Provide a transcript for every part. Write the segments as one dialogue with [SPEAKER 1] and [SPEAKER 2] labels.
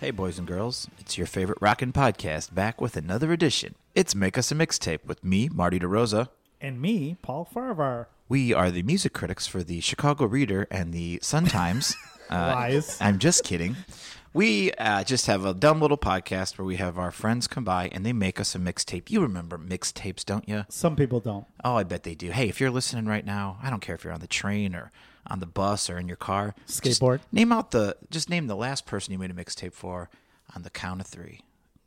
[SPEAKER 1] Hey, boys and girls, it's your favorite rockin' podcast back with another edition. It's Make Us a Mixtape with me, Marty DeRosa.
[SPEAKER 2] And me, Paul Farvar.
[SPEAKER 1] We are the music critics for the Chicago Reader and the Sun Times. Uh,
[SPEAKER 2] Lies.
[SPEAKER 1] I'm just kidding. We uh, just have a dumb little podcast where we have our friends come by and they make us a mixtape. You remember mixtapes, don't you?
[SPEAKER 2] Some people don't.
[SPEAKER 1] Oh, I bet they do. Hey, if you're listening right now, I don't care if you're on the train or on the bus or in your car. just
[SPEAKER 2] Skateboard.
[SPEAKER 1] name out the just name the last person you made a mixtape for on the count of three.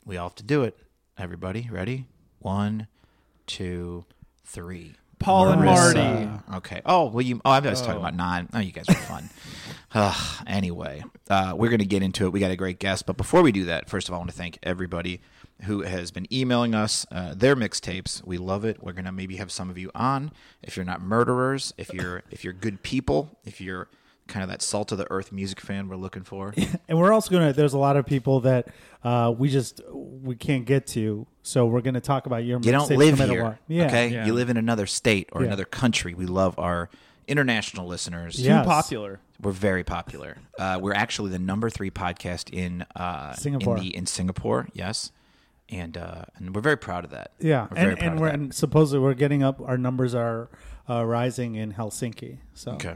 [SPEAKER 1] We all have to do it. Everybody, ready? One, two, three.
[SPEAKER 2] Paul and
[SPEAKER 1] Marissa. Okay. Oh, well, you. Oh, I was talking about nine. Oh, you guys were fun. Ugh, anyway, uh, we're going to get into it. We got a great guest, but before we do that, first of all, I want to thank everybody who has been emailing us uh, their mixtapes. We love it. We're going to maybe have some of you on. If you're not murderers, if you're if you're good people, if you're kind of that salt of the earth music fan we're looking for.
[SPEAKER 2] And we're also going to, there's a lot of people that uh, we just, we can't get to. So we're going to talk about your
[SPEAKER 1] You don't
[SPEAKER 2] mixtapes
[SPEAKER 1] live
[SPEAKER 2] no matter
[SPEAKER 1] here.
[SPEAKER 2] what. Yeah.
[SPEAKER 1] okay,
[SPEAKER 3] yeah.
[SPEAKER 1] you live in another state or
[SPEAKER 2] Yeah.
[SPEAKER 1] another country. We love our international listeners.
[SPEAKER 2] Yes.
[SPEAKER 3] Too popular.
[SPEAKER 1] We're very popular. Uh, we're actually the number three podcast in uh,
[SPEAKER 2] Singapore.
[SPEAKER 1] In, the, in Singapore, yes, and uh, and we're very proud of that.
[SPEAKER 2] Yeah.
[SPEAKER 1] we're very
[SPEAKER 2] and
[SPEAKER 1] proud
[SPEAKER 2] and,
[SPEAKER 1] of
[SPEAKER 2] we're,
[SPEAKER 1] that.
[SPEAKER 2] and supposedly we're getting up, our numbers are uh, rising in Helsinki. So
[SPEAKER 1] okay,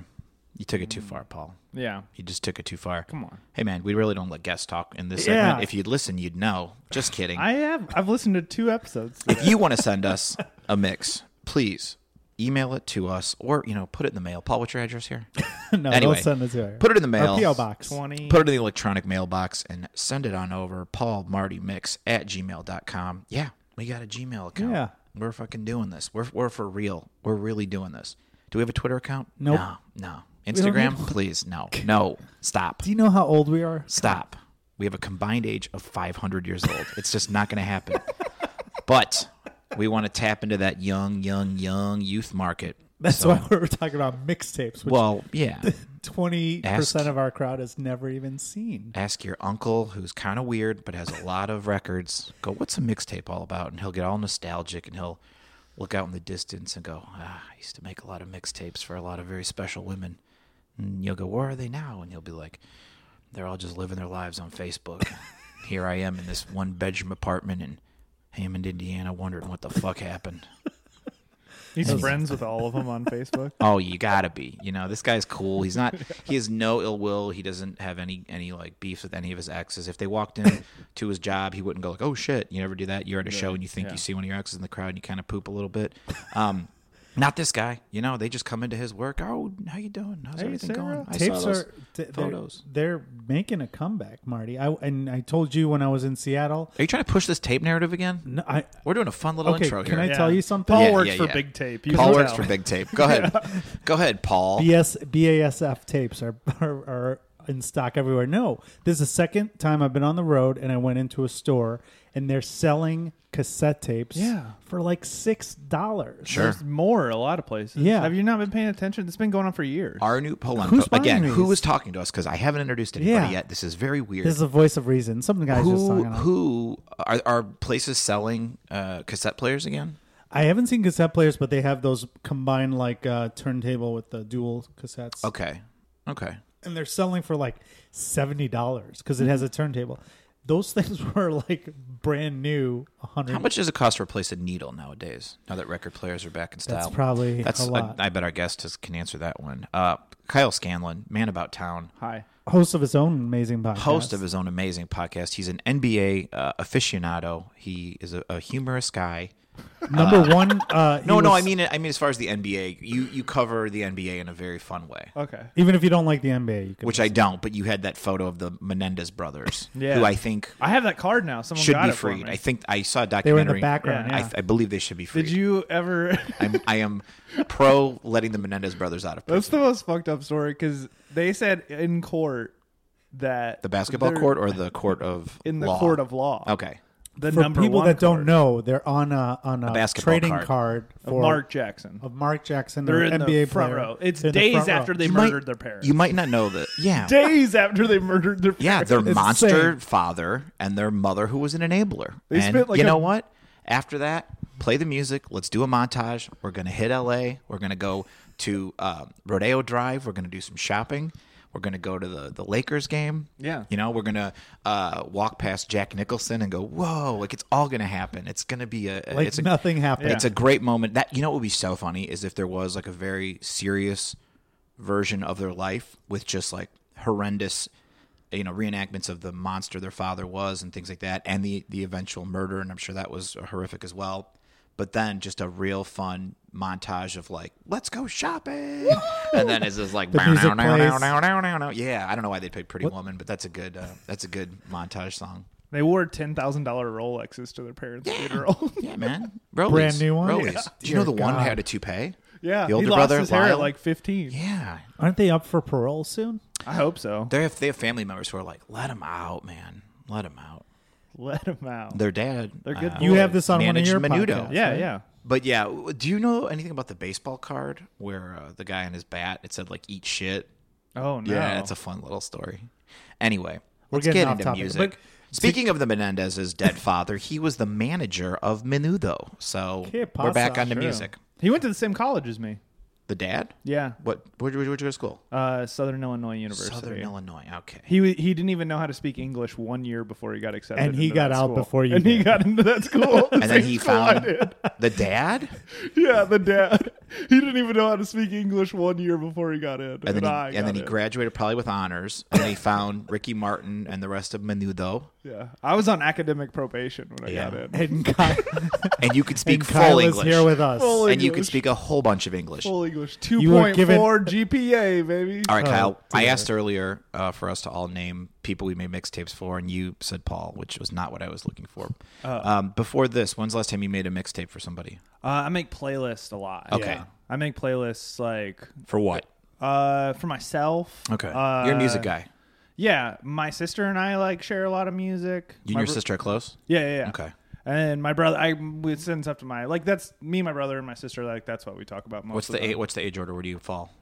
[SPEAKER 1] you took it too far, Paul.
[SPEAKER 3] Yeah.
[SPEAKER 1] You just took it too far.
[SPEAKER 3] Come on.
[SPEAKER 1] hey man, we really don't let guests talk in this
[SPEAKER 2] Yeah.
[SPEAKER 1] segment. If you'd listen, you'd know. Just kidding.
[SPEAKER 3] I have I've listened to two episodes.
[SPEAKER 1] if you want to send us a mix, please email it to us or you know put it in the mail. Paul, what's your address here?
[SPEAKER 2] no,
[SPEAKER 1] Anyway,
[SPEAKER 2] don't send it to her.
[SPEAKER 1] Put it in the
[SPEAKER 2] Our
[SPEAKER 1] mail.
[SPEAKER 2] PO box.
[SPEAKER 3] Twenty
[SPEAKER 1] put it in the electronic mailbox and send it on over paulmartymix at gmail.com yeah we got a gmail account
[SPEAKER 2] Yeah.
[SPEAKER 1] we're fucking doing this we're, we're for real we're really doing this do we have a twitter account
[SPEAKER 2] Nope.
[SPEAKER 1] no no
[SPEAKER 2] don't
[SPEAKER 1] instagram please no no stop
[SPEAKER 2] Do you know how old we are?
[SPEAKER 1] stop we have a combined age of 500 years old it's just not going to happen but we want to tap into that young young young youth market
[SPEAKER 2] That's why we were talking about mixtapes, which
[SPEAKER 1] well yeah
[SPEAKER 2] 20%
[SPEAKER 1] Ask-
[SPEAKER 2] of our crowd has never even seen.
[SPEAKER 1] ask your uncle who's kind of weird but has a lot of records go what's a mixtape all about and he'll get all nostalgic and he'll look out in the distance and go ah, i used to make a lot of mixtapes for a lot of very special women and you'll go where are they now and he'll be like they're all just living their lives on facebook here i am in this one bedroom apartment in hammond indiana wondering what the fuck happened
[SPEAKER 3] He's friends with all of them on Facebook.
[SPEAKER 1] oh you gotta be you know this guy's cool he's not he has no ill will he doesn't have any any like beefs with any of his exes if they walked in to his job he wouldn't go like oh shit you never do that you're at a show and you think
[SPEAKER 3] yeah.
[SPEAKER 1] you see one of your exes in the crowd and you kind of poop a little bit um not this guy you know they just come into his work oh how you doing how's
[SPEAKER 3] Hey,
[SPEAKER 1] everything
[SPEAKER 3] Sarah.
[SPEAKER 1] going i
[SPEAKER 2] tapes
[SPEAKER 1] saw those
[SPEAKER 2] are th- they're-
[SPEAKER 1] photos
[SPEAKER 2] They're, making a comeback, Marty. I and I told you when I was in Seattle.
[SPEAKER 1] are you trying to push this tape narrative again
[SPEAKER 2] No, I
[SPEAKER 1] we're doing a fun little
[SPEAKER 2] okay.
[SPEAKER 1] intro
[SPEAKER 2] Can I
[SPEAKER 1] here
[SPEAKER 3] Yeah.
[SPEAKER 2] tell you something?
[SPEAKER 3] Paul
[SPEAKER 1] Yeah,
[SPEAKER 3] works
[SPEAKER 1] yeah,
[SPEAKER 3] for
[SPEAKER 1] yeah.
[SPEAKER 3] Big Tape. You
[SPEAKER 1] paul
[SPEAKER 3] can
[SPEAKER 1] works
[SPEAKER 3] tell.
[SPEAKER 1] for big tape go ahead go ahead paul
[SPEAKER 2] BS BASF tapes are, are are in stock everywhere. No, this is the second time I've been on the road, and I went into a store, and they're selling cassette tapes.
[SPEAKER 3] Yeah.
[SPEAKER 2] for like six dollars.
[SPEAKER 1] Sure.
[SPEAKER 3] There's more a lot of places.
[SPEAKER 2] Yeah.
[SPEAKER 3] Have you not been paying attention? It's been going on for years.
[SPEAKER 1] Our new hold on.
[SPEAKER 2] Who's
[SPEAKER 1] again,
[SPEAKER 2] buying
[SPEAKER 1] who
[SPEAKER 2] these?
[SPEAKER 1] is talking to us? Because I haven't introduced anybody
[SPEAKER 2] Yeah.
[SPEAKER 1] yet. This is very weird.
[SPEAKER 2] This is the voice of reason. Some guys just
[SPEAKER 1] who
[SPEAKER 2] talking. about-
[SPEAKER 1] who are, are places selling uh, cassette players again?
[SPEAKER 2] I haven't seen cassette players, but they have those combined like uh, turntable with the dual cassettes.
[SPEAKER 1] Okay, okay.
[SPEAKER 2] and they're selling for like seventy dollars because it has a turntable. Those things were like brand new, hundred.
[SPEAKER 1] How much does it cost to replace a needle nowadays? Now that record players are back in style,
[SPEAKER 2] That's probably
[SPEAKER 1] That's-
[SPEAKER 2] a lot.
[SPEAKER 1] I, I bet our guest has, can answer that one. Uh, Kyle Scanlon, man about town,
[SPEAKER 3] Hi.
[SPEAKER 2] Host of his own amazing podcast.
[SPEAKER 1] host of his own amazing podcast. He's an NBA uh, aficionado. He is a, a humorous guy.
[SPEAKER 2] number one. Uh, he
[SPEAKER 1] No, no, I
[SPEAKER 2] was-
[SPEAKER 1] mean, I mean, as far as the NBA, you you cover the NBA in a very fun way.
[SPEAKER 3] Okay.
[SPEAKER 2] even if you don't like the NBA, you can
[SPEAKER 1] which I don't. But you had that photo of the Menendez brothers,
[SPEAKER 3] Yeah.
[SPEAKER 1] who I think
[SPEAKER 3] I have that card now. Someone
[SPEAKER 1] should
[SPEAKER 3] got
[SPEAKER 1] be
[SPEAKER 3] it for
[SPEAKER 1] freed.
[SPEAKER 3] me.
[SPEAKER 1] I think I saw a
[SPEAKER 2] they were in
[SPEAKER 1] documentary.
[SPEAKER 2] the background.
[SPEAKER 3] Yeah.
[SPEAKER 2] Yeah,
[SPEAKER 1] I, I believe they should be freed.
[SPEAKER 3] Did you ever?
[SPEAKER 1] I'm, I am pro letting the Menendez brothers out of prison.
[SPEAKER 3] That's the most fucked up story because they said in court that
[SPEAKER 1] The basketball
[SPEAKER 3] they're-
[SPEAKER 1] court or the court of
[SPEAKER 3] in the
[SPEAKER 1] law?
[SPEAKER 3] court of law.
[SPEAKER 1] okay.
[SPEAKER 3] The
[SPEAKER 2] for
[SPEAKER 3] number
[SPEAKER 2] people
[SPEAKER 3] one
[SPEAKER 2] that don't
[SPEAKER 3] court
[SPEAKER 2] know, they're on a on a,
[SPEAKER 1] basketball
[SPEAKER 2] trading
[SPEAKER 1] card.
[SPEAKER 2] card,
[SPEAKER 3] of
[SPEAKER 2] for
[SPEAKER 3] Mark Jackson.
[SPEAKER 2] of Mark Jackson,
[SPEAKER 3] They're
[SPEAKER 2] their
[SPEAKER 3] in
[SPEAKER 2] NBA
[SPEAKER 3] the front
[SPEAKER 2] player.
[SPEAKER 3] row. It's
[SPEAKER 2] They're in the
[SPEAKER 3] days
[SPEAKER 2] front row.
[SPEAKER 3] after they
[SPEAKER 1] You might-
[SPEAKER 3] murdered their parents.
[SPEAKER 1] You might not know that. Yeah.
[SPEAKER 3] days after they murdered their parents.
[SPEAKER 1] Yeah, their
[SPEAKER 2] It's
[SPEAKER 1] monster
[SPEAKER 2] insane.
[SPEAKER 1] father and their mother, who was an enabler.
[SPEAKER 3] They
[SPEAKER 1] and
[SPEAKER 3] spent like
[SPEAKER 1] you
[SPEAKER 3] a-
[SPEAKER 1] know what? After that, play the music. Let's do a montage. We're gonna hit L.A. We're gonna go to um, Rodeo Drive. We're gonna do some shopping. We're gonna go to the the Lakers game.
[SPEAKER 3] Yeah.
[SPEAKER 1] You know, we're gonna uh, walk past Jack Nicholson and go, "Whoa!" Like it's all gonna happen. It's gonna be a
[SPEAKER 2] Like
[SPEAKER 1] it's a,
[SPEAKER 2] nothing happened.
[SPEAKER 1] It's a great moment. That you know what would be so funny is if there was like a very serious version of their life with just like horrendous, you know, reenactments of the monster their father was and things like that, and the the eventual murder. And I'm sure that was horrific as well. But then just a real fun montage of like, let's go shopping, and then it's just like,
[SPEAKER 2] The music plays.
[SPEAKER 1] yeah. I don't know why they picked Pretty Woman, but that's a good uh, that's a good montage song.
[SPEAKER 3] They wore ten thousand dollar Rolexes to their parents' funeral.
[SPEAKER 1] Yeah, man. Rollies.
[SPEAKER 2] Brand new one?
[SPEAKER 1] Rollies.
[SPEAKER 2] Yeah.
[SPEAKER 1] Do you know
[SPEAKER 2] Dear
[SPEAKER 1] the one who
[SPEAKER 2] God.
[SPEAKER 1] had a toupee?
[SPEAKER 3] yeah,
[SPEAKER 1] The older
[SPEAKER 3] he lost
[SPEAKER 1] brother,
[SPEAKER 3] his hair at
[SPEAKER 1] Lyle?
[SPEAKER 3] like fifteen.
[SPEAKER 1] Yeah.
[SPEAKER 2] Aren't they up for parole soon?
[SPEAKER 3] I hope so.
[SPEAKER 1] They have they have family members who are like, let him out, man. Let him out.
[SPEAKER 3] Let him out.
[SPEAKER 1] Their dad. They're
[SPEAKER 3] good
[SPEAKER 2] You have this on one of
[SPEAKER 1] managed
[SPEAKER 2] your
[SPEAKER 1] Menudo.
[SPEAKER 2] podcasts.
[SPEAKER 3] yeah,
[SPEAKER 2] right?
[SPEAKER 3] yeah.
[SPEAKER 1] But yeah, w- do you know anything about the baseball card where uh, the guy on his bat it said like eat shit?
[SPEAKER 3] Oh no.
[SPEAKER 1] Yeah, it's a fun little story. Anyway,
[SPEAKER 2] We're
[SPEAKER 1] let's
[SPEAKER 2] getting
[SPEAKER 1] get
[SPEAKER 2] off
[SPEAKER 1] into
[SPEAKER 2] topic,
[SPEAKER 1] music.
[SPEAKER 2] but-
[SPEAKER 1] Speaking of the Menendez's dead father, he was the manager of Menudo. So
[SPEAKER 2] Que
[SPEAKER 1] we're back
[SPEAKER 2] pasa?
[SPEAKER 1] on the
[SPEAKER 3] True.
[SPEAKER 1] music.
[SPEAKER 3] He went to the same college as me.
[SPEAKER 1] The dad?
[SPEAKER 3] Yeah.
[SPEAKER 1] What? Where did you go to school?
[SPEAKER 3] Uh, Southern Illinois University.
[SPEAKER 1] Southern Illinois. Okay.
[SPEAKER 3] He wa- he didn't even know how to speak English one year before he got accepted.
[SPEAKER 2] And he
[SPEAKER 3] into
[SPEAKER 2] got
[SPEAKER 3] that
[SPEAKER 2] out
[SPEAKER 3] school.
[SPEAKER 2] before you
[SPEAKER 3] And he
[SPEAKER 2] did.
[SPEAKER 3] got into that school.
[SPEAKER 1] and then he found
[SPEAKER 3] it.
[SPEAKER 1] the dad.
[SPEAKER 3] Yeah, the dad. He didn't even know how to speak English one year before he got in. And,
[SPEAKER 1] and then
[SPEAKER 3] I
[SPEAKER 1] he, and then
[SPEAKER 3] got
[SPEAKER 1] he
[SPEAKER 3] in.
[SPEAKER 1] graduated probably with honors, and then he found Ricky Martin and the rest of Menudo,
[SPEAKER 3] Yeah, I was on academic probation when I
[SPEAKER 1] Yeah.
[SPEAKER 3] got in.
[SPEAKER 2] And, Ky-
[SPEAKER 1] and you could speak
[SPEAKER 2] and
[SPEAKER 1] full
[SPEAKER 2] Kyle is
[SPEAKER 1] English,
[SPEAKER 2] here with us.
[SPEAKER 3] Full
[SPEAKER 1] and you could
[SPEAKER 3] English.
[SPEAKER 1] speak a whole bunch of English.
[SPEAKER 3] Full English, two
[SPEAKER 2] You were
[SPEAKER 3] point
[SPEAKER 2] given-
[SPEAKER 3] four GPA, baby.
[SPEAKER 1] all right,
[SPEAKER 2] Oh,
[SPEAKER 1] Kyle. I
[SPEAKER 2] dear.
[SPEAKER 1] asked earlier uh, for us to all name people we made mixtapes for, and you said Paul, which was not what I was looking for. um, before this, when's the last time you made a mixtape for somebody?
[SPEAKER 3] Uh, I make playlists a lot.
[SPEAKER 1] Okay. Yeah.
[SPEAKER 3] I make playlists like
[SPEAKER 1] For what?
[SPEAKER 3] uh, for myself. Uh,
[SPEAKER 1] Okay, you're a music guy.
[SPEAKER 3] Yeah, my sister and I like share a lot of music.
[SPEAKER 1] You and
[SPEAKER 3] My
[SPEAKER 1] your
[SPEAKER 3] bro-
[SPEAKER 1] sister are close.
[SPEAKER 3] Yeah, yeah, yeah.
[SPEAKER 1] Okay.
[SPEAKER 3] And my brother, I we send stuff to my like that's me, my brother, and my sister. Like that's what we talk about most.
[SPEAKER 1] What's
[SPEAKER 3] of
[SPEAKER 1] the
[SPEAKER 3] the
[SPEAKER 1] age, what's the age order? Where do you fall?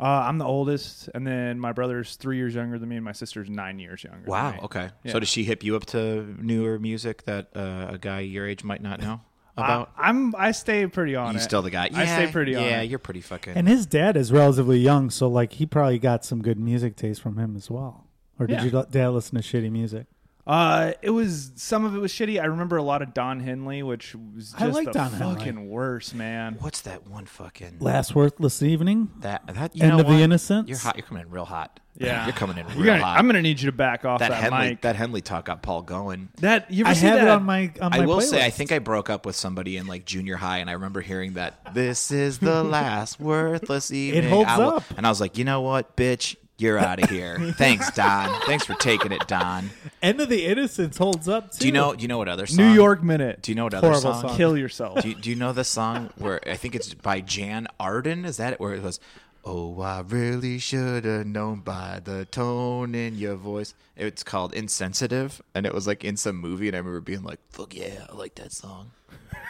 [SPEAKER 3] Uh, I'm the oldest, and then my brother's three years younger than me, and my sister's nine years younger. than
[SPEAKER 1] Wow.
[SPEAKER 3] me.
[SPEAKER 1] Okay.
[SPEAKER 3] Yeah.
[SPEAKER 1] So does she hip you up to newer music that uh, a guy your age might not know
[SPEAKER 3] I,
[SPEAKER 1] about?
[SPEAKER 3] I'm I stay pretty on
[SPEAKER 1] you
[SPEAKER 3] it.
[SPEAKER 1] still the guy.
[SPEAKER 3] I stay pretty
[SPEAKER 1] yeah,
[SPEAKER 3] on it.
[SPEAKER 1] you're pretty fucking.
[SPEAKER 2] And his dad is relatively young, so like he probably got some good music taste from him as well. Or did
[SPEAKER 3] Yeah.
[SPEAKER 2] your dad listen to shitty music?
[SPEAKER 3] Uh, it was some of it was shitty. I remember a lot of Don Henley, which was just
[SPEAKER 2] I like
[SPEAKER 3] the
[SPEAKER 2] Don Henley.
[SPEAKER 3] fucking worst man.
[SPEAKER 1] What's that one fucking
[SPEAKER 2] Last worthless evening.
[SPEAKER 1] that that you
[SPEAKER 2] End
[SPEAKER 1] know
[SPEAKER 2] of the
[SPEAKER 1] what?
[SPEAKER 2] Innocence?
[SPEAKER 1] You're hot. You're coming in real hot.
[SPEAKER 3] Yeah.
[SPEAKER 1] you're coming in real
[SPEAKER 3] You're gonna-
[SPEAKER 1] hot.
[SPEAKER 3] I'm gonna need you to back off that,
[SPEAKER 1] that Henley
[SPEAKER 3] mic. That,
[SPEAKER 1] that Henley talk got Paul going.
[SPEAKER 3] you ever
[SPEAKER 2] I
[SPEAKER 3] see
[SPEAKER 2] have
[SPEAKER 3] that?
[SPEAKER 2] it on my on my
[SPEAKER 1] I will say, I
[SPEAKER 2] playlist.
[SPEAKER 1] think I broke up with somebody in like junior high, and I remember hearing that this is the last worthless evening.
[SPEAKER 2] holds
[SPEAKER 1] I will-"
[SPEAKER 2] up.
[SPEAKER 1] and I was like, you know what, bitch, you're out of here. Thanks, Don. Thanks for taking it, Don.
[SPEAKER 2] End of the Innocence holds up too.
[SPEAKER 1] Do you know? Do you know what other song?
[SPEAKER 3] New York minute.
[SPEAKER 1] Do you know what other
[SPEAKER 2] Horrible
[SPEAKER 1] song?
[SPEAKER 2] song.
[SPEAKER 3] Kill yourself.
[SPEAKER 1] Do you, do you know the song where I think it's by Jan Arden? Is that it? Where it was, "Oh, I really should have known by the tone in your voice." It's called "Insensitive," and it was like in some movie, and I remember being like, "Fuck yeah, I like that song."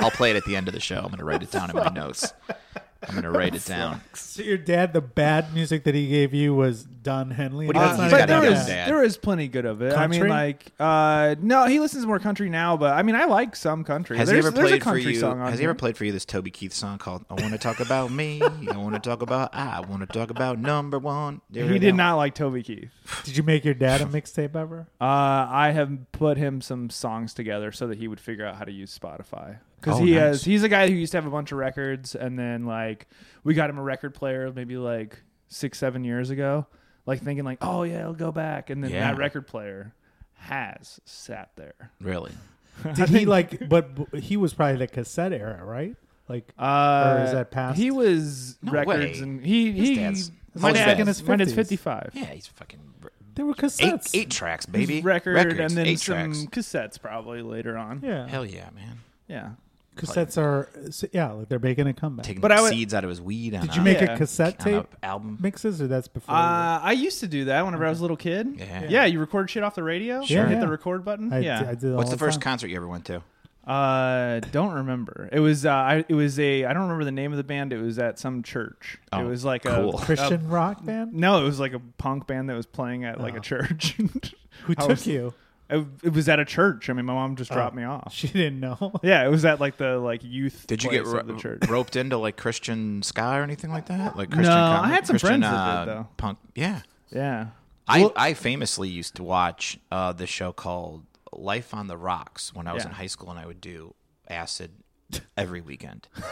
[SPEAKER 1] I'll play it at the end of the show. I'm gonna write it down in my notes. I'm gonna write it down.
[SPEAKER 2] So your dad, the bad music that he gave you was Don Henley.
[SPEAKER 1] What do you
[SPEAKER 2] That's
[SPEAKER 1] think
[SPEAKER 2] not
[SPEAKER 1] he's
[SPEAKER 3] Uh, but
[SPEAKER 2] even
[SPEAKER 1] got
[SPEAKER 3] there
[SPEAKER 1] out of
[SPEAKER 2] bad.
[SPEAKER 3] is
[SPEAKER 1] his dad?
[SPEAKER 3] there is plenty good of it. I
[SPEAKER 2] Country?
[SPEAKER 3] mean, like, uh, no, he listens to more country now, but I mean, I like some country.
[SPEAKER 1] Has
[SPEAKER 3] there's,
[SPEAKER 1] he ever
[SPEAKER 3] there's a
[SPEAKER 1] played for
[SPEAKER 3] country
[SPEAKER 1] you?
[SPEAKER 3] Song on
[SPEAKER 1] Has he ever
[SPEAKER 3] here.
[SPEAKER 1] played for you this Toby Keith song called "I Want to Talk About Me"? I want to talk about I want to talk about number one.
[SPEAKER 3] He did not like Toby Keith.
[SPEAKER 2] Did you make your dad a mixtape ever?
[SPEAKER 3] Uh, I have put him some songs together so that he would figure out how to use Spotify because
[SPEAKER 1] Oh,
[SPEAKER 3] he
[SPEAKER 1] nice.
[SPEAKER 3] has he's a guy who used to have a bunch of records and then like we got him a record player maybe like six seven years ago like thinking like oh yeah I'll go back and then
[SPEAKER 1] Yeah.
[SPEAKER 3] that record player has sat there.
[SPEAKER 1] really.
[SPEAKER 2] Did he like? But b- he was probably the cassette era, right? Like
[SPEAKER 3] Uh,
[SPEAKER 2] is that past?
[SPEAKER 3] He was
[SPEAKER 1] No way.
[SPEAKER 3] records and he he
[SPEAKER 1] dad's-
[SPEAKER 3] my
[SPEAKER 1] his
[SPEAKER 3] dad's,
[SPEAKER 1] dad's in
[SPEAKER 2] his
[SPEAKER 3] my dad's
[SPEAKER 2] 50s.
[SPEAKER 3] fifty five.
[SPEAKER 1] Yeah, he's fucking
[SPEAKER 2] there were
[SPEAKER 1] eight,
[SPEAKER 2] cassettes.
[SPEAKER 1] eight tracks, baby.
[SPEAKER 3] Record and then
[SPEAKER 1] eight
[SPEAKER 3] some
[SPEAKER 1] tracks.
[SPEAKER 3] cassettes probably later on.
[SPEAKER 2] Yeah,
[SPEAKER 1] Hell yeah, man!
[SPEAKER 3] yeah.
[SPEAKER 2] cassettes are so, yeah, like they're making a comeback.
[SPEAKER 1] Taking
[SPEAKER 3] But
[SPEAKER 1] the
[SPEAKER 3] I would-
[SPEAKER 1] seeds out of his weed. On
[SPEAKER 2] Did you
[SPEAKER 1] a-
[SPEAKER 2] make
[SPEAKER 3] Yeah.
[SPEAKER 2] a cassette
[SPEAKER 1] on a
[SPEAKER 2] tape
[SPEAKER 1] album?
[SPEAKER 2] mixes, or that's before?
[SPEAKER 3] Uh, I used to do that whenever I was a little kid.
[SPEAKER 1] Yeah.
[SPEAKER 3] Yeah, you record shit off the radio.
[SPEAKER 2] Sure.
[SPEAKER 3] Hit
[SPEAKER 2] Yeah.
[SPEAKER 3] the record button.
[SPEAKER 2] I, I
[SPEAKER 3] yeah.
[SPEAKER 2] did it all
[SPEAKER 1] What's the first
[SPEAKER 2] time.
[SPEAKER 1] concert you ever went to?
[SPEAKER 3] uh, don't remember. It was uh, I, it was a I don't remember the name of the band. It was at some church.
[SPEAKER 1] Oh,
[SPEAKER 3] it was like
[SPEAKER 1] cool.
[SPEAKER 3] a
[SPEAKER 2] Christian
[SPEAKER 1] Oh.
[SPEAKER 2] rock band?
[SPEAKER 3] No, it was like a punk band that was playing at like a
[SPEAKER 2] Oh.
[SPEAKER 3] church.
[SPEAKER 2] Who
[SPEAKER 3] I
[SPEAKER 2] took
[SPEAKER 3] was-
[SPEAKER 2] you?
[SPEAKER 3] It, it was at a church. I mean, my mom just dropped
[SPEAKER 2] Oh.
[SPEAKER 3] me off.
[SPEAKER 2] She didn't know.
[SPEAKER 3] Yeah, it was at like the like youth.
[SPEAKER 1] Did you
[SPEAKER 3] place
[SPEAKER 1] get
[SPEAKER 3] of the
[SPEAKER 1] ro-
[SPEAKER 3] church?
[SPEAKER 1] roped into like Christian ska or anything like that? Like Christian?
[SPEAKER 3] No, I
[SPEAKER 1] comedy-
[SPEAKER 3] had some
[SPEAKER 1] Christian,
[SPEAKER 3] friends that did,
[SPEAKER 1] uh,
[SPEAKER 3] though.
[SPEAKER 1] Punk, yeah.
[SPEAKER 3] Yeah.
[SPEAKER 1] I, I famously used to watch uh, this show called Life on the Rocks when I was
[SPEAKER 3] Yeah.
[SPEAKER 1] in high school, and I would do acid every weekend.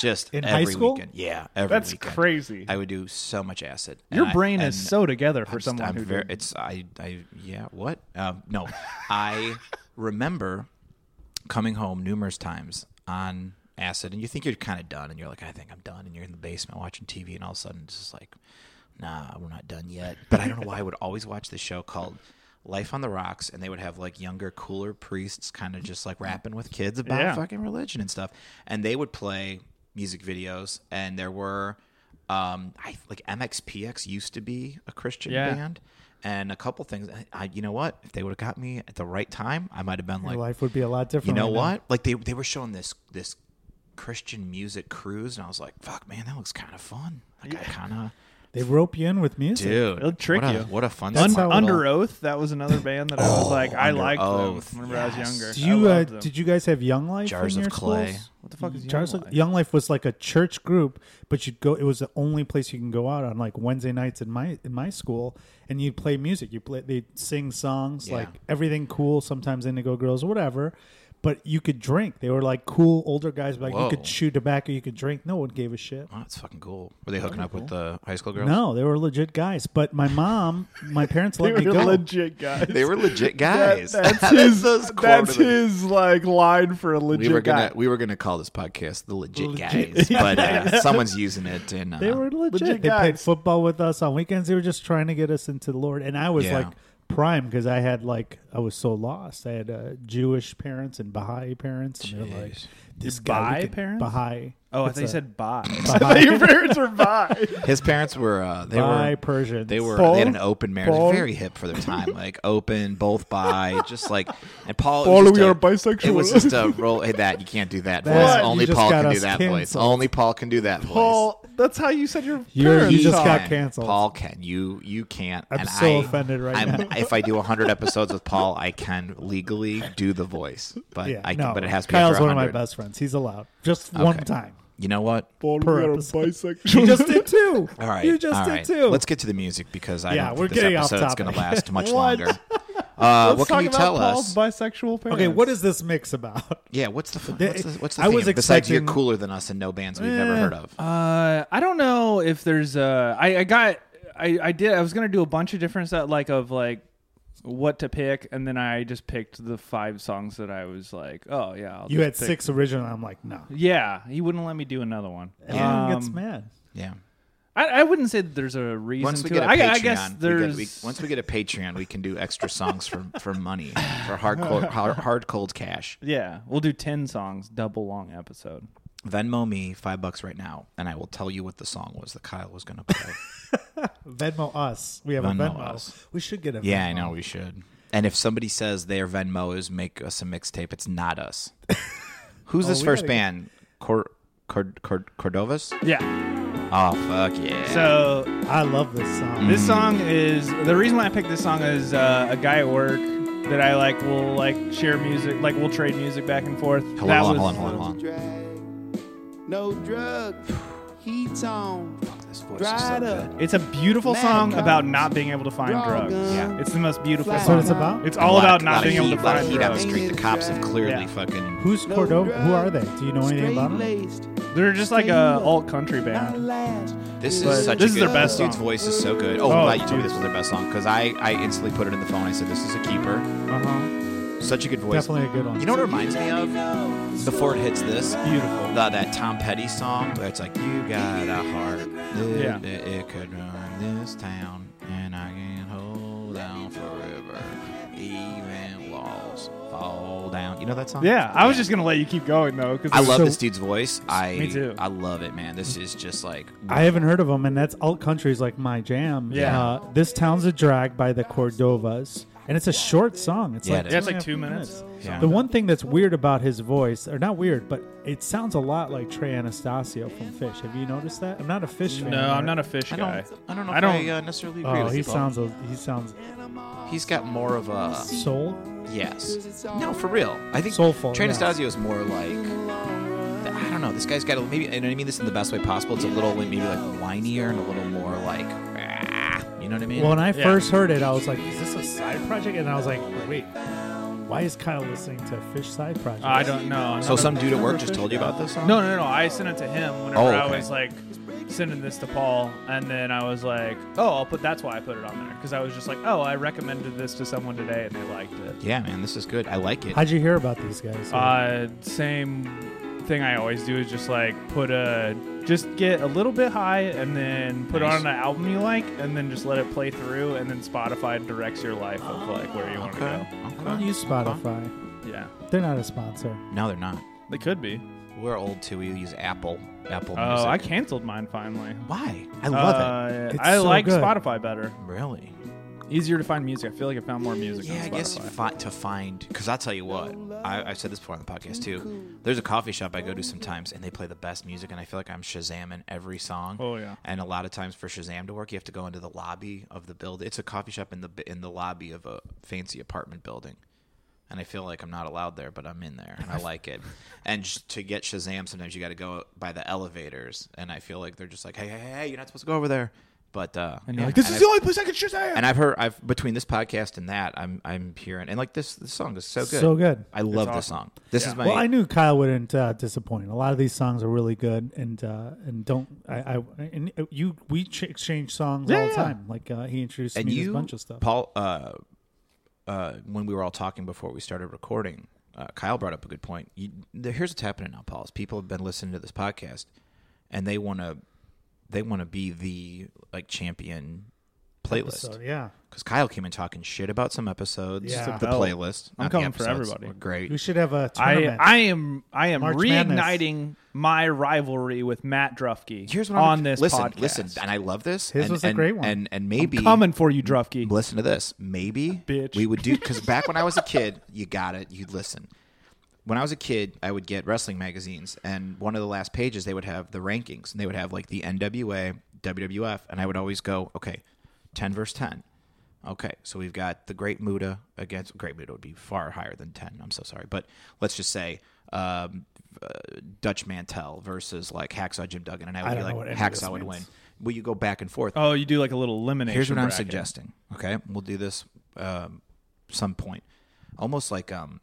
[SPEAKER 1] Just
[SPEAKER 2] In high
[SPEAKER 1] every
[SPEAKER 2] school?
[SPEAKER 1] weekend. Yeah, every
[SPEAKER 3] That's
[SPEAKER 1] weekend.
[SPEAKER 3] crazy.
[SPEAKER 1] I would do so much acid. And
[SPEAKER 3] Your
[SPEAKER 1] I-
[SPEAKER 3] brain is
[SPEAKER 1] and
[SPEAKER 3] so together for
[SPEAKER 1] I'm just-
[SPEAKER 3] someone
[SPEAKER 1] I'm
[SPEAKER 3] who
[SPEAKER 1] very.
[SPEAKER 3] didn't.
[SPEAKER 1] It's I. I yeah. What? Um, no, I remember coming home numerous times on acid, and you think you're kind of done, and you're like, I think I'm done, and you're in the basement watching TV, and all of a sudden it's just like, Nah, we're not done yet. But I don't know why I would always watch this show called. Life on the Rocks, and they would have like younger, cooler priests kind of just like rapping with kids about
[SPEAKER 3] Yeah.
[SPEAKER 1] fucking religion and stuff. And they would play music videos, and there were, um, I like MXPX used to be a Christian
[SPEAKER 3] Yeah.
[SPEAKER 1] band, and a couple things. I, I, you know what? If they would have got me at the right time, I might have been
[SPEAKER 2] Your
[SPEAKER 1] like,
[SPEAKER 2] life would be a lot different.
[SPEAKER 1] you know
[SPEAKER 2] right now.
[SPEAKER 1] what? Like they they were showing this this Christian music cruise, and I was like, fuck, man, that looks kind of fun. Like I kind of
[SPEAKER 2] They rope you in with music.
[SPEAKER 1] dude,
[SPEAKER 3] It'll trick
[SPEAKER 1] what
[SPEAKER 3] you.
[SPEAKER 1] A, what a fun
[SPEAKER 2] That's
[SPEAKER 3] Un-
[SPEAKER 1] spot.
[SPEAKER 2] how-
[SPEAKER 3] Under Oath, that was another band that I was
[SPEAKER 1] Oh,
[SPEAKER 3] like, I
[SPEAKER 1] Under
[SPEAKER 3] liked
[SPEAKER 1] Oath,
[SPEAKER 3] them whenever
[SPEAKER 1] yes.
[SPEAKER 3] I was younger.
[SPEAKER 2] Do
[SPEAKER 3] I
[SPEAKER 2] you uh,
[SPEAKER 3] loved them.
[SPEAKER 2] did you guys have Young Life?
[SPEAKER 1] Jars
[SPEAKER 2] in
[SPEAKER 1] of
[SPEAKER 2] your
[SPEAKER 1] Clay.
[SPEAKER 2] schools?
[SPEAKER 3] What the fuck is
[SPEAKER 2] Jars
[SPEAKER 3] Young
[SPEAKER 2] of-
[SPEAKER 3] Life?
[SPEAKER 2] Young Life was like a church group, but you'd go. It was the only place you can go out on like Wednesday nights in my in my school, and you'd play music. You play, they'd sing songs
[SPEAKER 1] Yeah.
[SPEAKER 2] like everything cool. Sometimes Indigo Girls, whatever. But you could drink. They were like cool older guys. Like you
[SPEAKER 1] Whoa.
[SPEAKER 2] could chew tobacco, you could drink. No one gave a shit.
[SPEAKER 1] Oh, that's fucking cool. Were they hooking up with the high school girls?
[SPEAKER 2] No, they were legit guys. But my mom, my parents
[SPEAKER 3] they
[SPEAKER 2] let
[SPEAKER 3] were
[SPEAKER 2] me go.
[SPEAKER 3] legit guys.
[SPEAKER 1] They were legit
[SPEAKER 3] That-
[SPEAKER 1] guys.
[SPEAKER 3] that's his.
[SPEAKER 1] those quote
[SPEAKER 3] that's
[SPEAKER 1] of the-
[SPEAKER 3] his like line for a legit
[SPEAKER 1] We were
[SPEAKER 3] guy.
[SPEAKER 1] gonna we were gonna call this podcast the legit,
[SPEAKER 2] Legit.
[SPEAKER 1] guys, but uh, someone's using it and uh,
[SPEAKER 2] They were legit.
[SPEAKER 3] Legit
[SPEAKER 2] they played
[SPEAKER 3] guys.
[SPEAKER 2] football with us on weekends. They were just trying to get us into the Lord, and I was
[SPEAKER 1] Yeah.
[SPEAKER 2] like prime because I had like I was so lost. I had uh, Jewish parents and Baha'i parents, and they're like
[SPEAKER 1] Jeez.
[SPEAKER 2] this
[SPEAKER 3] Your
[SPEAKER 2] guy we
[SPEAKER 3] Baha'i
[SPEAKER 2] could-
[SPEAKER 3] parents?
[SPEAKER 2] Baha'i.
[SPEAKER 3] Oh, I
[SPEAKER 2] It's
[SPEAKER 3] thought you
[SPEAKER 2] a
[SPEAKER 3] said bye. I thought your parents were bye.
[SPEAKER 1] His parents were uh, they
[SPEAKER 2] Baha'i
[SPEAKER 1] were
[SPEAKER 2] Persians.
[SPEAKER 1] they were
[SPEAKER 3] Paul?
[SPEAKER 1] they had an open marriage,
[SPEAKER 3] Paul?
[SPEAKER 1] very hip for their time, like open, both by, just like and Paul. it
[SPEAKER 3] Paul,
[SPEAKER 1] was just
[SPEAKER 3] we
[SPEAKER 1] a-
[SPEAKER 3] are bisexual.
[SPEAKER 1] It was just a role. Hey, that you can't do that,
[SPEAKER 2] That-
[SPEAKER 1] voice. Only
[SPEAKER 2] you just
[SPEAKER 1] Paul
[SPEAKER 2] got
[SPEAKER 1] can do
[SPEAKER 2] us
[SPEAKER 1] that voice.
[SPEAKER 2] canceled.
[SPEAKER 1] Only Paul can do that voice.
[SPEAKER 3] Paul, that's how you said your
[SPEAKER 2] You're-
[SPEAKER 3] parents
[SPEAKER 2] you just
[SPEAKER 3] talk.
[SPEAKER 2] got
[SPEAKER 1] Can.
[SPEAKER 2] canceled.
[SPEAKER 1] Paul can you you can't.
[SPEAKER 2] I'm
[SPEAKER 1] and
[SPEAKER 2] so
[SPEAKER 1] I,
[SPEAKER 2] offended right
[SPEAKER 1] I'm,
[SPEAKER 2] now.
[SPEAKER 1] If I do 100 episodes with Paul, I can legally do the voice, but
[SPEAKER 2] Yeah,
[SPEAKER 1] I can,
[SPEAKER 2] no.
[SPEAKER 1] but it has to be
[SPEAKER 2] Kyle's
[SPEAKER 1] after
[SPEAKER 2] one of my
[SPEAKER 1] 100.
[SPEAKER 2] best friends. He's allowed just one
[SPEAKER 1] Okay.
[SPEAKER 2] time.
[SPEAKER 1] You know what?
[SPEAKER 3] Paul, we
[SPEAKER 2] per
[SPEAKER 3] are
[SPEAKER 2] episode.
[SPEAKER 3] bisexual.
[SPEAKER 2] You just did two.
[SPEAKER 1] All right.
[SPEAKER 2] you just
[SPEAKER 1] all
[SPEAKER 2] did
[SPEAKER 1] right.
[SPEAKER 2] two.
[SPEAKER 1] Let's get to the music because I
[SPEAKER 2] Yeah,
[SPEAKER 1] don't
[SPEAKER 2] we're
[SPEAKER 1] think
[SPEAKER 2] getting
[SPEAKER 1] this
[SPEAKER 2] off
[SPEAKER 1] episode's going to
[SPEAKER 2] topic.
[SPEAKER 1] last much
[SPEAKER 3] What?
[SPEAKER 1] longer. Uh,
[SPEAKER 3] Let's
[SPEAKER 1] what can
[SPEAKER 3] talk
[SPEAKER 1] you
[SPEAKER 3] about
[SPEAKER 1] tell us?
[SPEAKER 3] Paul's bisexual parents.
[SPEAKER 2] okay, what is this mix about?
[SPEAKER 1] yeah, what's the fun?
[SPEAKER 2] They-
[SPEAKER 1] What's the, what's the
[SPEAKER 2] I
[SPEAKER 1] theme?
[SPEAKER 2] was
[SPEAKER 1] Besides, you're
[SPEAKER 2] expecting-
[SPEAKER 1] cooler than us and no bands we've never
[SPEAKER 3] Eh,
[SPEAKER 1] heard of.
[SPEAKER 3] Uh, I don't know if there's uh, I I got I I did I was gonna do a bunch of different stuff like of like what to pick, and then I just picked the five songs that I was like, oh yeah, I'll
[SPEAKER 2] You
[SPEAKER 3] just
[SPEAKER 2] had
[SPEAKER 3] pick-
[SPEAKER 2] six original. I'm like, no.
[SPEAKER 3] Yeah, he wouldn't let me do another one.
[SPEAKER 2] Everyone gets
[SPEAKER 3] Um,
[SPEAKER 2] mad.
[SPEAKER 1] Yeah.
[SPEAKER 3] I, I wouldn't say that there's a reason
[SPEAKER 1] Once we
[SPEAKER 3] to
[SPEAKER 1] get
[SPEAKER 3] it.
[SPEAKER 1] a
[SPEAKER 3] I-
[SPEAKER 1] Patreon,
[SPEAKER 3] I guess
[SPEAKER 1] we
[SPEAKER 3] there's
[SPEAKER 1] get, we, once we get a Patreon, we can do extra songs for for money for hard cold, hard, hard cold cash.
[SPEAKER 3] yeah, we'll do ten songs, double long episode.
[SPEAKER 1] Venmo me five bucks right now, and I will tell you what the song was that Kyle was going to play.
[SPEAKER 2] Venmo us. We have a
[SPEAKER 1] Venmo
[SPEAKER 2] Venmo.
[SPEAKER 1] us.
[SPEAKER 2] We should get a.
[SPEAKER 1] yeah,
[SPEAKER 2] Venmo.
[SPEAKER 1] I know we should. And if somebody says their Venmo is make us a mixtape, it's not us. Who's this
[SPEAKER 2] we
[SPEAKER 1] first
[SPEAKER 2] gotta get-
[SPEAKER 1] band? Cor- Cor- Cor- Cordovas?
[SPEAKER 3] Yeah.
[SPEAKER 1] Oh fuck yeah!
[SPEAKER 3] So
[SPEAKER 2] I love this song.
[SPEAKER 1] Mm.
[SPEAKER 3] This song is the reason why I picked this song is uh, a guy at work that I like will like share music, like we'll trade music back and forth.
[SPEAKER 1] hold
[SPEAKER 3] that
[SPEAKER 1] on,
[SPEAKER 3] was
[SPEAKER 1] hold on, hold on, hold on.
[SPEAKER 4] drag. No drugs, heat's on.
[SPEAKER 1] This voice is so
[SPEAKER 4] Dried
[SPEAKER 1] good.
[SPEAKER 4] up.
[SPEAKER 3] It's a beautiful
[SPEAKER 4] Mad
[SPEAKER 3] song
[SPEAKER 4] drugs.
[SPEAKER 3] about not being able to find
[SPEAKER 4] Draw
[SPEAKER 3] drugs.
[SPEAKER 4] gun.
[SPEAKER 1] Yeah.
[SPEAKER 3] It's the most beautiful
[SPEAKER 4] That's
[SPEAKER 2] That's what
[SPEAKER 3] song.
[SPEAKER 2] it's about.
[SPEAKER 3] It's all
[SPEAKER 1] A lot-
[SPEAKER 3] about
[SPEAKER 1] a
[SPEAKER 3] not
[SPEAKER 1] lot of
[SPEAKER 3] being able
[SPEAKER 1] heat- a
[SPEAKER 3] to
[SPEAKER 1] lot of
[SPEAKER 3] find
[SPEAKER 1] heat on the
[SPEAKER 3] drugs.
[SPEAKER 1] street. The cops have clearly
[SPEAKER 3] Yeah.
[SPEAKER 1] fucking
[SPEAKER 2] Who's
[SPEAKER 4] No
[SPEAKER 2] Cordova? Who are they?
[SPEAKER 4] drugs.
[SPEAKER 2] Do you know anything about them?
[SPEAKER 4] laced.
[SPEAKER 3] They're just like a alt country
[SPEAKER 4] Not
[SPEAKER 3] band.
[SPEAKER 4] last.
[SPEAKER 1] This
[SPEAKER 3] But
[SPEAKER 1] is such
[SPEAKER 3] this
[SPEAKER 1] a
[SPEAKER 3] is
[SPEAKER 1] good
[SPEAKER 3] their best
[SPEAKER 1] Dude's
[SPEAKER 3] song.
[SPEAKER 1] voice is so good. Oh,
[SPEAKER 3] Oh,
[SPEAKER 1] I'm glad you told me
[SPEAKER 3] dude.
[SPEAKER 1] this was their best song because I, I instantly put it in the phone. I said, this is a keeper.
[SPEAKER 3] Uh-huh.
[SPEAKER 1] Such a good voice.
[SPEAKER 2] Definitely a good one.
[SPEAKER 1] You know what it reminds me of? Before it hits this,
[SPEAKER 3] Beautiful.
[SPEAKER 1] the, that Tom Petty song where it's like, you got a heart. It,
[SPEAKER 3] Yeah.
[SPEAKER 1] it, it could run this town and I can hold out forever. Even walls fall down. You know that song?
[SPEAKER 3] Yeah, I was just gonna let you keep going though, because
[SPEAKER 1] I love
[SPEAKER 2] So-
[SPEAKER 1] this dude's voice. I
[SPEAKER 3] Me too.
[SPEAKER 1] I love it, man. This is just like
[SPEAKER 2] I haven't heard of them, and that's alt country's like my jam.
[SPEAKER 3] Yeah.
[SPEAKER 2] Uh, this town's a drag by the Cordovas, and it's a short song. It's
[SPEAKER 1] Yeah,
[SPEAKER 2] like
[SPEAKER 1] it is.
[SPEAKER 3] Yeah, it's like
[SPEAKER 2] and a half
[SPEAKER 3] two minutes.
[SPEAKER 1] Yeah.
[SPEAKER 2] The one thing that's weird about his voice, or not weird, but it sounds a lot like Trey Anastasio from Fish. Have you noticed that? I'm not a Fish fan.
[SPEAKER 3] No, I'm
[SPEAKER 2] or-
[SPEAKER 3] not a fish
[SPEAKER 1] I
[SPEAKER 3] guy.
[SPEAKER 1] don't, I don't know
[SPEAKER 3] I
[SPEAKER 1] if I,
[SPEAKER 3] don't-
[SPEAKER 1] uh, necessarily agree
[SPEAKER 2] Oh,
[SPEAKER 1] with
[SPEAKER 2] he
[SPEAKER 1] you, Paul.
[SPEAKER 2] sounds. a- He sounds
[SPEAKER 1] He's got more of a
[SPEAKER 2] soul.
[SPEAKER 1] yes. No, for real. I think
[SPEAKER 2] Soulful,
[SPEAKER 1] Trey
[SPEAKER 2] yeah.
[SPEAKER 1] Anastasio is more like I don't know. This guy's got a maybe, and I mean this in the best way possible. It's a little like, maybe like whinier and a little more like ah, you You know what I mean?
[SPEAKER 2] Well, when I
[SPEAKER 3] Yeah.
[SPEAKER 2] first heard it, I was like, "Is this a side project?" And I was like, "Wait, why is Kyle listening to Fish Side Project?"
[SPEAKER 3] I don't know. I'm
[SPEAKER 1] so
[SPEAKER 3] not a-
[SPEAKER 1] some dude at work just told you about this song?
[SPEAKER 3] No, no, no. I sent it to him whenever
[SPEAKER 1] Oh,
[SPEAKER 3] I
[SPEAKER 1] okay.
[SPEAKER 3] was like sending this to Paul, and then I was like, oh, I'll put. That's why I put it on there because I was just like, oh, I recommended this to someone today, and they liked it.
[SPEAKER 1] Yeah, man, this is good. I like it.
[SPEAKER 2] How'd you hear about these guys?
[SPEAKER 3] Uh, same thing I always do is just like put a just get a little bit high and then put
[SPEAKER 1] Nice.
[SPEAKER 3] on an album you like and then just let it play through and then Spotify directs your life of like where you want to
[SPEAKER 1] okay.
[SPEAKER 2] I don't
[SPEAKER 1] okay.
[SPEAKER 2] use Spotify.
[SPEAKER 3] go. Yeah.
[SPEAKER 2] They're not a sponsor.
[SPEAKER 1] No, they're not.
[SPEAKER 3] They could be.
[SPEAKER 1] We're old too. We use Apple. Apple
[SPEAKER 3] Oh,
[SPEAKER 1] Music.
[SPEAKER 3] I canceled mine finally.
[SPEAKER 1] Why? I love
[SPEAKER 3] Uh,
[SPEAKER 2] It's
[SPEAKER 3] I
[SPEAKER 2] so
[SPEAKER 3] like
[SPEAKER 2] good.
[SPEAKER 3] Spotify better.
[SPEAKER 1] it. Really?
[SPEAKER 3] Easier to find music. I feel like I found more music.
[SPEAKER 1] Yeah,
[SPEAKER 3] on
[SPEAKER 1] I guess
[SPEAKER 3] Spotify.
[SPEAKER 1] fi- to find. Because I'll tell you what, I, I've said this before on the podcast too. There's a coffee shop I go to sometimes, and they play the best music, and I feel like I'm Shazamming every song.
[SPEAKER 3] Oh, yeah.
[SPEAKER 1] And a lot of times for Shazam to work, you have to go into the lobby of the building. It's a coffee shop in the b- in the lobby of a fancy apartment building. And I feel like I'm not allowed there, but I'm in there, and I like it. And sh- to get Shazam, sometimes you got to go by the elevators, and I feel like they're just like, "Hey, hey, hey, you're not supposed to go over there." But uh,
[SPEAKER 3] And you're
[SPEAKER 1] yeah.
[SPEAKER 3] like, this
[SPEAKER 1] And
[SPEAKER 3] is
[SPEAKER 1] I-
[SPEAKER 3] the only place I can Shazam.
[SPEAKER 1] and I've heard I've between this podcast and that I'm I'm hearing and like this this song is so good.
[SPEAKER 2] So good.
[SPEAKER 1] I love this
[SPEAKER 3] awesome.
[SPEAKER 1] song. This is my
[SPEAKER 2] Well, I knew Kyle wouldn't uh, disappoint. A lot of these songs are really good, and uh, and don't I, I and uh, you we ch- exchange songs all the
[SPEAKER 3] Yeah.
[SPEAKER 2] time. Like uh, he introduced
[SPEAKER 1] and
[SPEAKER 2] me to
[SPEAKER 1] you
[SPEAKER 2] a bunch of stuff.
[SPEAKER 1] Paul uh uh when we were all talking before we started recording, uh, Kyle brought up a good point. You, the, here's what's happening now, Paul. Is people have been listening to this podcast and they want to they want to be the like champion playlist
[SPEAKER 2] So, yeah,
[SPEAKER 1] because Kyle came in talking shit about some episodes,
[SPEAKER 2] Yeah.
[SPEAKER 1] the
[SPEAKER 3] Oh.
[SPEAKER 1] playlist.
[SPEAKER 3] I'm
[SPEAKER 1] not the
[SPEAKER 3] coming for
[SPEAKER 1] episodes,
[SPEAKER 3] everybody.
[SPEAKER 1] were Great.
[SPEAKER 2] we should have a
[SPEAKER 3] I,
[SPEAKER 2] tournament.
[SPEAKER 3] I am I am
[SPEAKER 2] March Madness.
[SPEAKER 3] reigniting my rivalry with Matt Drufke
[SPEAKER 1] Here's what
[SPEAKER 3] on
[SPEAKER 1] I'm,
[SPEAKER 3] this
[SPEAKER 1] listen,
[SPEAKER 3] podcast.
[SPEAKER 1] listen, and I love this.
[SPEAKER 2] His
[SPEAKER 1] and,
[SPEAKER 2] was a
[SPEAKER 1] and-
[SPEAKER 2] great one.
[SPEAKER 1] and and maybe
[SPEAKER 3] coming for you, Drufke.
[SPEAKER 1] Listen to this. Maybe
[SPEAKER 3] Bitch.
[SPEAKER 1] we would do because back when I was a kid, you got it. You'd listen. When I was a kid, I would get wrestling magazines, and one of the last pages they would have the rankings, and they would have like the NWA, WWF, and I would always go, okay, ten versus ten. Okay, so we've got the Great Muda against Great Muda would be far higher than ten. I'm so sorry, but let's just say um, uh, Dutch Mantel versus like Hacksaw Jim Duggan, and I would be
[SPEAKER 2] I don't know
[SPEAKER 1] like
[SPEAKER 2] what any of this
[SPEAKER 1] Hacksaw would win.
[SPEAKER 2] means.
[SPEAKER 1] Well, you go back and forth.
[SPEAKER 3] Oh, you do like a little elimination.
[SPEAKER 1] Here's what I'm
[SPEAKER 3] bracket.
[SPEAKER 1] suggesting. Okay, we'll do this um, some point, almost like um,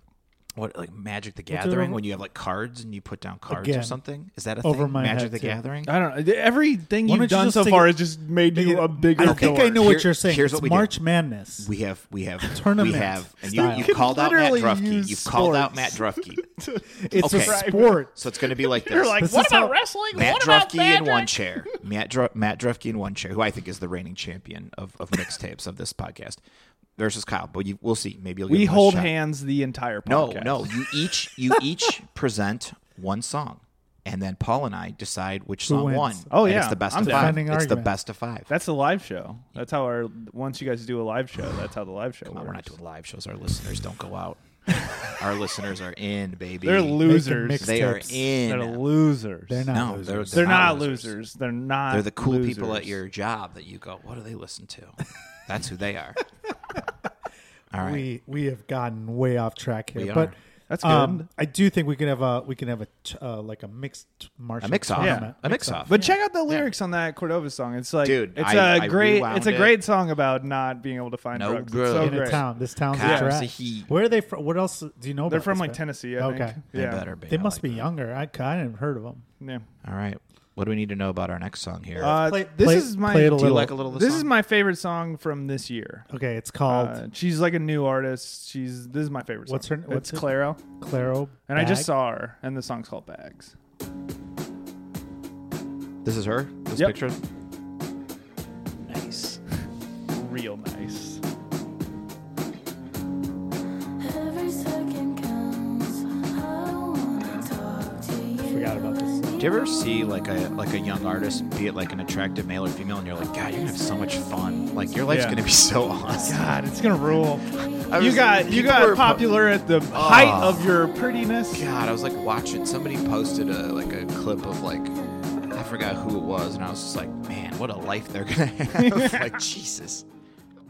[SPEAKER 1] what like Magic the
[SPEAKER 2] do it
[SPEAKER 1] Gathering
[SPEAKER 2] over-
[SPEAKER 1] when you have like cards and you put down cards or
[SPEAKER 2] Again.
[SPEAKER 1] something. Is that a
[SPEAKER 2] Over
[SPEAKER 1] thing?
[SPEAKER 2] my
[SPEAKER 1] Magic
[SPEAKER 2] head,
[SPEAKER 1] the
[SPEAKER 2] too.
[SPEAKER 1] Gathering.
[SPEAKER 3] I don't know. Everything
[SPEAKER 2] Why don't
[SPEAKER 3] you've
[SPEAKER 2] you
[SPEAKER 3] done
[SPEAKER 2] just
[SPEAKER 3] so
[SPEAKER 2] take
[SPEAKER 3] far
[SPEAKER 2] it-
[SPEAKER 3] has just made you a bigger.
[SPEAKER 2] I think I
[SPEAKER 3] dork.
[SPEAKER 2] know
[SPEAKER 1] Here-
[SPEAKER 2] what you're saying.
[SPEAKER 1] here's
[SPEAKER 2] it's
[SPEAKER 1] what we do.
[SPEAKER 2] March Madness.
[SPEAKER 1] We have we have
[SPEAKER 2] Tournament
[SPEAKER 1] We have and you,
[SPEAKER 2] style.
[SPEAKER 1] you
[SPEAKER 2] You
[SPEAKER 1] called out Matt
[SPEAKER 3] literally
[SPEAKER 1] Drufke.
[SPEAKER 3] use
[SPEAKER 1] You've called out
[SPEAKER 3] sports.
[SPEAKER 1] Matt Drufke.
[SPEAKER 2] it's
[SPEAKER 1] okay.
[SPEAKER 2] a sport.
[SPEAKER 1] So it's going to be like this.
[SPEAKER 3] You're like,
[SPEAKER 2] This
[SPEAKER 3] what
[SPEAKER 2] is
[SPEAKER 3] about
[SPEAKER 2] how-
[SPEAKER 3] wrestling?
[SPEAKER 1] Matt
[SPEAKER 3] what about
[SPEAKER 1] Drufke in
[SPEAKER 3] magic?"
[SPEAKER 1] one chair. Matt, Dr- Matt Drufke in one chair, who I think is the reigning champion of, of mixtapes of this podcast, versus Kyle. But you, we'll see. Maybe you'll. give
[SPEAKER 3] We
[SPEAKER 1] him a
[SPEAKER 3] hold
[SPEAKER 1] shot.
[SPEAKER 3] hands the entire
[SPEAKER 1] No,
[SPEAKER 3] podcast.
[SPEAKER 1] no. You each you each present one song, and then Paul and I decide which
[SPEAKER 2] Who
[SPEAKER 1] song
[SPEAKER 2] wins?
[SPEAKER 1] won.
[SPEAKER 3] Oh,
[SPEAKER 1] And
[SPEAKER 3] yeah.
[SPEAKER 1] it's the best
[SPEAKER 3] I'm
[SPEAKER 1] of
[SPEAKER 3] down.
[SPEAKER 1] five.
[SPEAKER 2] Defending
[SPEAKER 1] It's the
[SPEAKER 2] argument.
[SPEAKER 1] best of five.
[SPEAKER 3] That's a live show. That's how our once you guys do a live show, that's how the live show.
[SPEAKER 1] Come on,
[SPEAKER 3] works.
[SPEAKER 1] we're not doing live shows. Our listeners don't go out. Our listeners are in, baby.
[SPEAKER 3] They're losers.
[SPEAKER 2] mix-
[SPEAKER 1] They are
[SPEAKER 2] Mixtapes.
[SPEAKER 1] in.
[SPEAKER 3] They're losers.
[SPEAKER 2] They're not.
[SPEAKER 1] no,
[SPEAKER 2] losers.
[SPEAKER 1] they're,
[SPEAKER 3] They're not losers. They're not.
[SPEAKER 1] They're the cool people at
[SPEAKER 3] losers.
[SPEAKER 1] your job that you go, what do they listen to? That's who they are. All right.
[SPEAKER 2] We we have gotten way off track here,
[SPEAKER 1] We
[SPEAKER 2] but
[SPEAKER 1] are.
[SPEAKER 3] That's good.
[SPEAKER 2] Um, I do think we can have a we can have a t- uh, like a mixed martial
[SPEAKER 1] a mix off.
[SPEAKER 2] tournament.
[SPEAKER 1] A mix off.
[SPEAKER 3] But check out the lyrics on that Cordova song. It's like,
[SPEAKER 1] Dude,
[SPEAKER 3] it's
[SPEAKER 1] I-
[SPEAKER 3] a
[SPEAKER 1] I
[SPEAKER 3] great,
[SPEAKER 1] rewound
[SPEAKER 3] it's a
[SPEAKER 1] it.
[SPEAKER 3] great song about not being able to find
[SPEAKER 1] No
[SPEAKER 3] drugs. It's
[SPEAKER 1] drugs.
[SPEAKER 3] so
[SPEAKER 1] In
[SPEAKER 2] in a
[SPEAKER 3] great.
[SPEAKER 2] town. This toun's
[SPEAKER 1] Cops,
[SPEAKER 2] a
[SPEAKER 1] the
[SPEAKER 2] drag.
[SPEAKER 1] heat.
[SPEAKER 2] Where are they from? What else do you know?
[SPEAKER 3] They're
[SPEAKER 2] about
[SPEAKER 3] from
[SPEAKER 2] this
[SPEAKER 3] like
[SPEAKER 2] band?
[SPEAKER 3] Tennessee, I
[SPEAKER 2] okay,
[SPEAKER 3] think.
[SPEAKER 1] They
[SPEAKER 3] Yeah.
[SPEAKER 1] better be.
[SPEAKER 2] they
[SPEAKER 1] I
[SPEAKER 2] must
[SPEAKER 1] like
[SPEAKER 2] be
[SPEAKER 1] it.
[SPEAKER 2] younger. I, I didn't heard of them.
[SPEAKER 3] Yeah.
[SPEAKER 1] All right. What do we need to know about our next song here?
[SPEAKER 3] Uh,
[SPEAKER 2] play-
[SPEAKER 3] this
[SPEAKER 2] play-
[SPEAKER 3] is my.
[SPEAKER 2] play it a
[SPEAKER 1] do you like a little of the
[SPEAKER 3] This
[SPEAKER 1] song?
[SPEAKER 3] is my favorite song from this year.
[SPEAKER 2] Okay, it's called
[SPEAKER 3] Uh, she's like a new artist. She's this is my favorite. Song.
[SPEAKER 2] What's her- what's
[SPEAKER 3] it's
[SPEAKER 2] it?
[SPEAKER 3] Claro,
[SPEAKER 2] Claro,
[SPEAKER 3] and I just
[SPEAKER 2] Bag.
[SPEAKER 3] saw her, and the song's called Bags.
[SPEAKER 1] This is her. This
[SPEAKER 3] Yep.
[SPEAKER 1] picture.
[SPEAKER 3] Nice, real nice.
[SPEAKER 5] Every second counts. I wanna talk to you.
[SPEAKER 2] forgot about this.
[SPEAKER 1] Do you ever see like a like a young artist, be it like an attractive male or female, and you're like, God, you're gonna have so much fun. Like your life's
[SPEAKER 3] Yeah.
[SPEAKER 1] gonna be so awesome.
[SPEAKER 3] God, it's gonna rule.
[SPEAKER 1] I
[SPEAKER 3] you
[SPEAKER 1] was-
[SPEAKER 3] got you
[SPEAKER 1] people were
[SPEAKER 3] got
[SPEAKER 1] po- Ah.
[SPEAKER 3] popular at the height of your prettiness.
[SPEAKER 1] God, I was like watching somebody posted a like a clip of like I forgot who it was, and I was just like, man, what a life they're gonna have. like Jesus.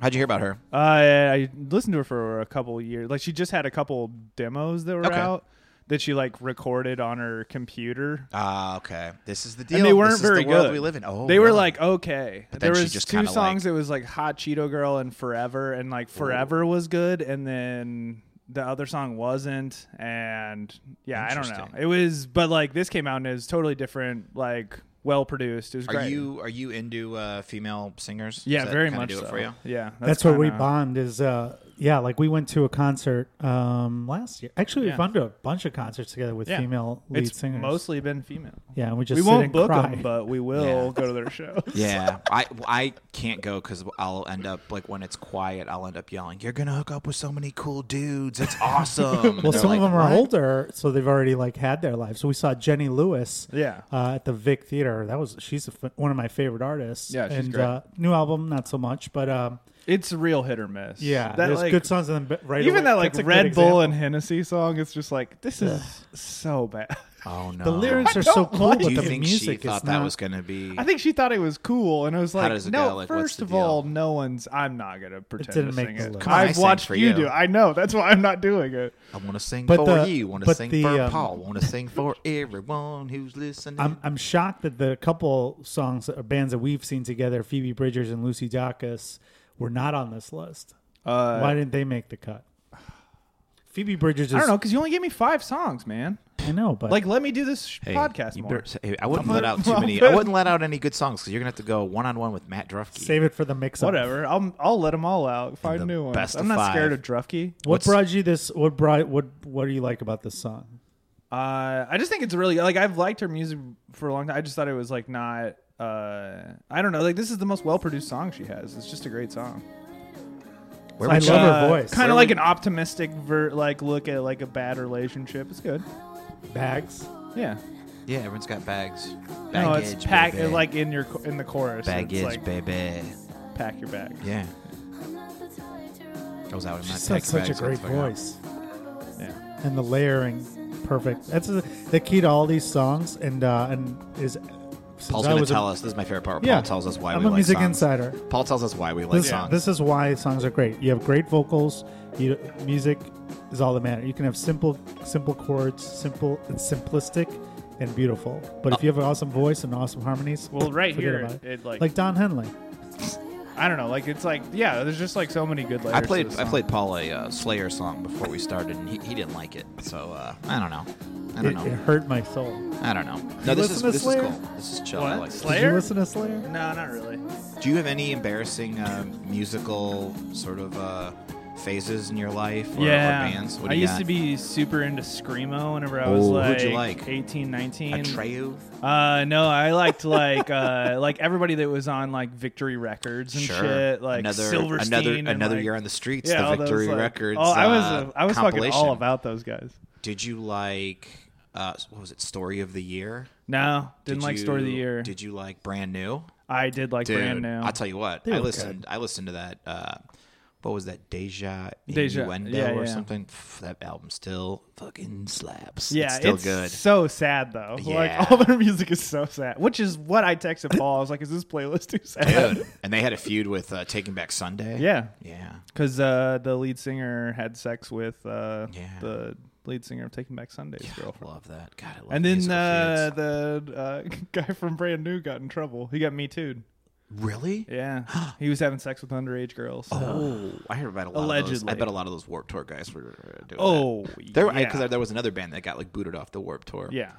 [SPEAKER 1] How'd you hear about her?
[SPEAKER 3] Uh, I listened to her for a couple years. Like she just had a couple demos that were
[SPEAKER 1] Okay.
[SPEAKER 3] out that she like recorded on her computer.
[SPEAKER 1] Ah, okay. This is the deal.
[SPEAKER 3] And they weren't
[SPEAKER 1] this
[SPEAKER 3] very
[SPEAKER 1] is the world
[SPEAKER 3] good.
[SPEAKER 1] we live in. Oh,
[SPEAKER 3] they were
[SPEAKER 1] really?
[SPEAKER 3] like okay.
[SPEAKER 1] But then
[SPEAKER 3] there
[SPEAKER 1] she
[SPEAKER 3] was
[SPEAKER 1] just
[SPEAKER 3] two
[SPEAKER 1] kinda,
[SPEAKER 3] songs.
[SPEAKER 1] like-
[SPEAKER 3] it was like Hot Cheeto Girl and Forever, and like Forever was good, and then the other song wasn't. And yeah, I don't know.
[SPEAKER 1] Interesting.
[SPEAKER 3] It was, but like this came out and it was totally different. Like well produced. It was
[SPEAKER 1] Are
[SPEAKER 3] great.
[SPEAKER 1] you are you into uh, female singers? Does
[SPEAKER 3] Yeah,
[SPEAKER 1] that
[SPEAKER 3] very
[SPEAKER 1] kinda
[SPEAKER 3] much
[SPEAKER 1] do
[SPEAKER 3] so.
[SPEAKER 1] It for you?
[SPEAKER 3] Yeah,
[SPEAKER 2] That's, where we
[SPEAKER 3] kinda-
[SPEAKER 2] bond is uh yeah, like we went to a concert um last year. Actually,
[SPEAKER 3] Yeah.
[SPEAKER 2] we've gone to a bunch of concerts together with
[SPEAKER 3] Yeah.
[SPEAKER 2] female lead
[SPEAKER 3] It's
[SPEAKER 2] singers.
[SPEAKER 3] mostly been female.
[SPEAKER 2] yeah, and we just
[SPEAKER 3] We
[SPEAKER 2] sit
[SPEAKER 3] won't
[SPEAKER 2] and
[SPEAKER 3] book
[SPEAKER 2] cry.
[SPEAKER 3] them, but we will
[SPEAKER 1] Yeah.
[SPEAKER 3] go to their show.
[SPEAKER 1] Yeah, I I can't go because I'll end up like when it's quiet, I'll end up yelling, "You're gonna hook up with so many cool dudes! It's awesome!"
[SPEAKER 2] well, some of them are older, so they've already like had their life. So we saw Jenny Lewis
[SPEAKER 3] Yeah.
[SPEAKER 2] uh, at the Vic Theater. That was she's a f one of my favorite artists.
[SPEAKER 3] Yeah, she's
[SPEAKER 2] and,
[SPEAKER 3] great.
[SPEAKER 2] Uh, new album, not so much, but um,
[SPEAKER 3] It's real hit or miss.
[SPEAKER 2] yeah,
[SPEAKER 3] that
[SPEAKER 2] there's
[SPEAKER 3] like
[SPEAKER 2] good songs. And then b- right away-
[SPEAKER 3] even that like
[SPEAKER 2] that's a good
[SPEAKER 3] Red
[SPEAKER 2] example.
[SPEAKER 3] Bull and Hennessy song. It's just like this is so bad.
[SPEAKER 1] Oh no!
[SPEAKER 2] the lyrics are so
[SPEAKER 3] don't
[SPEAKER 2] cool,
[SPEAKER 3] like
[SPEAKER 1] Do
[SPEAKER 2] but
[SPEAKER 1] you
[SPEAKER 2] the
[SPEAKER 1] think
[SPEAKER 2] music
[SPEAKER 1] she
[SPEAKER 2] is
[SPEAKER 1] thought
[SPEAKER 2] not-
[SPEAKER 1] that was gonna be?
[SPEAKER 3] I think she thought it was cool, and I was like,
[SPEAKER 1] does it
[SPEAKER 3] "No,
[SPEAKER 1] go? Like, what's
[SPEAKER 3] first
[SPEAKER 1] the
[SPEAKER 3] of all,
[SPEAKER 1] deal?"
[SPEAKER 3] no one's. I'm not gonna pretend
[SPEAKER 2] didn't
[SPEAKER 3] to
[SPEAKER 2] make
[SPEAKER 3] sing
[SPEAKER 2] the
[SPEAKER 3] it.
[SPEAKER 2] list.
[SPEAKER 1] Come on, I
[SPEAKER 3] I've
[SPEAKER 1] sang
[SPEAKER 3] watched
[SPEAKER 1] for
[SPEAKER 3] you
[SPEAKER 1] you.
[SPEAKER 3] do. I know that's why I'm not doing it.
[SPEAKER 1] I want to sing
[SPEAKER 2] But
[SPEAKER 1] for
[SPEAKER 2] the-
[SPEAKER 1] you. Want to
[SPEAKER 2] but
[SPEAKER 1] sing
[SPEAKER 2] the,
[SPEAKER 1] for
[SPEAKER 2] um,
[SPEAKER 1] Paul. Want to sing for everyone who's listening.
[SPEAKER 2] I'm I'm shocked that the couple songs or bands that we've seen together, Phoebe Bridgers and Lucy Dacus, were not on this list.
[SPEAKER 3] Uh,
[SPEAKER 2] Why didn't they make the cut? Phoebe Bridgers is
[SPEAKER 3] I don't know because you only gave me five songs, man.
[SPEAKER 2] I know, but
[SPEAKER 3] Like, let me do this sh-
[SPEAKER 1] Hey,
[SPEAKER 3] podcast
[SPEAKER 1] you
[SPEAKER 3] more.
[SPEAKER 1] better- hey, I wouldn't
[SPEAKER 3] I'm
[SPEAKER 1] let
[SPEAKER 3] gonna-
[SPEAKER 1] out too
[SPEAKER 3] I'm
[SPEAKER 1] many. I
[SPEAKER 3] gonna-
[SPEAKER 1] wouldn't let out any good songs because you're gonna have to go one on one with Matt Drufke.
[SPEAKER 2] save it for the mix up.
[SPEAKER 3] Whatever. I'll I'll let them all out. Find
[SPEAKER 1] the
[SPEAKER 3] new ones.
[SPEAKER 1] best
[SPEAKER 3] I'm
[SPEAKER 1] of
[SPEAKER 3] not scared
[SPEAKER 1] five.
[SPEAKER 3] of Drufke.
[SPEAKER 2] What
[SPEAKER 1] What's-
[SPEAKER 2] brought you this what brought what what do you like about this song?
[SPEAKER 3] Uh, I just think it's really like I've liked her music for a long time. I just thought it was like not. Uh, I don't know. Like this is the most well produced song she has. It's just a great song.
[SPEAKER 1] Where
[SPEAKER 2] I
[SPEAKER 1] would you-
[SPEAKER 2] love her voice.
[SPEAKER 3] Kind
[SPEAKER 1] Where
[SPEAKER 3] of like an optimistic ver- like look at like a bad relationship. It's good.
[SPEAKER 2] Bags.
[SPEAKER 3] Yeah.
[SPEAKER 1] Yeah, everyone's got bags. Baggage,
[SPEAKER 3] no, it's pack uh,
[SPEAKER 1] baby.
[SPEAKER 3] like in your in the chorus.
[SPEAKER 1] baggage,
[SPEAKER 3] It's like
[SPEAKER 1] baby.
[SPEAKER 3] pack your bag.
[SPEAKER 1] Yeah,
[SPEAKER 5] I'm not the type to ride.
[SPEAKER 1] I was out in my
[SPEAKER 2] She's got
[SPEAKER 1] pack
[SPEAKER 2] such a
[SPEAKER 1] bags,
[SPEAKER 2] great
[SPEAKER 1] that's what I got.
[SPEAKER 2] voice.
[SPEAKER 3] Yeah.
[SPEAKER 2] And the layering perfect. That's the, the key to all these songs and uh and is since
[SPEAKER 1] Paul's
[SPEAKER 2] I
[SPEAKER 1] gonna
[SPEAKER 2] was a-
[SPEAKER 1] tell us. This is my favorite part.
[SPEAKER 2] Yeah.
[SPEAKER 1] Paul tells us why
[SPEAKER 2] I'm
[SPEAKER 1] we
[SPEAKER 2] a
[SPEAKER 1] like
[SPEAKER 2] music
[SPEAKER 1] songs.
[SPEAKER 2] insider.
[SPEAKER 1] Paul tells us why we like
[SPEAKER 2] This,
[SPEAKER 1] songs.
[SPEAKER 2] this is why songs are great. You have great vocals. You music is all that matters. You can have simple simple chords, simple and simplistic and beautiful.
[SPEAKER 1] Oh.
[SPEAKER 2] But if you have an awesome voice and awesome harmonies,
[SPEAKER 3] Well, right
[SPEAKER 2] forget
[SPEAKER 3] here,
[SPEAKER 2] about
[SPEAKER 3] it- it, like-
[SPEAKER 2] like Don Henley.
[SPEAKER 3] I don't know. Like it's like yeah. There's just like so many good. Layers
[SPEAKER 1] I
[SPEAKER 3] to
[SPEAKER 1] played
[SPEAKER 3] this
[SPEAKER 1] I
[SPEAKER 3] song.
[SPEAKER 1] played Paul a uh, Slayer song before we started, and he, he didn't like it. So uh, I don't know. I
[SPEAKER 2] It,
[SPEAKER 1] don't
[SPEAKER 2] it
[SPEAKER 1] know.
[SPEAKER 2] hurt my soul.
[SPEAKER 1] I don't know. No, this
[SPEAKER 2] listen
[SPEAKER 1] is
[SPEAKER 2] to
[SPEAKER 1] this
[SPEAKER 2] Slayer?
[SPEAKER 1] is cool. This is chill. I
[SPEAKER 3] What?
[SPEAKER 1] like this.
[SPEAKER 3] Slayer?
[SPEAKER 2] Did you listen to Slayer?
[SPEAKER 3] No, not really.
[SPEAKER 1] Do you have any embarrassing uh, musical sort of uh, phases in your life or, or
[SPEAKER 3] yeah.
[SPEAKER 1] bands? What do
[SPEAKER 3] I
[SPEAKER 1] you
[SPEAKER 3] used
[SPEAKER 1] got?
[SPEAKER 3] to be super into screamo whenever I was
[SPEAKER 1] Oh,
[SPEAKER 3] like,
[SPEAKER 1] who'd you like?
[SPEAKER 3] 18, 19.
[SPEAKER 1] Atreyu.
[SPEAKER 3] Uh, no, I liked like uh, like everybody that was on like Victory Records and
[SPEAKER 1] Sure.
[SPEAKER 3] shit, like
[SPEAKER 1] another
[SPEAKER 3] Silverstein,
[SPEAKER 1] another
[SPEAKER 3] and,
[SPEAKER 1] another
[SPEAKER 3] like-
[SPEAKER 1] year on the streets.
[SPEAKER 3] yeah, all
[SPEAKER 1] the Victory
[SPEAKER 3] those, like-
[SPEAKER 1] Records.
[SPEAKER 3] Oh, I was
[SPEAKER 1] uh,
[SPEAKER 3] I was fucking
[SPEAKER 1] compilation.
[SPEAKER 3] all about those guys.
[SPEAKER 1] Did you like uh, what was it? Story of the Year.
[SPEAKER 3] No, didn't
[SPEAKER 1] Did
[SPEAKER 3] like Story of the
[SPEAKER 1] you-
[SPEAKER 3] Year.
[SPEAKER 1] Did you like Brand New?
[SPEAKER 3] I did like Brand New.
[SPEAKER 1] I'll tell you what.
[SPEAKER 2] were
[SPEAKER 1] I
[SPEAKER 2] good.
[SPEAKER 1] listened. I listened to that. Uh, what was that? Deja
[SPEAKER 3] Deja-
[SPEAKER 1] Innuendo
[SPEAKER 3] yeah,
[SPEAKER 1] or
[SPEAKER 3] yeah.
[SPEAKER 1] something. Pff, that album still fucking slaps.
[SPEAKER 3] yeah,
[SPEAKER 1] it's still good.
[SPEAKER 3] So sad though.
[SPEAKER 1] Yeah.
[SPEAKER 3] Like all their music is so sad, which is what I texted Paul. I was like, "Is this playlist too sad?"
[SPEAKER 1] Dude, and they had a feud with uh, Taking Back Sunday.
[SPEAKER 3] Yeah,
[SPEAKER 1] yeah.
[SPEAKER 3] because uh, the lead singer had sex with uh,
[SPEAKER 1] Yeah.
[SPEAKER 3] the lead singer of Taking Back Sunday's girlfriend.
[SPEAKER 1] Love that. God, I love
[SPEAKER 3] And then
[SPEAKER 1] musical
[SPEAKER 3] uh,
[SPEAKER 1] feuds.
[SPEAKER 3] the uh, guy from Brand New got in trouble. He got me too.
[SPEAKER 1] really.
[SPEAKER 3] Yeah, he was having sex with underage girls.
[SPEAKER 1] Oh, I heard about a lot. Of those. I
[SPEAKER 3] Allegedly.
[SPEAKER 1] bet a lot of those Warp Tour guys were uh, doing
[SPEAKER 3] Oh,
[SPEAKER 1] that. there
[SPEAKER 3] yeah.
[SPEAKER 1] because there was another band that got like booted off the Warp Tour.
[SPEAKER 3] yeah.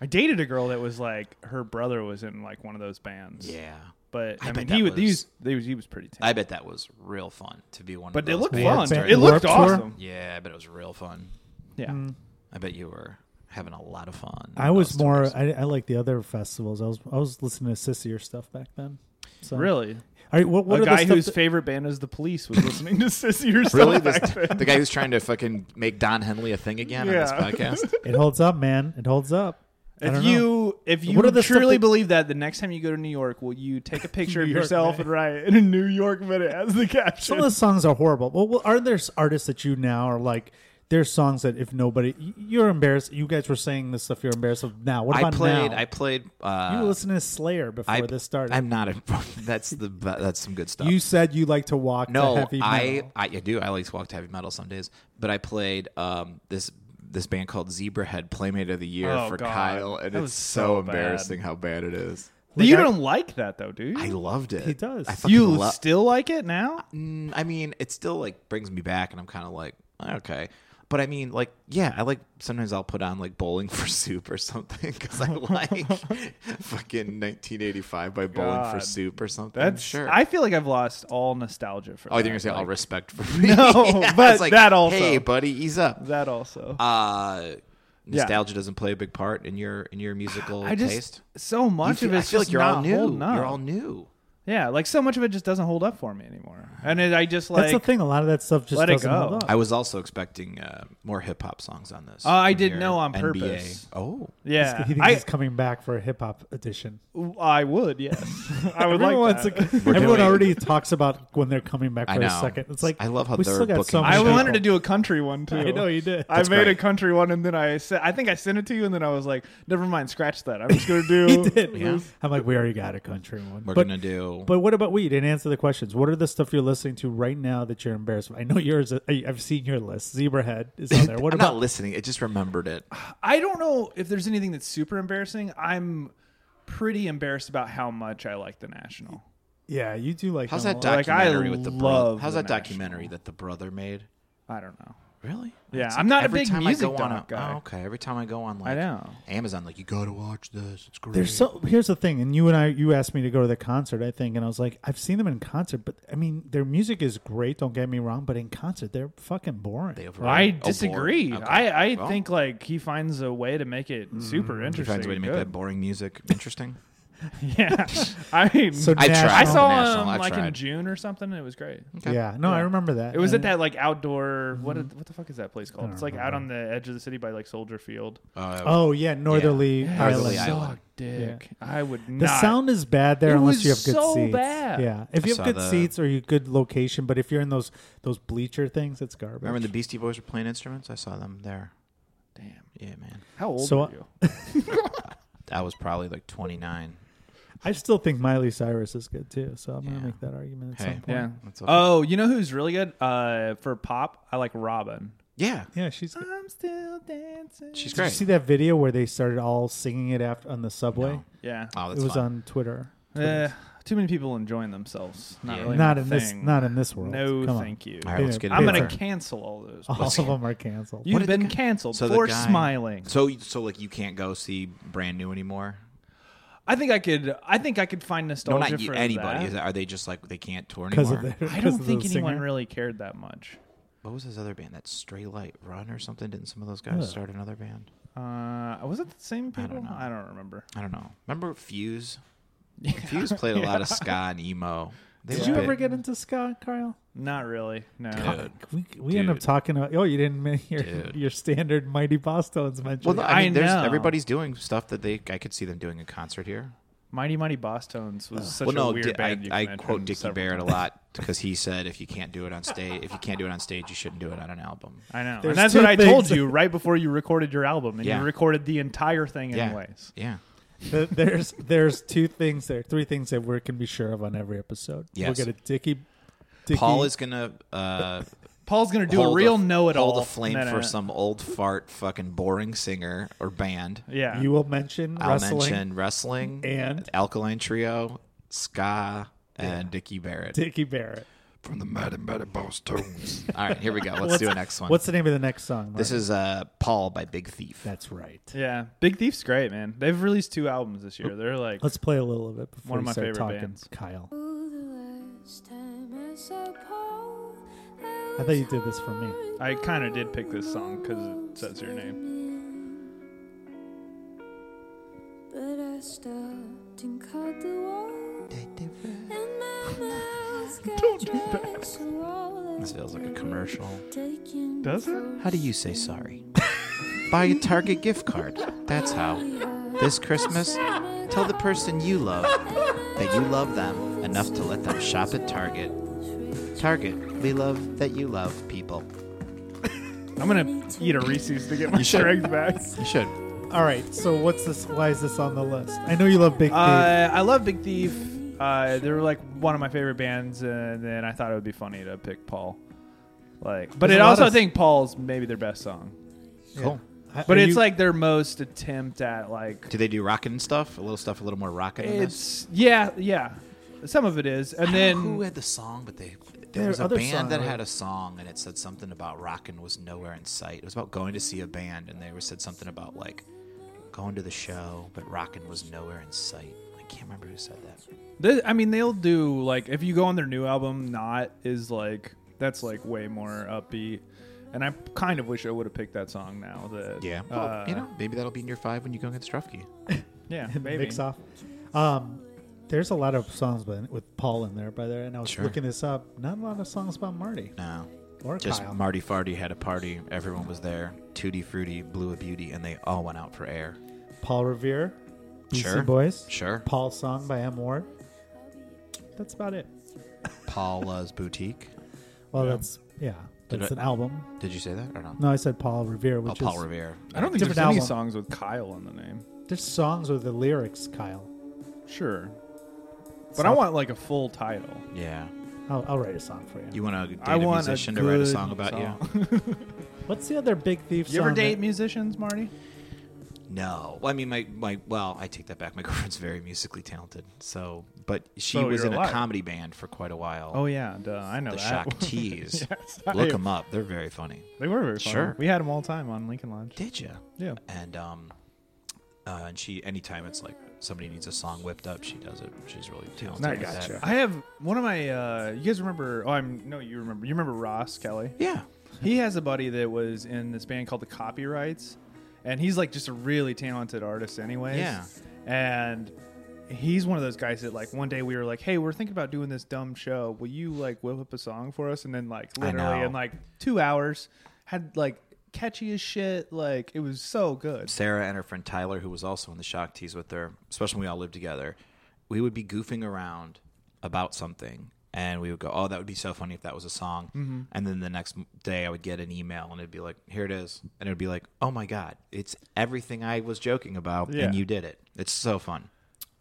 [SPEAKER 3] I dated a girl that was like her brother was in like one of those bands.
[SPEAKER 1] yeah.
[SPEAKER 3] but
[SPEAKER 1] I
[SPEAKER 3] I, mean
[SPEAKER 1] bet that
[SPEAKER 3] he was, he
[SPEAKER 1] was-
[SPEAKER 3] was he was he was pretty
[SPEAKER 1] I
[SPEAKER 3] talented.
[SPEAKER 1] bet that was real fun to be one. of
[SPEAKER 3] But it
[SPEAKER 1] those
[SPEAKER 3] looked
[SPEAKER 1] bands
[SPEAKER 3] fun.
[SPEAKER 2] Warped
[SPEAKER 1] during
[SPEAKER 3] It
[SPEAKER 1] the-
[SPEAKER 2] Tour.
[SPEAKER 3] looked
[SPEAKER 2] Warped Tour?
[SPEAKER 3] awesome.
[SPEAKER 1] Yeah, I bet it was real fun.
[SPEAKER 3] Yeah.
[SPEAKER 1] I bet you were having a lot of fun.
[SPEAKER 2] I was more. I, I like the other festivals. I was I was listening to sissier stuff back then. So
[SPEAKER 3] Really?
[SPEAKER 2] All right, what, what
[SPEAKER 3] a
[SPEAKER 2] are the
[SPEAKER 3] guy
[SPEAKER 2] stuff
[SPEAKER 3] whose
[SPEAKER 2] that-
[SPEAKER 3] favorite band is the Police was listening to Sissy or something.
[SPEAKER 1] really This- the guy who's trying to fucking make Don Henley a thing again
[SPEAKER 3] Yeah.
[SPEAKER 1] on this podcast.
[SPEAKER 2] it holds up, man. It holds up. I
[SPEAKER 3] If
[SPEAKER 2] don't
[SPEAKER 3] you
[SPEAKER 2] know.
[SPEAKER 3] if you
[SPEAKER 2] What are the stuff
[SPEAKER 3] truly
[SPEAKER 2] that-
[SPEAKER 3] believe that, the next time you go to New York, will you take a picture of
[SPEAKER 2] New York
[SPEAKER 3] yourself
[SPEAKER 2] minute.
[SPEAKER 3] and write in a New York minute as the
[SPEAKER 2] some
[SPEAKER 3] caption?
[SPEAKER 2] of the songs are horrible. Well, well, are there s- artists that you now are like? There's songs that if nobody, y- you're embarrassed. You guys were saying this stuff. You're embarrassed of now. What
[SPEAKER 1] I
[SPEAKER 2] about
[SPEAKER 1] played.
[SPEAKER 2] now?
[SPEAKER 1] I played. Uh,
[SPEAKER 2] you listen to Slayer before
[SPEAKER 1] I,
[SPEAKER 2] this started.
[SPEAKER 1] I'm not. A, that's the. That's some good stuff.
[SPEAKER 2] you said you like to walk to
[SPEAKER 1] no,
[SPEAKER 2] heavy metal.
[SPEAKER 1] I, I I do. I like to walk to heavy metal some days, but I played um this this band called Zebrahead Playmate of the Year
[SPEAKER 3] Oh,
[SPEAKER 1] for
[SPEAKER 3] God.
[SPEAKER 1] Kyle, and
[SPEAKER 3] That was
[SPEAKER 1] it's so,
[SPEAKER 3] so bad.
[SPEAKER 1] embarrassing how bad it is.
[SPEAKER 3] you
[SPEAKER 2] I-
[SPEAKER 3] don't like that though, do you?
[SPEAKER 1] I loved it.
[SPEAKER 2] He does.
[SPEAKER 1] I fucking
[SPEAKER 3] you
[SPEAKER 1] lo-
[SPEAKER 3] still like it now?
[SPEAKER 1] Mm, I mean, it still like brings me back, and I'm kind of like, okay. But I mean, like, yeah, I like sometimes I'll put on like Bowling for Soup or something because I like fucking 1985 by Bowling for
[SPEAKER 3] God.
[SPEAKER 1] Soup or something.
[SPEAKER 3] That's
[SPEAKER 1] sure.
[SPEAKER 3] I feel like I've lost all nostalgia for.
[SPEAKER 1] oh,
[SPEAKER 3] that.
[SPEAKER 1] you're gonna say all
[SPEAKER 3] Like,
[SPEAKER 1] respect for me?
[SPEAKER 3] No, but
[SPEAKER 1] it's
[SPEAKER 3] that also.
[SPEAKER 1] Hey, buddy, ease up.
[SPEAKER 3] that also.
[SPEAKER 1] Uh, nostalgia doesn't play a big part in your in your musical
[SPEAKER 3] I just
[SPEAKER 1] taste.
[SPEAKER 3] so
[SPEAKER 1] You
[SPEAKER 3] much
[SPEAKER 1] feel-
[SPEAKER 3] of
[SPEAKER 1] I
[SPEAKER 3] it's
[SPEAKER 1] feel
[SPEAKER 3] just
[SPEAKER 1] like you're all
[SPEAKER 3] not
[SPEAKER 1] new.
[SPEAKER 3] holding up.
[SPEAKER 1] You're all new.
[SPEAKER 3] Yeah, like so much of it just doesn't hold up for me anymore, and it, I just like
[SPEAKER 2] That's the thing. A lot of that stuff just
[SPEAKER 3] let it
[SPEAKER 2] doesn't
[SPEAKER 3] go.
[SPEAKER 2] hold up.
[SPEAKER 1] I was also expecting uh, more hip hop songs on this.
[SPEAKER 3] Uh, I
[SPEAKER 1] from
[SPEAKER 3] didn't
[SPEAKER 1] your
[SPEAKER 3] know on
[SPEAKER 1] NBA.
[SPEAKER 3] purpose.
[SPEAKER 1] Oh,
[SPEAKER 3] yeah,
[SPEAKER 2] he thinks
[SPEAKER 3] I,
[SPEAKER 2] he's coming back for a hip hop edition.
[SPEAKER 3] I would yes, I
[SPEAKER 2] Everyone
[SPEAKER 3] would like
[SPEAKER 2] wants
[SPEAKER 3] that.
[SPEAKER 2] to-
[SPEAKER 1] We're
[SPEAKER 2] everyone
[SPEAKER 1] doing-
[SPEAKER 2] already talks about when they're coming back
[SPEAKER 1] I
[SPEAKER 2] for a
[SPEAKER 1] know.
[SPEAKER 2] second. It's like
[SPEAKER 1] I love how
[SPEAKER 2] we
[SPEAKER 1] they're
[SPEAKER 2] still got
[SPEAKER 1] booking
[SPEAKER 2] so many
[SPEAKER 3] I
[SPEAKER 1] people.
[SPEAKER 3] wanted to do a country one too.
[SPEAKER 2] I know you did.
[SPEAKER 3] I
[SPEAKER 1] That's
[SPEAKER 3] made a
[SPEAKER 1] great.
[SPEAKER 3] country one and then I said I think I sent it to you and then I was like, never mind, scratch that. I'm just gonna do.
[SPEAKER 2] he did.
[SPEAKER 1] Yeah.
[SPEAKER 2] I'm like, we already got a country one.
[SPEAKER 1] we're
[SPEAKER 2] but,
[SPEAKER 1] gonna do.
[SPEAKER 2] but what about we? You didn't answer the questions. What are the stuff you're listening to right now that you're embarrassed? By? I know yours. I- I've seen your list. Zebrahead is on there. What
[SPEAKER 1] I'm
[SPEAKER 2] about
[SPEAKER 1] not listening. It just remembered it.
[SPEAKER 3] I don't know if there's anything that's super embarrassing. I'm pretty embarrassed about how much I like the National.
[SPEAKER 2] yeah? You do like
[SPEAKER 1] How's
[SPEAKER 2] them
[SPEAKER 1] that
[SPEAKER 2] a lot.
[SPEAKER 3] Like, I
[SPEAKER 1] documentary with the brother?
[SPEAKER 3] love
[SPEAKER 1] How's
[SPEAKER 3] The
[SPEAKER 1] that documentary that the brother made?
[SPEAKER 3] I don't know.
[SPEAKER 1] Really?
[SPEAKER 3] Yeah,
[SPEAKER 1] It's
[SPEAKER 3] I'm not a
[SPEAKER 1] every
[SPEAKER 3] big
[SPEAKER 1] time
[SPEAKER 3] music
[SPEAKER 1] I go on
[SPEAKER 3] doc guy.
[SPEAKER 1] oh, okay, every time I go on like
[SPEAKER 3] I know.
[SPEAKER 1] Amazon, like you gotta watch this. It's great.
[SPEAKER 2] There's so here's the thing, and you and I, you asked me to go to the concert, I think, and I was like, I've seen them in concert, but I mean, their music is great. Don't get me wrong, but in concert, they're fucking boring.
[SPEAKER 1] They overrate-
[SPEAKER 3] I
[SPEAKER 1] oh, boy.
[SPEAKER 3] disagree.
[SPEAKER 1] Okay.
[SPEAKER 3] I, I
[SPEAKER 1] Well,
[SPEAKER 3] think like he finds a way to make it super
[SPEAKER 1] he
[SPEAKER 3] interesting.
[SPEAKER 1] finds a way to make
[SPEAKER 3] good.
[SPEAKER 1] that boring music interesting.
[SPEAKER 3] Yeah, I mean,
[SPEAKER 2] So
[SPEAKER 1] I tried.
[SPEAKER 2] National-
[SPEAKER 3] I saw
[SPEAKER 1] National,
[SPEAKER 3] him
[SPEAKER 1] I
[SPEAKER 3] like in
[SPEAKER 1] tried.
[SPEAKER 3] June or something, and it was great.
[SPEAKER 2] yeah, no, I
[SPEAKER 3] Yeah.
[SPEAKER 2] remember that.
[SPEAKER 3] It was at
[SPEAKER 2] And-
[SPEAKER 3] that like outdoor. What did- what the fuck is that place called?
[SPEAKER 2] don't
[SPEAKER 3] It's like out on the edge of the city by like Soldier Field.
[SPEAKER 1] Uh,
[SPEAKER 2] Oh yeah, Northerly
[SPEAKER 1] Yeah.
[SPEAKER 2] Ireland.
[SPEAKER 1] Northerly Island.
[SPEAKER 3] Sucked dick. I would not.
[SPEAKER 2] The sound is bad there
[SPEAKER 3] It
[SPEAKER 2] unless
[SPEAKER 3] was
[SPEAKER 2] you have good
[SPEAKER 3] so
[SPEAKER 2] seats.
[SPEAKER 3] bad.
[SPEAKER 2] Yeah, if
[SPEAKER 1] I
[SPEAKER 2] you have
[SPEAKER 1] saw
[SPEAKER 2] good
[SPEAKER 1] the-
[SPEAKER 2] seats or you good location, but if you're in those those bleacher things, it's garbage.
[SPEAKER 1] Remember when the Beastie Boys were playing instruments? I saw them there.
[SPEAKER 3] Damn.
[SPEAKER 1] Yeah, man.
[SPEAKER 3] How old
[SPEAKER 2] So-
[SPEAKER 3] are you?
[SPEAKER 1] I was probably like 29.
[SPEAKER 2] I still think Miley Cyrus is good too, so I'm gonna
[SPEAKER 1] Yeah.
[SPEAKER 2] make that argument at
[SPEAKER 1] Hey.
[SPEAKER 2] some point.
[SPEAKER 3] Yeah.
[SPEAKER 1] That's okay.
[SPEAKER 3] Oh, you know who's really good uh, for pop? I like Robin.
[SPEAKER 1] Yeah,
[SPEAKER 2] Yeah, she's. Good.
[SPEAKER 3] I'm still dancing.
[SPEAKER 1] she's
[SPEAKER 2] Did you
[SPEAKER 1] great.
[SPEAKER 2] see that video where they started all singing it after on the subway?
[SPEAKER 1] No.
[SPEAKER 3] Yeah.
[SPEAKER 1] Oh,
[SPEAKER 2] it
[SPEAKER 1] that's
[SPEAKER 2] was
[SPEAKER 1] fun.
[SPEAKER 2] on Twitter.
[SPEAKER 3] Eh, too many people enjoying themselves. Not
[SPEAKER 1] Yeah.
[SPEAKER 3] really.
[SPEAKER 2] not
[SPEAKER 3] my
[SPEAKER 2] in this.
[SPEAKER 3] thing.
[SPEAKER 2] Not in this world.
[SPEAKER 3] No,
[SPEAKER 2] Come on. Oh.
[SPEAKER 3] thank you.
[SPEAKER 1] All right, let's
[SPEAKER 2] Yeah,
[SPEAKER 1] get
[SPEAKER 3] I'm
[SPEAKER 1] into
[SPEAKER 3] gonna
[SPEAKER 1] it.
[SPEAKER 3] cancel all those.
[SPEAKER 2] All of them are canceled.
[SPEAKER 3] You've
[SPEAKER 1] did the
[SPEAKER 3] been
[SPEAKER 1] guy-
[SPEAKER 3] canceled
[SPEAKER 1] So the
[SPEAKER 3] for
[SPEAKER 1] guy-
[SPEAKER 3] smiling.
[SPEAKER 1] So, so like you can't go see brand new anymore.
[SPEAKER 3] I think I could. I think I could find
[SPEAKER 1] No,
[SPEAKER 3] nostalgia
[SPEAKER 1] not you,
[SPEAKER 3] for
[SPEAKER 1] anybody.
[SPEAKER 3] that.
[SPEAKER 1] Is that- are they just like they can't tour
[SPEAKER 2] because
[SPEAKER 1] anymore?
[SPEAKER 2] of the,
[SPEAKER 3] I
[SPEAKER 2] 'cause
[SPEAKER 3] don't
[SPEAKER 2] of
[SPEAKER 3] think
[SPEAKER 2] the
[SPEAKER 3] anyone
[SPEAKER 2] singer.
[SPEAKER 3] really cared that much.
[SPEAKER 1] What was his other band? That Stray Light Run or something? Didn't some of those guys
[SPEAKER 2] Ugh.
[SPEAKER 1] start another band?
[SPEAKER 3] Uh, was it the same
[SPEAKER 1] I
[SPEAKER 3] people?
[SPEAKER 1] don't know.
[SPEAKER 3] I don't remember.
[SPEAKER 1] I don't know. Remember Fuse? Fuse played a lot of ska and emo. They
[SPEAKER 2] Did
[SPEAKER 1] were
[SPEAKER 2] you
[SPEAKER 1] big.
[SPEAKER 2] ever get into Scott, Kyle?
[SPEAKER 3] Not really. No.
[SPEAKER 1] Dude.
[SPEAKER 2] Uh, We, we end up
[SPEAKER 1] Dude.
[SPEAKER 2] talking about. Oh, you didn't ma- your
[SPEAKER 1] Dude.
[SPEAKER 2] your standard Mighty Boston's mentioned.
[SPEAKER 1] Well, no, I
[SPEAKER 3] I
[SPEAKER 1] mean, there's
[SPEAKER 3] know.
[SPEAKER 1] everybody's doing stuff that they I could see them doing in concert here.
[SPEAKER 3] Mighty Mighty Boss Tones was such
[SPEAKER 1] well, no,
[SPEAKER 3] a weird
[SPEAKER 1] Di-
[SPEAKER 3] band. you
[SPEAKER 1] I, I
[SPEAKER 3] can mention
[SPEAKER 1] quote Dickie
[SPEAKER 3] several
[SPEAKER 1] Barrett
[SPEAKER 3] times.
[SPEAKER 1] a lot because he said if you can't do it on stage, if you can't do it on stage, you shouldn't do it on an album.
[SPEAKER 3] I know,
[SPEAKER 2] There's
[SPEAKER 3] and that's
[SPEAKER 2] two
[SPEAKER 3] what I told
[SPEAKER 2] things.
[SPEAKER 3] you right before you recorded your album, and
[SPEAKER 1] Yeah.
[SPEAKER 3] you recorded the entire thing
[SPEAKER 1] Yeah.
[SPEAKER 3] anyways.
[SPEAKER 1] Yeah.
[SPEAKER 2] Th- there's there's two things there, three things that we can be sure of on every episode.
[SPEAKER 1] Yes.
[SPEAKER 2] We'll get a Dicky. Dicky
[SPEAKER 1] Paul is gonna uh,
[SPEAKER 3] Paul's gonna do a
[SPEAKER 1] hold
[SPEAKER 3] real
[SPEAKER 1] f-
[SPEAKER 3] know-it-all.
[SPEAKER 1] Hold a flame
[SPEAKER 3] No, no,
[SPEAKER 1] for
[SPEAKER 3] no.
[SPEAKER 1] some old fart, fucking boring singer or band.
[SPEAKER 3] Yeah,
[SPEAKER 2] You will mention
[SPEAKER 1] I'll
[SPEAKER 2] wrestling.
[SPEAKER 1] mention wrestling
[SPEAKER 2] And?
[SPEAKER 1] Alkaline Trio, Ska, and Dickie Barrett
[SPEAKER 2] Dicky Barrett.
[SPEAKER 1] from the Mad and Mad Boss Tones. All right, here we go. Let's do a next one.
[SPEAKER 2] What's the name of the next song?
[SPEAKER 1] this
[SPEAKER 2] Mark?
[SPEAKER 1] is uh, Paul by Big Thief.
[SPEAKER 2] That's right.
[SPEAKER 3] yeah. Big Thief's great, man. They've released two albums this year. They're like,
[SPEAKER 2] Let's play a little of it before
[SPEAKER 3] One of
[SPEAKER 2] we
[SPEAKER 3] my
[SPEAKER 2] start
[SPEAKER 3] favorite
[SPEAKER 2] talking,
[SPEAKER 3] bands.
[SPEAKER 2] Kyle.
[SPEAKER 5] I
[SPEAKER 2] I thought you did this for me.
[SPEAKER 3] I kind of did pick this song because it says your name.
[SPEAKER 5] But I stopped and caught the wall. And my mouth got dry, so all
[SPEAKER 1] This feels like a commercial.
[SPEAKER 5] I've taken
[SPEAKER 3] Does it?
[SPEAKER 5] for
[SPEAKER 1] How do you say sorry? Buy a Target gift card. That's how. This Christmas, tell the person you love that you love them enough to let them shop at Target. Target, we love that you love people.
[SPEAKER 3] I'm gonna eat a Reese's to get my strength back.
[SPEAKER 1] You should.
[SPEAKER 2] All right. So what's this? Why is this on the list? I know you love Big Thief.
[SPEAKER 3] Uh, I love Big Thief. Uh, they were like one of my favorite bands, and then I thought it would be funny to pick Paul. Like, but
[SPEAKER 2] There's
[SPEAKER 3] it
[SPEAKER 2] a lot
[SPEAKER 3] also I
[SPEAKER 2] of-
[SPEAKER 3] think Paul's maybe their best song.
[SPEAKER 1] Cool.
[SPEAKER 3] But it's like their most attempt at like
[SPEAKER 1] Do they do rocket and stuff? A little stuff, a little more rocket. than this?
[SPEAKER 3] it's yeah yeah. Some of it is,
[SPEAKER 1] I don't
[SPEAKER 3] and
[SPEAKER 1] know who
[SPEAKER 3] then
[SPEAKER 1] had the song, but they there
[SPEAKER 2] Their
[SPEAKER 1] was a
[SPEAKER 2] other
[SPEAKER 1] band
[SPEAKER 2] song,
[SPEAKER 1] that
[SPEAKER 2] right?
[SPEAKER 1] had a song and it said something about rockin' was nowhere in sight. It was about going to see a band and they were said something about like going to the show, but rockin' was nowhere in sight. I can't remember who said that.
[SPEAKER 3] th- I mean they'll do like if you go on their new album, not is like that's like way more upbeat. And I kind of wish I would have picked that song now. That
[SPEAKER 1] Yeah, well,
[SPEAKER 3] uh,
[SPEAKER 1] you know, maybe that'll be in your five when you go get Strufke.
[SPEAKER 3] yeah, maybe.
[SPEAKER 2] mix off. Um, there's a lot of songs by, with Paul in there, by there, and I was
[SPEAKER 1] Sure.
[SPEAKER 2] looking this up. Not a lot of songs about Marty
[SPEAKER 1] No,
[SPEAKER 2] or
[SPEAKER 1] just
[SPEAKER 2] Kyle.
[SPEAKER 1] Marty Farty had a party. Everyone was there. Tutti Frutti blew a beauty, and they all went out for air.
[SPEAKER 2] Paul Revere, BC
[SPEAKER 1] Sure.
[SPEAKER 2] Boys,
[SPEAKER 1] Sure,
[SPEAKER 2] Paul song by M Ward. That's about it.
[SPEAKER 1] Paula's Boutique.
[SPEAKER 2] Well,
[SPEAKER 3] Yeah.
[SPEAKER 2] that's yeah.
[SPEAKER 1] Did
[SPEAKER 2] That's
[SPEAKER 1] I-
[SPEAKER 2] an album.
[SPEAKER 1] Did you say that or no?
[SPEAKER 2] No, I said Paul Revere,
[SPEAKER 1] oh,
[SPEAKER 2] which
[SPEAKER 1] Paul
[SPEAKER 2] is
[SPEAKER 1] Revere.
[SPEAKER 3] I don't think
[SPEAKER 2] Different
[SPEAKER 3] there's any
[SPEAKER 2] album.
[SPEAKER 3] songs with Kyle in the name.
[SPEAKER 2] there's songs with the lyrics. Kyle,
[SPEAKER 3] Sure. But
[SPEAKER 2] So-
[SPEAKER 3] I want like a full title.
[SPEAKER 1] Yeah,
[SPEAKER 2] I'll, I'll write a song for you.
[SPEAKER 1] you want to date
[SPEAKER 3] I
[SPEAKER 1] a
[SPEAKER 3] want
[SPEAKER 1] musician
[SPEAKER 3] a
[SPEAKER 1] to write a
[SPEAKER 3] good
[SPEAKER 1] song about you.
[SPEAKER 3] song.
[SPEAKER 2] What's the other big thief?
[SPEAKER 3] You ever
[SPEAKER 2] song that-
[SPEAKER 3] date musicians, Marty?
[SPEAKER 1] No, well, I mean, my my well, I take that back. My girlfriend's very musically talented, so but she
[SPEAKER 3] So
[SPEAKER 1] was
[SPEAKER 3] you're
[SPEAKER 1] in a
[SPEAKER 3] alive.
[SPEAKER 1] comedy band for quite a while.
[SPEAKER 3] Oh yeah, duh, I know
[SPEAKER 1] the
[SPEAKER 3] that.
[SPEAKER 1] Shock Tees.
[SPEAKER 3] Yes, I-
[SPEAKER 1] Look them up; they're very funny.
[SPEAKER 3] They were very fun.
[SPEAKER 1] Sure.
[SPEAKER 3] We had them all the time on Lincoln Lodge.
[SPEAKER 1] Did you?
[SPEAKER 3] Yeah.
[SPEAKER 1] And um, uh, and she anytime it's like somebody needs a song whipped up, she does it. She's really talented.
[SPEAKER 2] I
[SPEAKER 1] with that.
[SPEAKER 2] gotcha.
[SPEAKER 3] I have one of my. Uh, you guys remember? Oh, I'm no. You remember? You remember Ross Kelly?
[SPEAKER 1] Yeah.
[SPEAKER 3] He has a buddy that was in this band called the Copyrights, and he's like just a really talented artist, anyways.
[SPEAKER 1] Yeah.
[SPEAKER 3] And he's one of those guys that like one day we were like, "Hey, we're thinking about doing this dumb show. Will you like whip up a song for us?" And then like
[SPEAKER 1] I
[SPEAKER 3] literally
[SPEAKER 1] know.
[SPEAKER 3] in like two hours, had like catchy as shit. Like it was so good.
[SPEAKER 1] Sarah and her friend Tyler, who was also in the shock tees with her, especially when we all lived together, we would be goofing around about something. And we would go, oh, that would be so funny if that was a song. And then the next m- day, I would get an email and it'd be like, here it is. And it would be like, oh my God, it's everything I was joking about.
[SPEAKER 3] Yeah.
[SPEAKER 1] And you did it. It's so fun.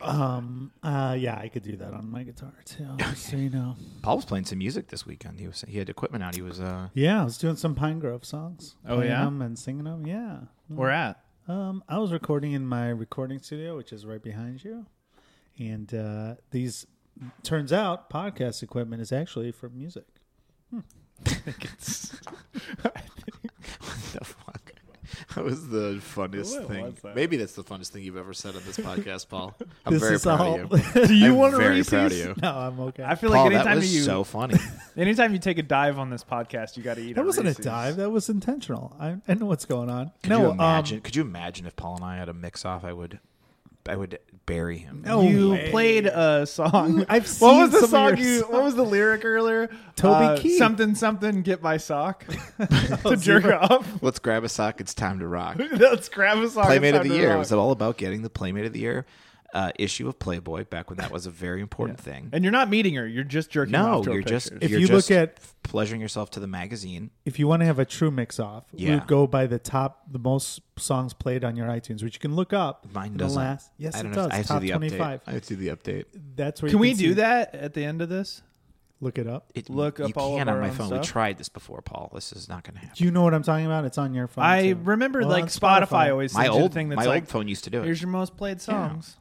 [SPEAKER 2] Um. Uh. Yeah, I could do that on my guitar too. just So you know.
[SPEAKER 1] Paul was playing some music this weekend. He was he had equipment out. He was uh
[SPEAKER 2] Yeah, I was doing some Pine Grove songs.
[SPEAKER 3] Oh,
[SPEAKER 2] playing
[SPEAKER 3] yeah?
[SPEAKER 2] them and singing them. Yeah.
[SPEAKER 3] We're at.
[SPEAKER 2] Um, I was recording in my recording studio, which is right behind you, and uh, these turns out podcast equipment is actually for music.
[SPEAKER 1] the fuck? That was the funniest
[SPEAKER 3] What
[SPEAKER 1] thing.
[SPEAKER 3] was that?
[SPEAKER 1] Maybe that's the funnest thing you've ever said on this podcast, Paul. I'm
[SPEAKER 2] This
[SPEAKER 1] very
[SPEAKER 2] is
[SPEAKER 1] proud of
[SPEAKER 2] all-
[SPEAKER 1] you.
[SPEAKER 2] Do
[SPEAKER 1] I'm
[SPEAKER 2] you want to?
[SPEAKER 1] very
[SPEAKER 3] Reese's?
[SPEAKER 1] proud of you.
[SPEAKER 2] No, I'm okay.
[SPEAKER 3] I feel
[SPEAKER 1] Paul,
[SPEAKER 3] like
[SPEAKER 1] that
[SPEAKER 3] anytime
[SPEAKER 1] was
[SPEAKER 3] you
[SPEAKER 1] so funny.
[SPEAKER 3] anytime you take a dive on this podcast, you got to eat.
[SPEAKER 2] that wasn't a
[SPEAKER 3] Reese's.
[SPEAKER 2] dive. That was intentional. I, I know what's going on.
[SPEAKER 1] Could
[SPEAKER 2] no,
[SPEAKER 1] you
[SPEAKER 2] um,
[SPEAKER 1] imagine? could you imagine if Paul and I had a mix off? I would, I would bury him.
[SPEAKER 2] No
[SPEAKER 3] you
[SPEAKER 2] way.
[SPEAKER 3] played a song.
[SPEAKER 2] uh, I've
[SPEAKER 3] what
[SPEAKER 2] seen
[SPEAKER 3] was the
[SPEAKER 2] some
[SPEAKER 3] song
[SPEAKER 2] of your
[SPEAKER 3] you?
[SPEAKER 2] songs.
[SPEAKER 3] What was the lyric earlier?
[SPEAKER 2] Toby
[SPEAKER 3] Uh,
[SPEAKER 2] Keith.
[SPEAKER 3] Something something. Get my sock to jerk off.
[SPEAKER 1] Let's grab a sock. It's time to rock.
[SPEAKER 3] Let's grab a sock.
[SPEAKER 1] Playmate
[SPEAKER 3] and
[SPEAKER 1] of the
[SPEAKER 3] time to
[SPEAKER 1] year. It
[SPEAKER 3] rock.
[SPEAKER 1] was all about getting the Playmate of the year uh, issue of Playboy back when that was a very important thing.
[SPEAKER 3] And you're not meeting her. You're just jerking
[SPEAKER 1] no,
[SPEAKER 3] off. to her
[SPEAKER 1] you're just
[SPEAKER 3] pictures.
[SPEAKER 2] If
[SPEAKER 1] you're
[SPEAKER 2] you
[SPEAKER 1] just
[SPEAKER 2] look at-
[SPEAKER 1] pleasuring yourself to the magazine.
[SPEAKER 2] if you want to have a true mix off, we
[SPEAKER 1] Yeah.
[SPEAKER 2] would go by the top, the most songs played on your iTunes, which you can look up.
[SPEAKER 1] Mine
[SPEAKER 2] The
[SPEAKER 1] doesn't.
[SPEAKER 2] last- yes,
[SPEAKER 1] I
[SPEAKER 2] it
[SPEAKER 1] don't know
[SPEAKER 2] does.
[SPEAKER 1] if- I have to
[SPEAKER 2] top
[SPEAKER 1] do the
[SPEAKER 2] twenty-five.
[SPEAKER 1] update. I have to do the update.
[SPEAKER 2] That's where.
[SPEAKER 3] Can
[SPEAKER 2] you
[SPEAKER 3] we
[SPEAKER 2] see-
[SPEAKER 3] do that at the end of this?
[SPEAKER 2] Look it up.
[SPEAKER 1] It,
[SPEAKER 3] Look
[SPEAKER 1] you
[SPEAKER 3] up all of
[SPEAKER 1] can
[SPEAKER 3] our
[SPEAKER 1] on my
[SPEAKER 3] own
[SPEAKER 1] phone. We
[SPEAKER 3] stuff?
[SPEAKER 1] tried this before, Paul. This is not going to happen.
[SPEAKER 2] Do you know what I'm talking about? It's on your phone.
[SPEAKER 3] I
[SPEAKER 2] too.
[SPEAKER 3] remember
[SPEAKER 2] Well,
[SPEAKER 3] like
[SPEAKER 2] on
[SPEAKER 3] Spotify, always
[SPEAKER 1] my
[SPEAKER 3] sends you the
[SPEAKER 1] old
[SPEAKER 3] thing that's
[SPEAKER 1] my
[SPEAKER 3] like,
[SPEAKER 1] old phone used to do it.
[SPEAKER 3] here's your most played songs.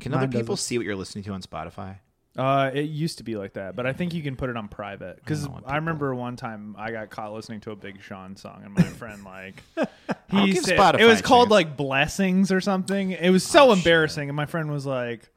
[SPEAKER 1] Can other
[SPEAKER 2] Mine doesn't.
[SPEAKER 1] people see what you're listening to on Spotify?
[SPEAKER 3] Uh, it used to be like that, but I think you can put it on private because
[SPEAKER 1] don't know what
[SPEAKER 3] I remember one time I got caught listening to a Big Sean song, and my friend like
[SPEAKER 1] I'll
[SPEAKER 3] he
[SPEAKER 1] give
[SPEAKER 3] said
[SPEAKER 1] Spotify
[SPEAKER 3] it was
[SPEAKER 1] a
[SPEAKER 3] called
[SPEAKER 1] chance.
[SPEAKER 3] like blessings or something. It was so
[SPEAKER 1] Oh,
[SPEAKER 3] embarrassing, and my friend was like.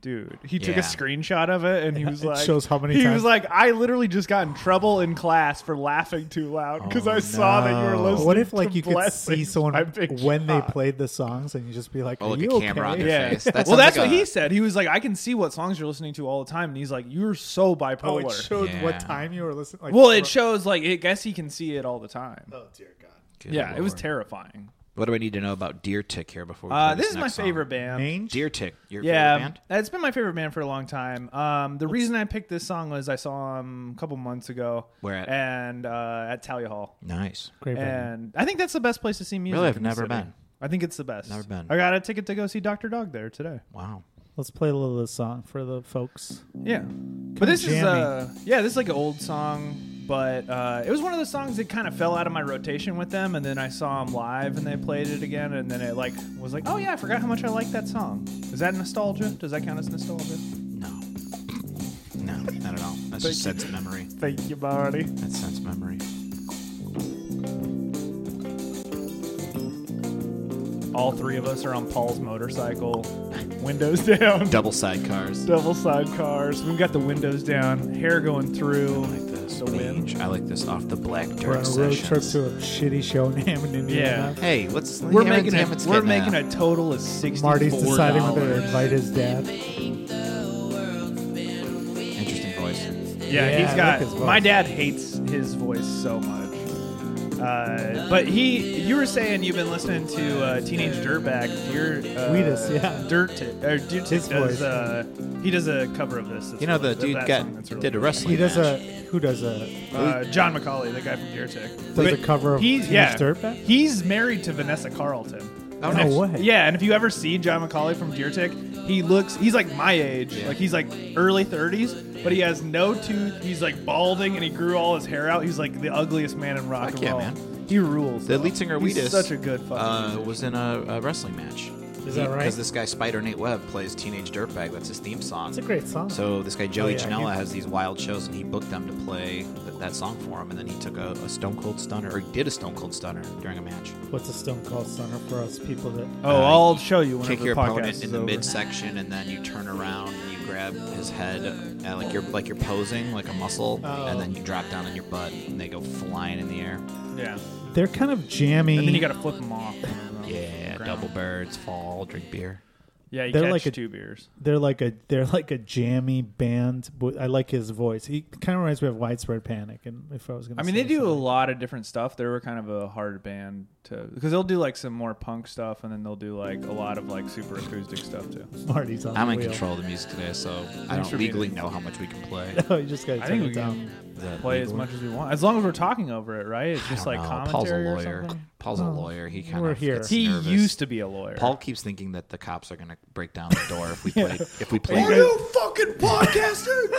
[SPEAKER 3] Dude, he took
[SPEAKER 1] Yeah.
[SPEAKER 3] a screenshot of it and he was
[SPEAKER 2] it
[SPEAKER 3] like,
[SPEAKER 2] shows how many
[SPEAKER 3] He
[SPEAKER 2] times-
[SPEAKER 3] was like, I literally just got in trouble in class for laughing too loud because
[SPEAKER 1] Oh,
[SPEAKER 3] I saw that you were
[SPEAKER 1] no.
[SPEAKER 3] listening.
[SPEAKER 2] What if
[SPEAKER 3] to
[SPEAKER 2] like you could see
[SPEAKER 3] Blessings
[SPEAKER 2] someone
[SPEAKER 3] by Big
[SPEAKER 2] when they
[SPEAKER 3] Sean?
[SPEAKER 2] played the songs and you just be like,
[SPEAKER 1] Oh,
[SPEAKER 2] Are
[SPEAKER 1] like
[SPEAKER 2] you
[SPEAKER 1] a camera on
[SPEAKER 2] okay?
[SPEAKER 1] their
[SPEAKER 3] Yeah.
[SPEAKER 1] face. That
[SPEAKER 3] well,
[SPEAKER 1] sounds
[SPEAKER 3] that's
[SPEAKER 1] like
[SPEAKER 3] what
[SPEAKER 1] a-
[SPEAKER 3] he said. He was like, I can see what songs you're listening to all the time. And he's like, You're so
[SPEAKER 2] Oh,
[SPEAKER 3] bipolar.
[SPEAKER 2] it showed
[SPEAKER 1] Yeah.
[SPEAKER 2] what time you were listening. Like,
[SPEAKER 3] well, it
[SPEAKER 2] for-
[SPEAKER 3] shows, like, I guess he can see it all the time.
[SPEAKER 2] Oh dear God.
[SPEAKER 1] Good
[SPEAKER 3] yeah, it was
[SPEAKER 1] lord.
[SPEAKER 3] terrifying.
[SPEAKER 1] What do I need to know about Deer Tick here before we
[SPEAKER 3] Uh,
[SPEAKER 1] play
[SPEAKER 3] this is my
[SPEAKER 1] next song?
[SPEAKER 3] favorite band.
[SPEAKER 2] Mange?
[SPEAKER 1] Deer Tick, your
[SPEAKER 3] yeah,
[SPEAKER 1] favorite band?
[SPEAKER 3] it's been my favorite band for a long time. Um, the reason I picked this song was I saw him a couple months ago.
[SPEAKER 1] Where at?
[SPEAKER 3] And uh, at Talia Hall.
[SPEAKER 1] Nice.
[SPEAKER 2] Great band.
[SPEAKER 3] And I think that's the best place to see music.
[SPEAKER 1] Really? I've
[SPEAKER 3] in the
[SPEAKER 1] never
[SPEAKER 3] city.
[SPEAKER 1] been.
[SPEAKER 3] I think it's the best.
[SPEAKER 1] Never been.
[SPEAKER 3] I got a ticket to go see Dr. Dog there today.
[SPEAKER 1] Wow.
[SPEAKER 2] Let's play a little of this song for the folks.
[SPEAKER 3] Yeah. But this is
[SPEAKER 2] jammy.
[SPEAKER 3] uh yeah, this is like an old song. but uh, it was one of those songs that kind of fell out of my rotation with them, and then I saw them live, and they played it again, and then it like was like, oh yeah, I forgot how much I like that song. Is that nostalgia? Does that count as nostalgia?
[SPEAKER 1] No. No, not at all. That's just sense memory.
[SPEAKER 2] Thank you, Marty.
[SPEAKER 1] That's sense memory.
[SPEAKER 3] All three of us are on Paul's motorcycle, windows down,
[SPEAKER 1] Double sidecars.
[SPEAKER 3] double sidecars. We've got the windows down, hair going through.
[SPEAKER 1] I like this.
[SPEAKER 3] The wind.
[SPEAKER 1] beige. I like this off the black
[SPEAKER 2] We're on
[SPEAKER 1] dirt
[SPEAKER 2] a road trip
[SPEAKER 1] sessions.
[SPEAKER 2] to a shitty show in Hammond, Indiana.
[SPEAKER 1] Hey, let's
[SPEAKER 3] We're
[SPEAKER 1] Hammond's-
[SPEAKER 3] making a,
[SPEAKER 1] Hammond's
[SPEAKER 3] we're
[SPEAKER 1] getting
[SPEAKER 3] making a total of sixty.
[SPEAKER 2] Marty's deciding whether to invite his dad.
[SPEAKER 1] interesting voice.
[SPEAKER 3] Yeah,
[SPEAKER 2] Yeah,
[SPEAKER 3] he's
[SPEAKER 2] I like
[SPEAKER 3] got.
[SPEAKER 2] his voice.
[SPEAKER 3] my dad hates his voice so much. Uh, but he, you were saying you've been listening to uh, Teenage Dirtbag. Dirt, uh,
[SPEAKER 2] Wheatus, yeah.
[SPEAKER 3] Dirt, or Dirt
[SPEAKER 2] His
[SPEAKER 3] does.
[SPEAKER 2] voice.
[SPEAKER 3] Uh, he does a cover of this. that's
[SPEAKER 1] You know the
[SPEAKER 3] really-
[SPEAKER 1] dude
[SPEAKER 3] that
[SPEAKER 1] got
[SPEAKER 3] song that's really
[SPEAKER 1] did a
[SPEAKER 3] good.
[SPEAKER 1] wrestling.
[SPEAKER 2] He does a
[SPEAKER 1] match.
[SPEAKER 2] who does a
[SPEAKER 3] Uh, John McCauley, the guy from Dirt Tick.
[SPEAKER 2] Does a cover of
[SPEAKER 3] he's,
[SPEAKER 2] Teenage
[SPEAKER 3] yeah,
[SPEAKER 2] Dirtbag?
[SPEAKER 3] He's married to Vanessa Carlton.
[SPEAKER 1] Oh,
[SPEAKER 2] no
[SPEAKER 1] nice.
[SPEAKER 2] way.
[SPEAKER 3] Yeah, and if you ever see John McCauley from Deer Tick, he looks he's like my age. Like he's like early 30s, but he has no tooth. He's like balding and he grew all his hair out. He's like the ugliest man in rock
[SPEAKER 1] Fuck
[SPEAKER 3] and
[SPEAKER 1] yeah,
[SPEAKER 3] roll.
[SPEAKER 1] man.
[SPEAKER 3] He rules.
[SPEAKER 1] The lead singer
[SPEAKER 3] He's
[SPEAKER 1] Wheatus
[SPEAKER 3] such a good fucking
[SPEAKER 1] uh,
[SPEAKER 3] musician.
[SPEAKER 1] was in a, a wrestling match.
[SPEAKER 2] Is that right?
[SPEAKER 1] Because this guy Spider Nate Webb plays Teenage Dirtbag. That's his theme song.
[SPEAKER 2] It's a great song.
[SPEAKER 1] So this guy Joey
[SPEAKER 2] Oh, yeah,
[SPEAKER 1] Janela
[SPEAKER 2] he-
[SPEAKER 1] has these wild shows, and he booked them to play th- that song for him. And then he took a, a Stone Cold Stunner, or he did a Stone Cold Stunner during a match.
[SPEAKER 2] What's a Stone Cold Stunner for us people that
[SPEAKER 3] Oh,
[SPEAKER 1] uh,
[SPEAKER 3] I'll show you whenever
[SPEAKER 1] Kick
[SPEAKER 3] the
[SPEAKER 1] your
[SPEAKER 3] podcast
[SPEAKER 1] opponent
[SPEAKER 3] is
[SPEAKER 1] in the
[SPEAKER 3] over.
[SPEAKER 1] midsection, and then you turn around and you grab his head, uh, like you're like you're posing like a muscle,
[SPEAKER 3] Oh.
[SPEAKER 1] and then you drop down on your butt, and they go flying in the air.
[SPEAKER 3] Yeah.
[SPEAKER 2] they're kind of jammy.
[SPEAKER 3] And then you got to flip him off.
[SPEAKER 1] Yeah,
[SPEAKER 3] Ground.
[SPEAKER 1] double birds fall, drink beer.
[SPEAKER 3] Yeah, you
[SPEAKER 2] They're
[SPEAKER 3] catch
[SPEAKER 2] like a-
[SPEAKER 3] two beers.
[SPEAKER 2] they're like a they're like a jammy band. But I like his voice. He kind of reminds me of Widespread Panic. And if I was gonna,
[SPEAKER 3] I mean,
[SPEAKER 2] say
[SPEAKER 3] they do a
[SPEAKER 2] something.
[SPEAKER 3] lot of different stuff. They were kind of a hard band to because they'll do like some more punk stuff, and then they'll do like a lot of like super acoustic stuff too.
[SPEAKER 2] Marty's on
[SPEAKER 1] I'm
[SPEAKER 2] the
[SPEAKER 1] in
[SPEAKER 2] wheel.
[SPEAKER 1] control of the music today, so I
[SPEAKER 3] Thanks
[SPEAKER 1] don't
[SPEAKER 3] for being
[SPEAKER 1] legally
[SPEAKER 3] here.
[SPEAKER 1] know how much we can play.
[SPEAKER 2] Oh, you just got to
[SPEAKER 3] I
[SPEAKER 2] turn
[SPEAKER 3] think
[SPEAKER 2] it
[SPEAKER 3] we
[SPEAKER 2] down.
[SPEAKER 3] can
[SPEAKER 1] Is that
[SPEAKER 3] play as
[SPEAKER 1] legal?
[SPEAKER 3] much as we want, as long as we're talking over it, right? It's just
[SPEAKER 1] I
[SPEAKER 3] like
[SPEAKER 1] don't know. Paul's a
[SPEAKER 3] commentary or
[SPEAKER 1] lawyer.
[SPEAKER 3] something. Oh.
[SPEAKER 1] Paul's a
[SPEAKER 2] Well,
[SPEAKER 1] lawyer. He kind
[SPEAKER 2] we're
[SPEAKER 1] of
[SPEAKER 2] here.
[SPEAKER 1] gets
[SPEAKER 3] He
[SPEAKER 1] nervous.
[SPEAKER 3] used to be a lawyer.
[SPEAKER 1] Paul keeps thinking that the cops are gonna break down the door if we play. If we play,
[SPEAKER 3] fucking podcaster?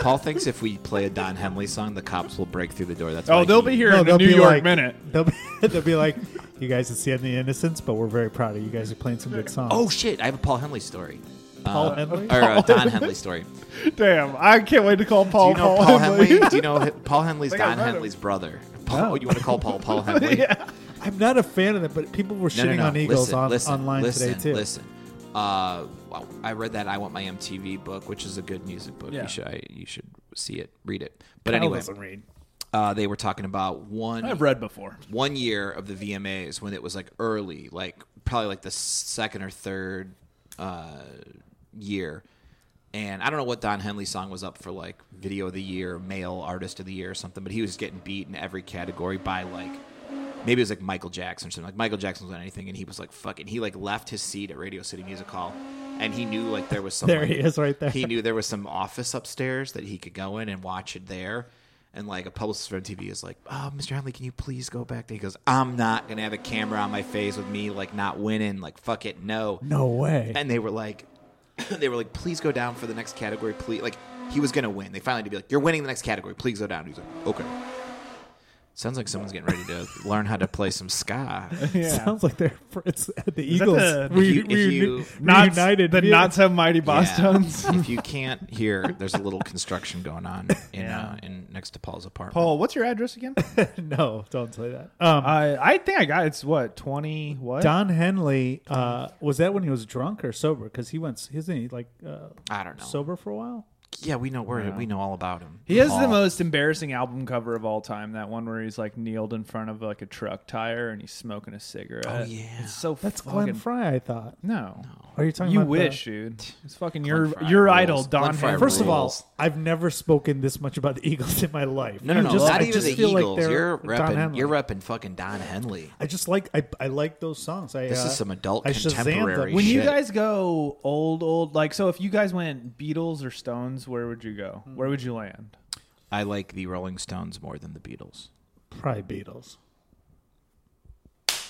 [SPEAKER 1] Paul thinks if we play a Don Henley song, the cops will break through the door. That's
[SPEAKER 3] oh,
[SPEAKER 1] why
[SPEAKER 3] they'll
[SPEAKER 1] he-
[SPEAKER 3] be here
[SPEAKER 2] No,
[SPEAKER 3] in the
[SPEAKER 2] they'll
[SPEAKER 3] New
[SPEAKER 2] be
[SPEAKER 3] York
[SPEAKER 2] like-
[SPEAKER 3] minute.
[SPEAKER 2] They'll be, they'll be like, you guys have seen the innocence, but we're very proud of you. You guys are playing some good songs.
[SPEAKER 1] Oh shit! I have a Paul Henley story.
[SPEAKER 2] Paul
[SPEAKER 1] Uh,
[SPEAKER 2] Henley?
[SPEAKER 1] or uh, Don Henley story.
[SPEAKER 3] Damn, I can't wait to call
[SPEAKER 1] Do
[SPEAKER 3] Paul.
[SPEAKER 1] you know Paul, Henley? Do you know hi- Paul Henley's
[SPEAKER 3] Like, I
[SPEAKER 1] Don
[SPEAKER 3] met him.
[SPEAKER 1] Henley's brother? Paul, you want to call Paul Paul Henley?
[SPEAKER 2] I'm not a fan of that, but people
[SPEAKER 1] No,
[SPEAKER 2] were shitting
[SPEAKER 1] no, no.
[SPEAKER 2] on Eagles
[SPEAKER 1] listen,
[SPEAKER 2] on,
[SPEAKER 1] listen,
[SPEAKER 2] online
[SPEAKER 1] listen,
[SPEAKER 2] today too.
[SPEAKER 1] Listen, uh, well, I read that I want my MTV book, which is a good music book.
[SPEAKER 3] Yeah.
[SPEAKER 1] You should I, you should see it, read it. But
[SPEAKER 2] Kyle
[SPEAKER 1] anyway,
[SPEAKER 2] doesn't read.
[SPEAKER 1] uh, they were talking about one
[SPEAKER 3] I've read before.
[SPEAKER 1] one year of the VMAs when it was like early, like probably like the second or third uh, year. And I don't know what Don Henley song was up for, like video of the year, male artist of the year, or something. But he was getting beat in every category by like maybe it was like Michael Jackson or something. Like Michael Jackson was on anything, and he was like fucking. He like left his seat at Radio City Music Hall, and he knew like there was some.
[SPEAKER 2] There
[SPEAKER 1] like-
[SPEAKER 2] he is right there.
[SPEAKER 1] He knew there was some office upstairs that he could go in and watch it there. And like a publicist from TV is like, "Oh, Mr. Henley, can you please go back?" there?" He goes, "I'm not gonna have a camera on my face with me like not winning. Like fuck it, no."
[SPEAKER 2] No way.
[SPEAKER 1] And they were like, they were like, "Please go down for the next category, please." Like he was gonna win. They finally had to be like, "You're winning the next category. Please go down." He's like, "Okay." Sounds like someone's getting ready to learn how to play some ska.
[SPEAKER 2] Sounds like they're fr- it's the Eagles.
[SPEAKER 3] the-
[SPEAKER 2] Were
[SPEAKER 1] If
[SPEAKER 2] you-
[SPEAKER 1] you-
[SPEAKER 2] were
[SPEAKER 1] if
[SPEAKER 2] you-
[SPEAKER 1] you-
[SPEAKER 2] were
[SPEAKER 3] Not
[SPEAKER 2] united.
[SPEAKER 3] the
[SPEAKER 2] Yeah.
[SPEAKER 3] not so mighty
[SPEAKER 1] Yeah.
[SPEAKER 3] Bostons.
[SPEAKER 1] if you can't hear, there's a little construction going on in, uh, in next to Paul's apartment.
[SPEAKER 3] Paul, what's your address again?
[SPEAKER 2] no, don't say that. Um,
[SPEAKER 3] I I think I got it's what twenty what
[SPEAKER 2] Don Henley uh, was that when he was drunk or sober? Because he went, isn't he like uh,
[SPEAKER 1] I don't know.
[SPEAKER 2] sober for a while?
[SPEAKER 1] yeah, we know we're, we know all about him.
[SPEAKER 3] He has the
[SPEAKER 1] Paul.
[SPEAKER 3] most embarrassing album cover of all time. That one where he's like kneeled in front of like a truck tire and he's smoking a cigarette. Oh
[SPEAKER 1] yeah.
[SPEAKER 3] it's so
[SPEAKER 2] That's
[SPEAKER 3] fucking
[SPEAKER 2] Glenn Fry, I thought.
[SPEAKER 3] No.
[SPEAKER 2] Are you talking?
[SPEAKER 3] You
[SPEAKER 2] about the-
[SPEAKER 3] wish, dude. It's fucking your
[SPEAKER 1] Fry
[SPEAKER 3] your
[SPEAKER 1] rules.
[SPEAKER 3] idol,
[SPEAKER 1] Glenn
[SPEAKER 3] Don.
[SPEAKER 1] Fry
[SPEAKER 3] Henley.
[SPEAKER 2] First of all,
[SPEAKER 1] Rules.
[SPEAKER 2] I've never spoken this much about the Eagles in my life.
[SPEAKER 1] No, no,
[SPEAKER 2] I
[SPEAKER 1] no.
[SPEAKER 2] just-
[SPEAKER 1] not
[SPEAKER 2] I
[SPEAKER 1] even
[SPEAKER 2] just
[SPEAKER 1] the
[SPEAKER 2] feel like
[SPEAKER 1] Eagles.
[SPEAKER 2] they're
[SPEAKER 1] you're
[SPEAKER 2] Don
[SPEAKER 1] repping.
[SPEAKER 2] Henley.
[SPEAKER 1] You're repping fucking Don Henley.
[SPEAKER 2] I just like I, I like those songs. I,
[SPEAKER 1] This
[SPEAKER 2] uh,
[SPEAKER 1] is some adult
[SPEAKER 2] I Shazammed them.
[SPEAKER 1] contemporary
[SPEAKER 3] when you
[SPEAKER 1] shit.
[SPEAKER 3] guys go old, old, like so, if you guys went Beatles or Stones, where would you go?
[SPEAKER 1] Hmm.
[SPEAKER 3] Where would you land?
[SPEAKER 1] I like the Rolling Stones more than the Beatles.
[SPEAKER 2] probably Beatles.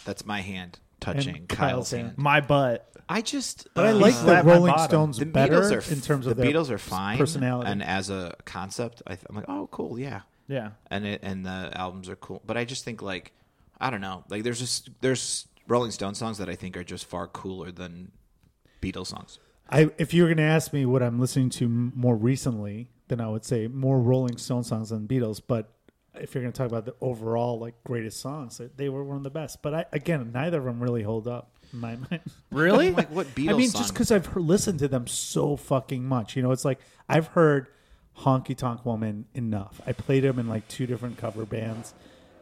[SPEAKER 1] That's my hand touching
[SPEAKER 2] And
[SPEAKER 1] Kyle's
[SPEAKER 2] Kyle's
[SPEAKER 1] hand.
[SPEAKER 2] hand.
[SPEAKER 3] My butt.
[SPEAKER 1] I just. uh,
[SPEAKER 2] But I like the
[SPEAKER 3] slapped my
[SPEAKER 2] Rolling
[SPEAKER 3] bottom.
[SPEAKER 2] Stones
[SPEAKER 1] the
[SPEAKER 2] better
[SPEAKER 1] Beatles are
[SPEAKER 2] in terms of
[SPEAKER 1] the
[SPEAKER 2] their
[SPEAKER 1] Beatles are fine
[SPEAKER 2] personality.
[SPEAKER 1] and as a concept, I th- I'm like, oh, cool, yeah.
[SPEAKER 3] Yeah.
[SPEAKER 1] and it, and the albums are cool. But I just think like I don't know, like there's just there's Rolling Stone songs that I think are just far cooler than Beatles songs.
[SPEAKER 2] I if you were going to ask me what I'm listening to m- more recently, then I would say more Rolling Stone songs than Beatles. But if you're going to talk about the overall like greatest songs, they- they were one of the best. But I again, neither of them really hold up in my mind.
[SPEAKER 3] Really?
[SPEAKER 1] Like what Beatles?
[SPEAKER 2] I mean,
[SPEAKER 1] song?
[SPEAKER 2] just because I've heard, listened to them so fucking much, you know, it's like I've heard "Honky Tonk Woman" enough. I played them in like two different cover bands,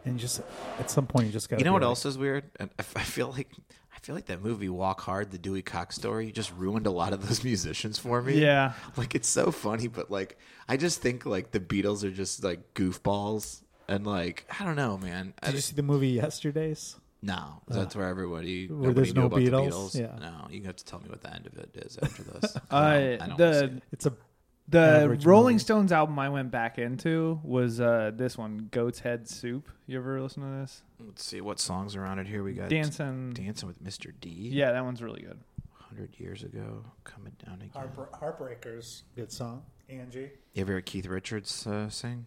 [SPEAKER 2] and just at some point you just got.
[SPEAKER 1] you know what else is weird? And I f- I feel like I feel like that movie Walk Hard, the Dewey Cox story, just ruined a lot of those musicians for me.
[SPEAKER 3] Yeah.
[SPEAKER 1] like it's so funny, but like I just think like the Beatles are just like goofballs, and like I don't know, man. I
[SPEAKER 2] Did you
[SPEAKER 1] just,
[SPEAKER 2] see the movie Yesterday's?
[SPEAKER 1] no, that's where everybody
[SPEAKER 2] Where
[SPEAKER 1] nobody
[SPEAKER 2] there's
[SPEAKER 1] knew
[SPEAKER 2] no
[SPEAKER 1] about
[SPEAKER 2] Beatles?
[SPEAKER 1] the Beatles.
[SPEAKER 2] Yeah.
[SPEAKER 1] No, you have to tell me what the end of it is after this.
[SPEAKER 3] Uh,
[SPEAKER 1] I don't wanna see
[SPEAKER 3] the
[SPEAKER 1] it.
[SPEAKER 2] It's a
[SPEAKER 3] the
[SPEAKER 2] Average
[SPEAKER 3] Rolling
[SPEAKER 2] movie.
[SPEAKER 3] Stones album I went back into was uh, this one, Goat's Head Soup. You ever listen to this?
[SPEAKER 1] Let's see what songs are on it. Here we got
[SPEAKER 3] Dancing.
[SPEAKER 1] Dancing with Mr. D.
[SPEAKER 3] Yeah, that one's really good.
[SPEAKER 1] 100 years ago, coming down again.
[SPEAKER 2] Heartbreakers, good song. Angie.
[SPEAKER 1] You ever hear Keith Richards uh, sing?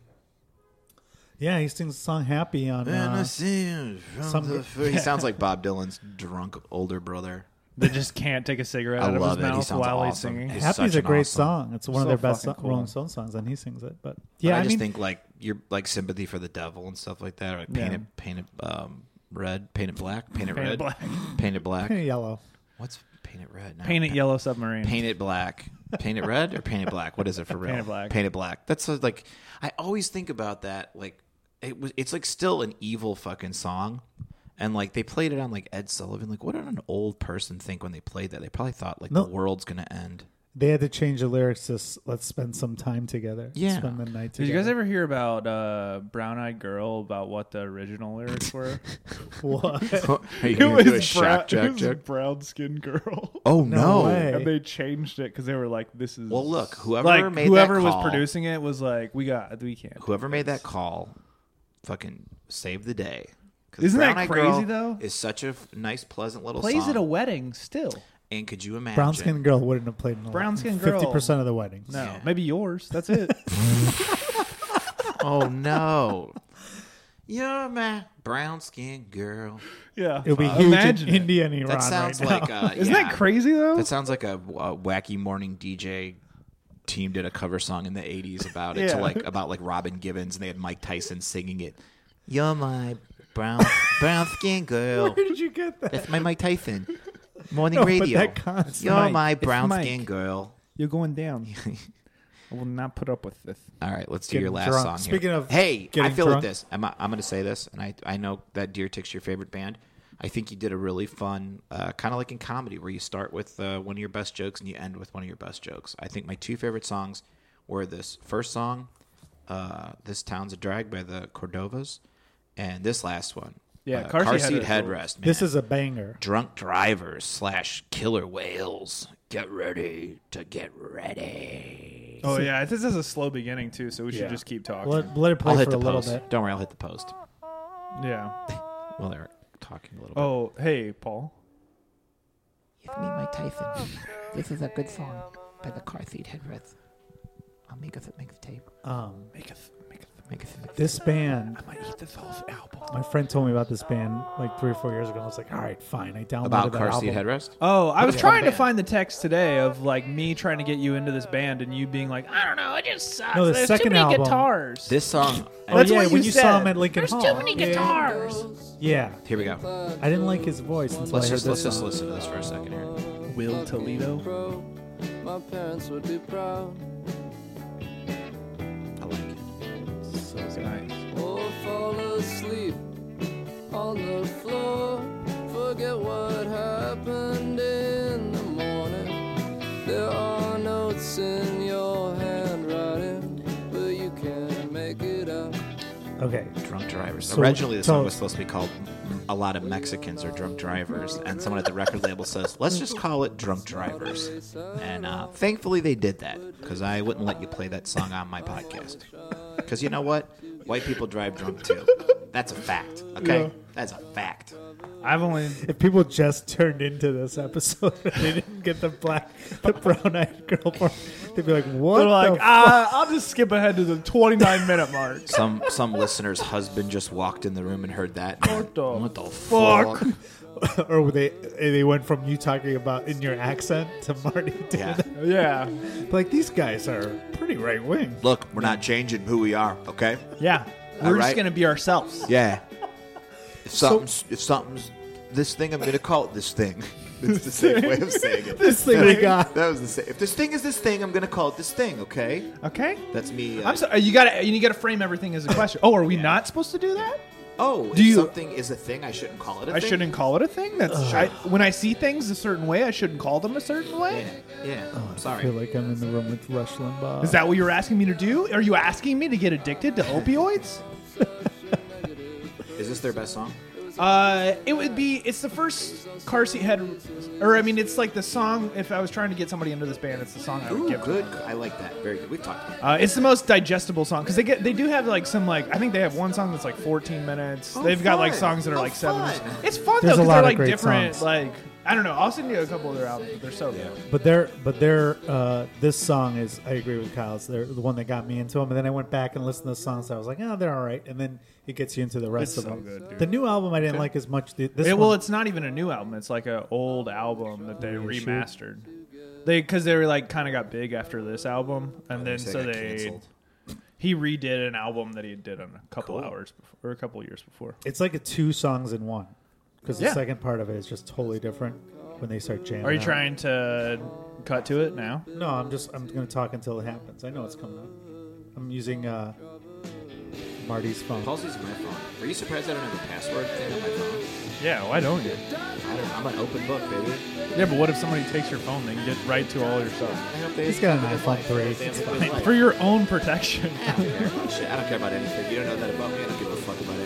[SPEAKER 2] Yeah, he sings the song "Happy" on. Uh, some- the
[SPEAKER 1] he sounds like Bob Dylan's drunk older brother.
[SPEAKER 3] They just can't take a cigarette
[SPEAKER 1] I
[SPEAKER 3] out of
[SPEAKER 1] love
[SPEAKER 3] his
[SPEAKER 1] it. He
[SPEAKER 3] mouth
[SPEAKER 1] sounds
[SPEAKER 3] while
[SPEAKER 1] awesome.
[SPEAKER 3] he's singing.
[SPEAKER 1] He's
[SPEAKER 2] "Happy's
[SPEAKER 1] such
[SPEAKER 2] a
[SPEAKER 1] an
[SPEAKER 2] great
[SPEAKER 1] awesome-
[SPEAKER 2] song. It's one
[SPEAKER 3] So
[SPEAKER 2] of their best
[SPEAKER 3] fucking
[SPEAKER 2] so-
[SPEAKER 3] cool.
[SPEAKER 2] Rolling Stone songs, and he sings it. But
[SPEAKER 1] But
[SPEAKER 2] yeah,
[SPEAKER 1] I
[SPEAKER 2] I,
[SPEAKER 1] just
[SPEAKER 2] mean,
[SPEAKER 1] think like your like sympathy for the devil and stuff like that, or like paint
[SPEAKER 3] Yeah.
[SPEAKER 1] it, paint it um, red, paint it black, paint it
[SPEAKER 3] Paint it
[SPEAKER 1] red,
[SPEAKER 3] black.
[SPEAKER 1] paint it black.
[SPEAKER 2] Paint It Yellow.
[SPEAKER 1] What's paint it red? Now?
[SPEAKER 3] Paint it yellow submarine.
[SPEAKER 1] Paint it black. Paint it red or paint it black? What is it for real?
[SPEAKER 3] Paint it black.
[SPEAKER 1] Paint it black. That's a, like I always think about that. Like it was. It's like still an evil fucking song, and like they played it on like Ed Sullivan. Like what did an old person think when they played that? They probably thought like
[SPEAKER 2] No.
[SPEAKER 1] the world's gonna end.
[SPEAKER 2] They had to change the lyrics to s- "Let's spend some time together."
[SPEAKER 1] Yeah.
[SPEAKER 2] spend the night
[SPEAKER 3] Did
[SPEAKER 2] together.
[SPEAKER 3] you guys ever hear about uh, Brown Eyed Girl about what the original lyrics were?
[SPEAKER 2] What?
[SPEAKER 1] Are you gonna do a shock
[SPEAKER 3] brown- it
[SPEAKER 1] jack
[SPEAKER 3] was
[SPEAKER 1] joke?
[SPEAKER 3] brown skin girl.
[SPEAKER 1] Oh
[SPEAKER 2] No
[SPEAKER 1] no!
[SPEAKER 2] way.
[SPEAKER 3] And they changed it because they were like, "This is
[SPEAKER 1] Well, look, whoever
[SPEAKER 3] like
[SPEAKER 1] made
[SPEAKER 3] whoever
[SPEAKER 1] that
[SPEAKER 3] was
[SPEAKER 1] call-
[SPEAKER 3] producing it was like, we got, we can't."
[SPEAKER 1] Whoever made that call, fucking saved the day. 'Cause
[SPEAKER 3] Isn't that
[SPEAKER 1] Brown Eyed
[SPEAKER 3] crazy,
[SPEAKER 1] Girl
[SPEAKER 3] though?
[SPEAKER 1] Is such a f- nice, pleasant little
[SPEAKER 3] plays
[SPEAKER 1] song.
[SPEAKER 3] at a wedding still?
[SPEAKER 1] and could you imagine?
[SPEAKER 2] Brown skin girl wouldn't have played. In
[SPEAKER 3] Brown Skin Girl.
[SPEAKER 2] Fifty percent of the weddings.
[SPEAKER 3] No,
[SPEAKER 1] Yeah.
[SPEAKER 3] maybe yours. That's it.
[SPEAKER 1] Oh no. You're my brown skinned girl.
[SPEAKER 3] yeah,
[SPEAKER 2] It would be
[SPEAKER 3] Uh,
[SPEAKER 2] huge
[SPEAKER 3] Imagine
[SPEAKER 2] in
[SPEAKER 3] it.
[SPEAKER 2] India and Iran.
[SPEAKER 1] That sounds
[SPEAKER 2] right
[SPEAKER 1] like
[SPEAKER 2] now.
[SPEAKER 1] uh,
[SPEAKER 3] Isn't
[SPEAKER 1] yeah.
[SPEAKER 3] that crazy though?
[SPEAKER 1] That sounds like a, a wacky morning DJ team did a cover song in the '80s about it to
[SPEAKER 3] Yeah.
[SPEAKER 1] like about like Robin Gibbons, and they had Mike Tyson singing it. You're my brown brown skinned girl.
[SPEAKER 2] Where did you get that?
[SPEAKER 1] That's my Mike Tyson morning
[SPEAKER 2] No, but
[SPEAKER 1] radio.
[SPEAKER 2] that counts.
[SPEAKER 1] You're
[SPEAKER 3] Mike.
[SPEAKER 1] my
[SPEAKER 3] It's
[SPEAKER 1] brown
[SPEAKER 3] Mike.
[SPEAKER 1] skinned girl.
[SPEAKER 3] You're going down. I will not put up with this.
[SPEAKER 1] All right, let's do your
[SPEAKER 2] Getting
[SPEAKER 1] last
[SPEAKER 2] drunk.
[SPEAKER 1] song. Here.
[SPEAKER 2] Speaking of
[SPEAKER 1] hey, I
[SPEAKER 2] getting
[SPEAKER 1] feel
[SPEAKER 2] drunk.
[SPEAKER 1] like this. I'm I'm going to say this, and I I know that Deer Tick's your favorite band. I think you did a really fun, uh, kind of like in comedy, where you start with uh, one of your best jokes and you end with one of your best jokes. I think my two favorite songs were this first song, uh, "This Town's a Drag" by the Cordovas, and this last one,
[SPEAKER 3] Yeah,
[SPEAKER 1] uh,
[SPEAKER 3] Car Seat
[SPEAKER 1] car seat
[SPEAKER 3] Headrest.
[SPEAKER 1] headrest. Man.
[SPEAKER 2] This is a banger.
[SPEAKER 1] drunk drivers slash killer whales. Get ready to get ready.
[SPEAKER 3] Oh yeah, this is a slow beginning too, so we should
[SPEAKER 2] Yeah.
[SPEAKER 3] just keep talking.
[SPEAKER 2] Let, let it play
[SPEAKER 1] I'll hit
[SPEAKER 2] for a
[SPEAKER 1] the
[SPEAKER 2] little
[SPEAKER 1] post.
[SPEAKER 2] bit.
[SPEAKER 1] Don't worry, I'll hit the post.
[SPEAKER 3] Yeah.
[SPEAKER 1] Well, they're talking a little bit.
[SPEAKER 3] Oh hey, Paul.
[SPEAKER 6] Give me my Typhon. This is a good song by the car seat headrest. I'll make us a mixtape.
[SPEAKER 2] Um,
[SPEAKER 3] Make a th- make a th-
[SPEAKER 6] Make us a mixtape.
[SPEAKER 2] this band,
[SPEAKER 3] I might eat this whole album.
[SPEAKER 2] my friend told me about this band like three or four years ago. I was like, all right, fine. I downloaded
[SPEAKER 1] About
[SPEAKER 2] that
[SPEAKER 1] car
[SPEAKER 2] album.
[SPEAKER 1] seat headrest?
[SPEAKER 3] Oh, I was
[SPEAKER 1] Yeah.
[SPEAKER 3] trying to
[SPEAKER 1] Band.
[SPEAKER 3] find the text today of like me trying to get you into this band and you being like, I don't know, it just sucks.
[SPEAKER 2] No, the
[SPEAKER 3] There's too
[SPEAKER 2] second
[SPEAKER 3] many
[SPEAKER 2] album-
[SPEAKER 3] guitars.
[SPEAKER 1] This song.
[SPEAKER 3] Oh, That's
[SPEAKER 2] yeah,
[SPEAKER 3] what you
[SPEAKER 2] when you saw
[SPEAKER 3] said.
[SPEAKER 2] him at Lincoln
[SPEAKER 6] There's
[SPEAKER 2] Hall.
[SPEAKER 6] too many guitars.
[SPEAKER 2] Yeah.
[SPEAKER 1] Here we go.
[SPEAKER 2] I didn't like his voice. Until
[SPEAKER 1] Let's
[SPEAKER 2] I
[SPEAKER 1] just
[SPEAKER 2] heard
[SPEAKER 1] let's
[SPEAKER 2] this
[SPEAKER 1] just
[SPEAKER 2] song.
[SPEAKER 1] listen to this for a second here.
[SPEAKER 3] Will Toledo.
[SPEAKER 4] Pro, my parents would be proud.
[SPEAKER 1] I like it.
[SPEAKER 3] So nice.
[SPEAKER 4] or fall asleep on the floor. Forget what happened in the morning. There are notes in your handwriting, but you can't make it up.
[SPEAKER 2] Okay.
[SPEAKER 1] Drunk drivers.
[SPEAKER 2] So-
[SPEAKER 1] Originally, the
[SPEAKER 2] so-
[SPEAKER 1] song was supposed to be called "A Lot of Mexicans Are Drunk Drivers," and someone at the record label says, "Let's just call it Drunk Drivers." And uh, thankfully, they did that because I wouldn't let you play that song on my podcast. Because you know what? White people drive drunk too. That's a fact. Okay, that's a fact.
[SPEAKER 7] I've only
[SPEAKER 2] If people just turned into this episode and they didn't get the black, the brown-eyed girl part, they'd be like, "What?"
[SPEAKER 3] They're
[SPEAKER 2] the
[SPEAKER 3] like,
[SPEAKER 2] f-
[SPEAKER 3] ah, I'll just skip ahead to the 29 minute mark.
[SPEAKER 1] Some some listener's husband just walked in the room and heard that. and
[SPEAKER 3] What the
[SPEAKER 1] went, what the fuck?
[SPEAKER 2] or were they they went from you talking about in your accent to Marty doing
[SPEAKER 1] Yeah.
[SPEAKER 2] that.
[SPEAKER 3] Yeah.
[SPEAKER 2] Like these guys are pretty right wing.
[SPEAKER 1] Look, we're not changing who we are, okay?
[SPEAKER 3] Yeah. We're
[SPEAKER 1] All
[SPEAKER 3] just
[SPEAKER 1] right.
[SPEAKER 3] going to be ourselves.
[SPEAKER 1] Yeah. If something's if something's this thing, I'm gonna call it this thing. It's the same way of saying it.
[SPEAKER 2] This thing we got.
[SPEAKER 1] That was the same. If this thing is this thing, I'm gonna call it this thing. Okay,
[SPEAKER 3] Okay.
[SPEAKER 1] that's me. Uh,
[SPEAKER 3] I'm sorry. You got to you got to frame everything as a question. Oh, are we not supposed to do that?
[SPEAKER 1] oh,
[SPEAKER 3] Do
[SPEAKER 1] if
[SPEAKER 3] you-
[SPEAKER 1] something is a thing, I shouldn't call it. a
[SPEAKER 3] I
[SPEAKER 1] thing?
[SPEAKER 3] shouldn't call it a thing. That's I, when I see things a certain way, I shouldn't call them a certain way.
[SPEAKER 1] Yeah, yeah.
[SPEAKER 3] Oh,
[SPEAKER 1] I'm
[SPEAKER 2] I feel
[SPEAKER 1] sorry.
[SPEAKER 2] like I'm in the room with Rush Limbaugh.
[SPEAKER 3] Is that what you're asking me to do? Are you asking me to get addicted to opioids?
[SPEAKER 1] Is this their best song?
[SPEAKER 3] Uh, it would be. It's the first car seat head, or I mean, it's like the song. If I was trying to get somebody into this band, it's the song I would
[SPEAKER 1] Ooh,
[SPEAKER 3] give.
[SPEAKER 1] good. I like that. Very good. We've talked about.
[SPEAKER 3] Uh, it's the most digestible song because they get they do have like some like I think they have one song that's like 14 minutes.
[SPEAKER 1] Oh,
[SPEAKER 3] They've got like
[SPEAKER 1] fun.
[SPEAKER 3] songs that are
[SPEAKER 1] Oh,
[SPEAKER 3] like seven. minutes.
[SPEAKER 1] fun.
[SPEAKER 3] It's fun
[SPEAKER 2] There's a
[SPEAKER 3] though because
[SPEAKER 2] lot
[SPEAKER 3] they're
[SPEAKER 2] of
[SPEAKER 3] like
[SPEAKER 2] great
[SPEAKER 3] different.
[SPEAKER 2] songs.
[SPEAKER 3] Like I don't know. I'll send you a couple of their albums, but they're so good.
[SPEAKER 2] But their but their uh, this song is I agree with Kyle's. They're the one that got me into them, and then I went back and listened to the songs. I was like, oh, they're all right, and then it gets you into the rest
[SPEAKER 3] It's
[SPEAKER 2] of
[SPEAKER 3] so
[SPEAKER 2] them.
[SPEAKER 3] good, dude.
[SPEAKER 2] the new album I didn't like as much. The- This
[SPEAKER 3] It-
[SPEAKER 2] one,
[SPEAKER 3] well, it's not even a new album. It's like an old album that they
[SPEAKER 2] shoot.
[SPEAKER 3] remastered. They because they were like kind of got big after this album,
[SPEAKER 1] Oh,
[SPEAKER 3] and then so they he redid an album that he did on a couple
[SPEAKER 1] Cool.
[SPEAKER 3] hours before, or a couple years before.
[SPEAKER 2] it's like a two songs in one because
[SPEAKER 3] Yeah.
[SPEAKER 2] the second part of it is just totally different when they start jamming.
[SPEAKER 3] Are you
[SPEAKER 2] out.
[SPEAKER 3] trying to cut to it now?
[SPEAKER 2] No, I'm just I'm gonna talk until it happens. I know it's coming up. I'm using uh, Marty's phone.
[SPEAKER 1] Paul's using my phone. Are you surprised I don't have a password thing on my phone?
[SPEAKER 3] Yeah, why don't you?
[SPEAKER 1] I don't. I'm an open book, baby.
[SPEAKER 3] Yeah, but what if somebody takes your phone? They can get right to all your
[SPEAKER 1] I
[SPEAKER 3] stuff
[SPEAKER 1] hope they.
[SPEAKER 2] He's got an
[SPEAKER 1] I hope
[SPEAKER 2] iPhone
[SPEAKER 1] they-
[SPEAKER 2] three.
[SPEAKER 1] they-
[SPEAKER 2] It's
[SPEAKER 1] they-
[SPEAKER 2] fine.
[SPEAKER 1] they- they-
[SPEAKER 3] for your own protection.
[SPEAKER 1] Shit, I don't care about anything. You don't know that about me. I don't give a fuck about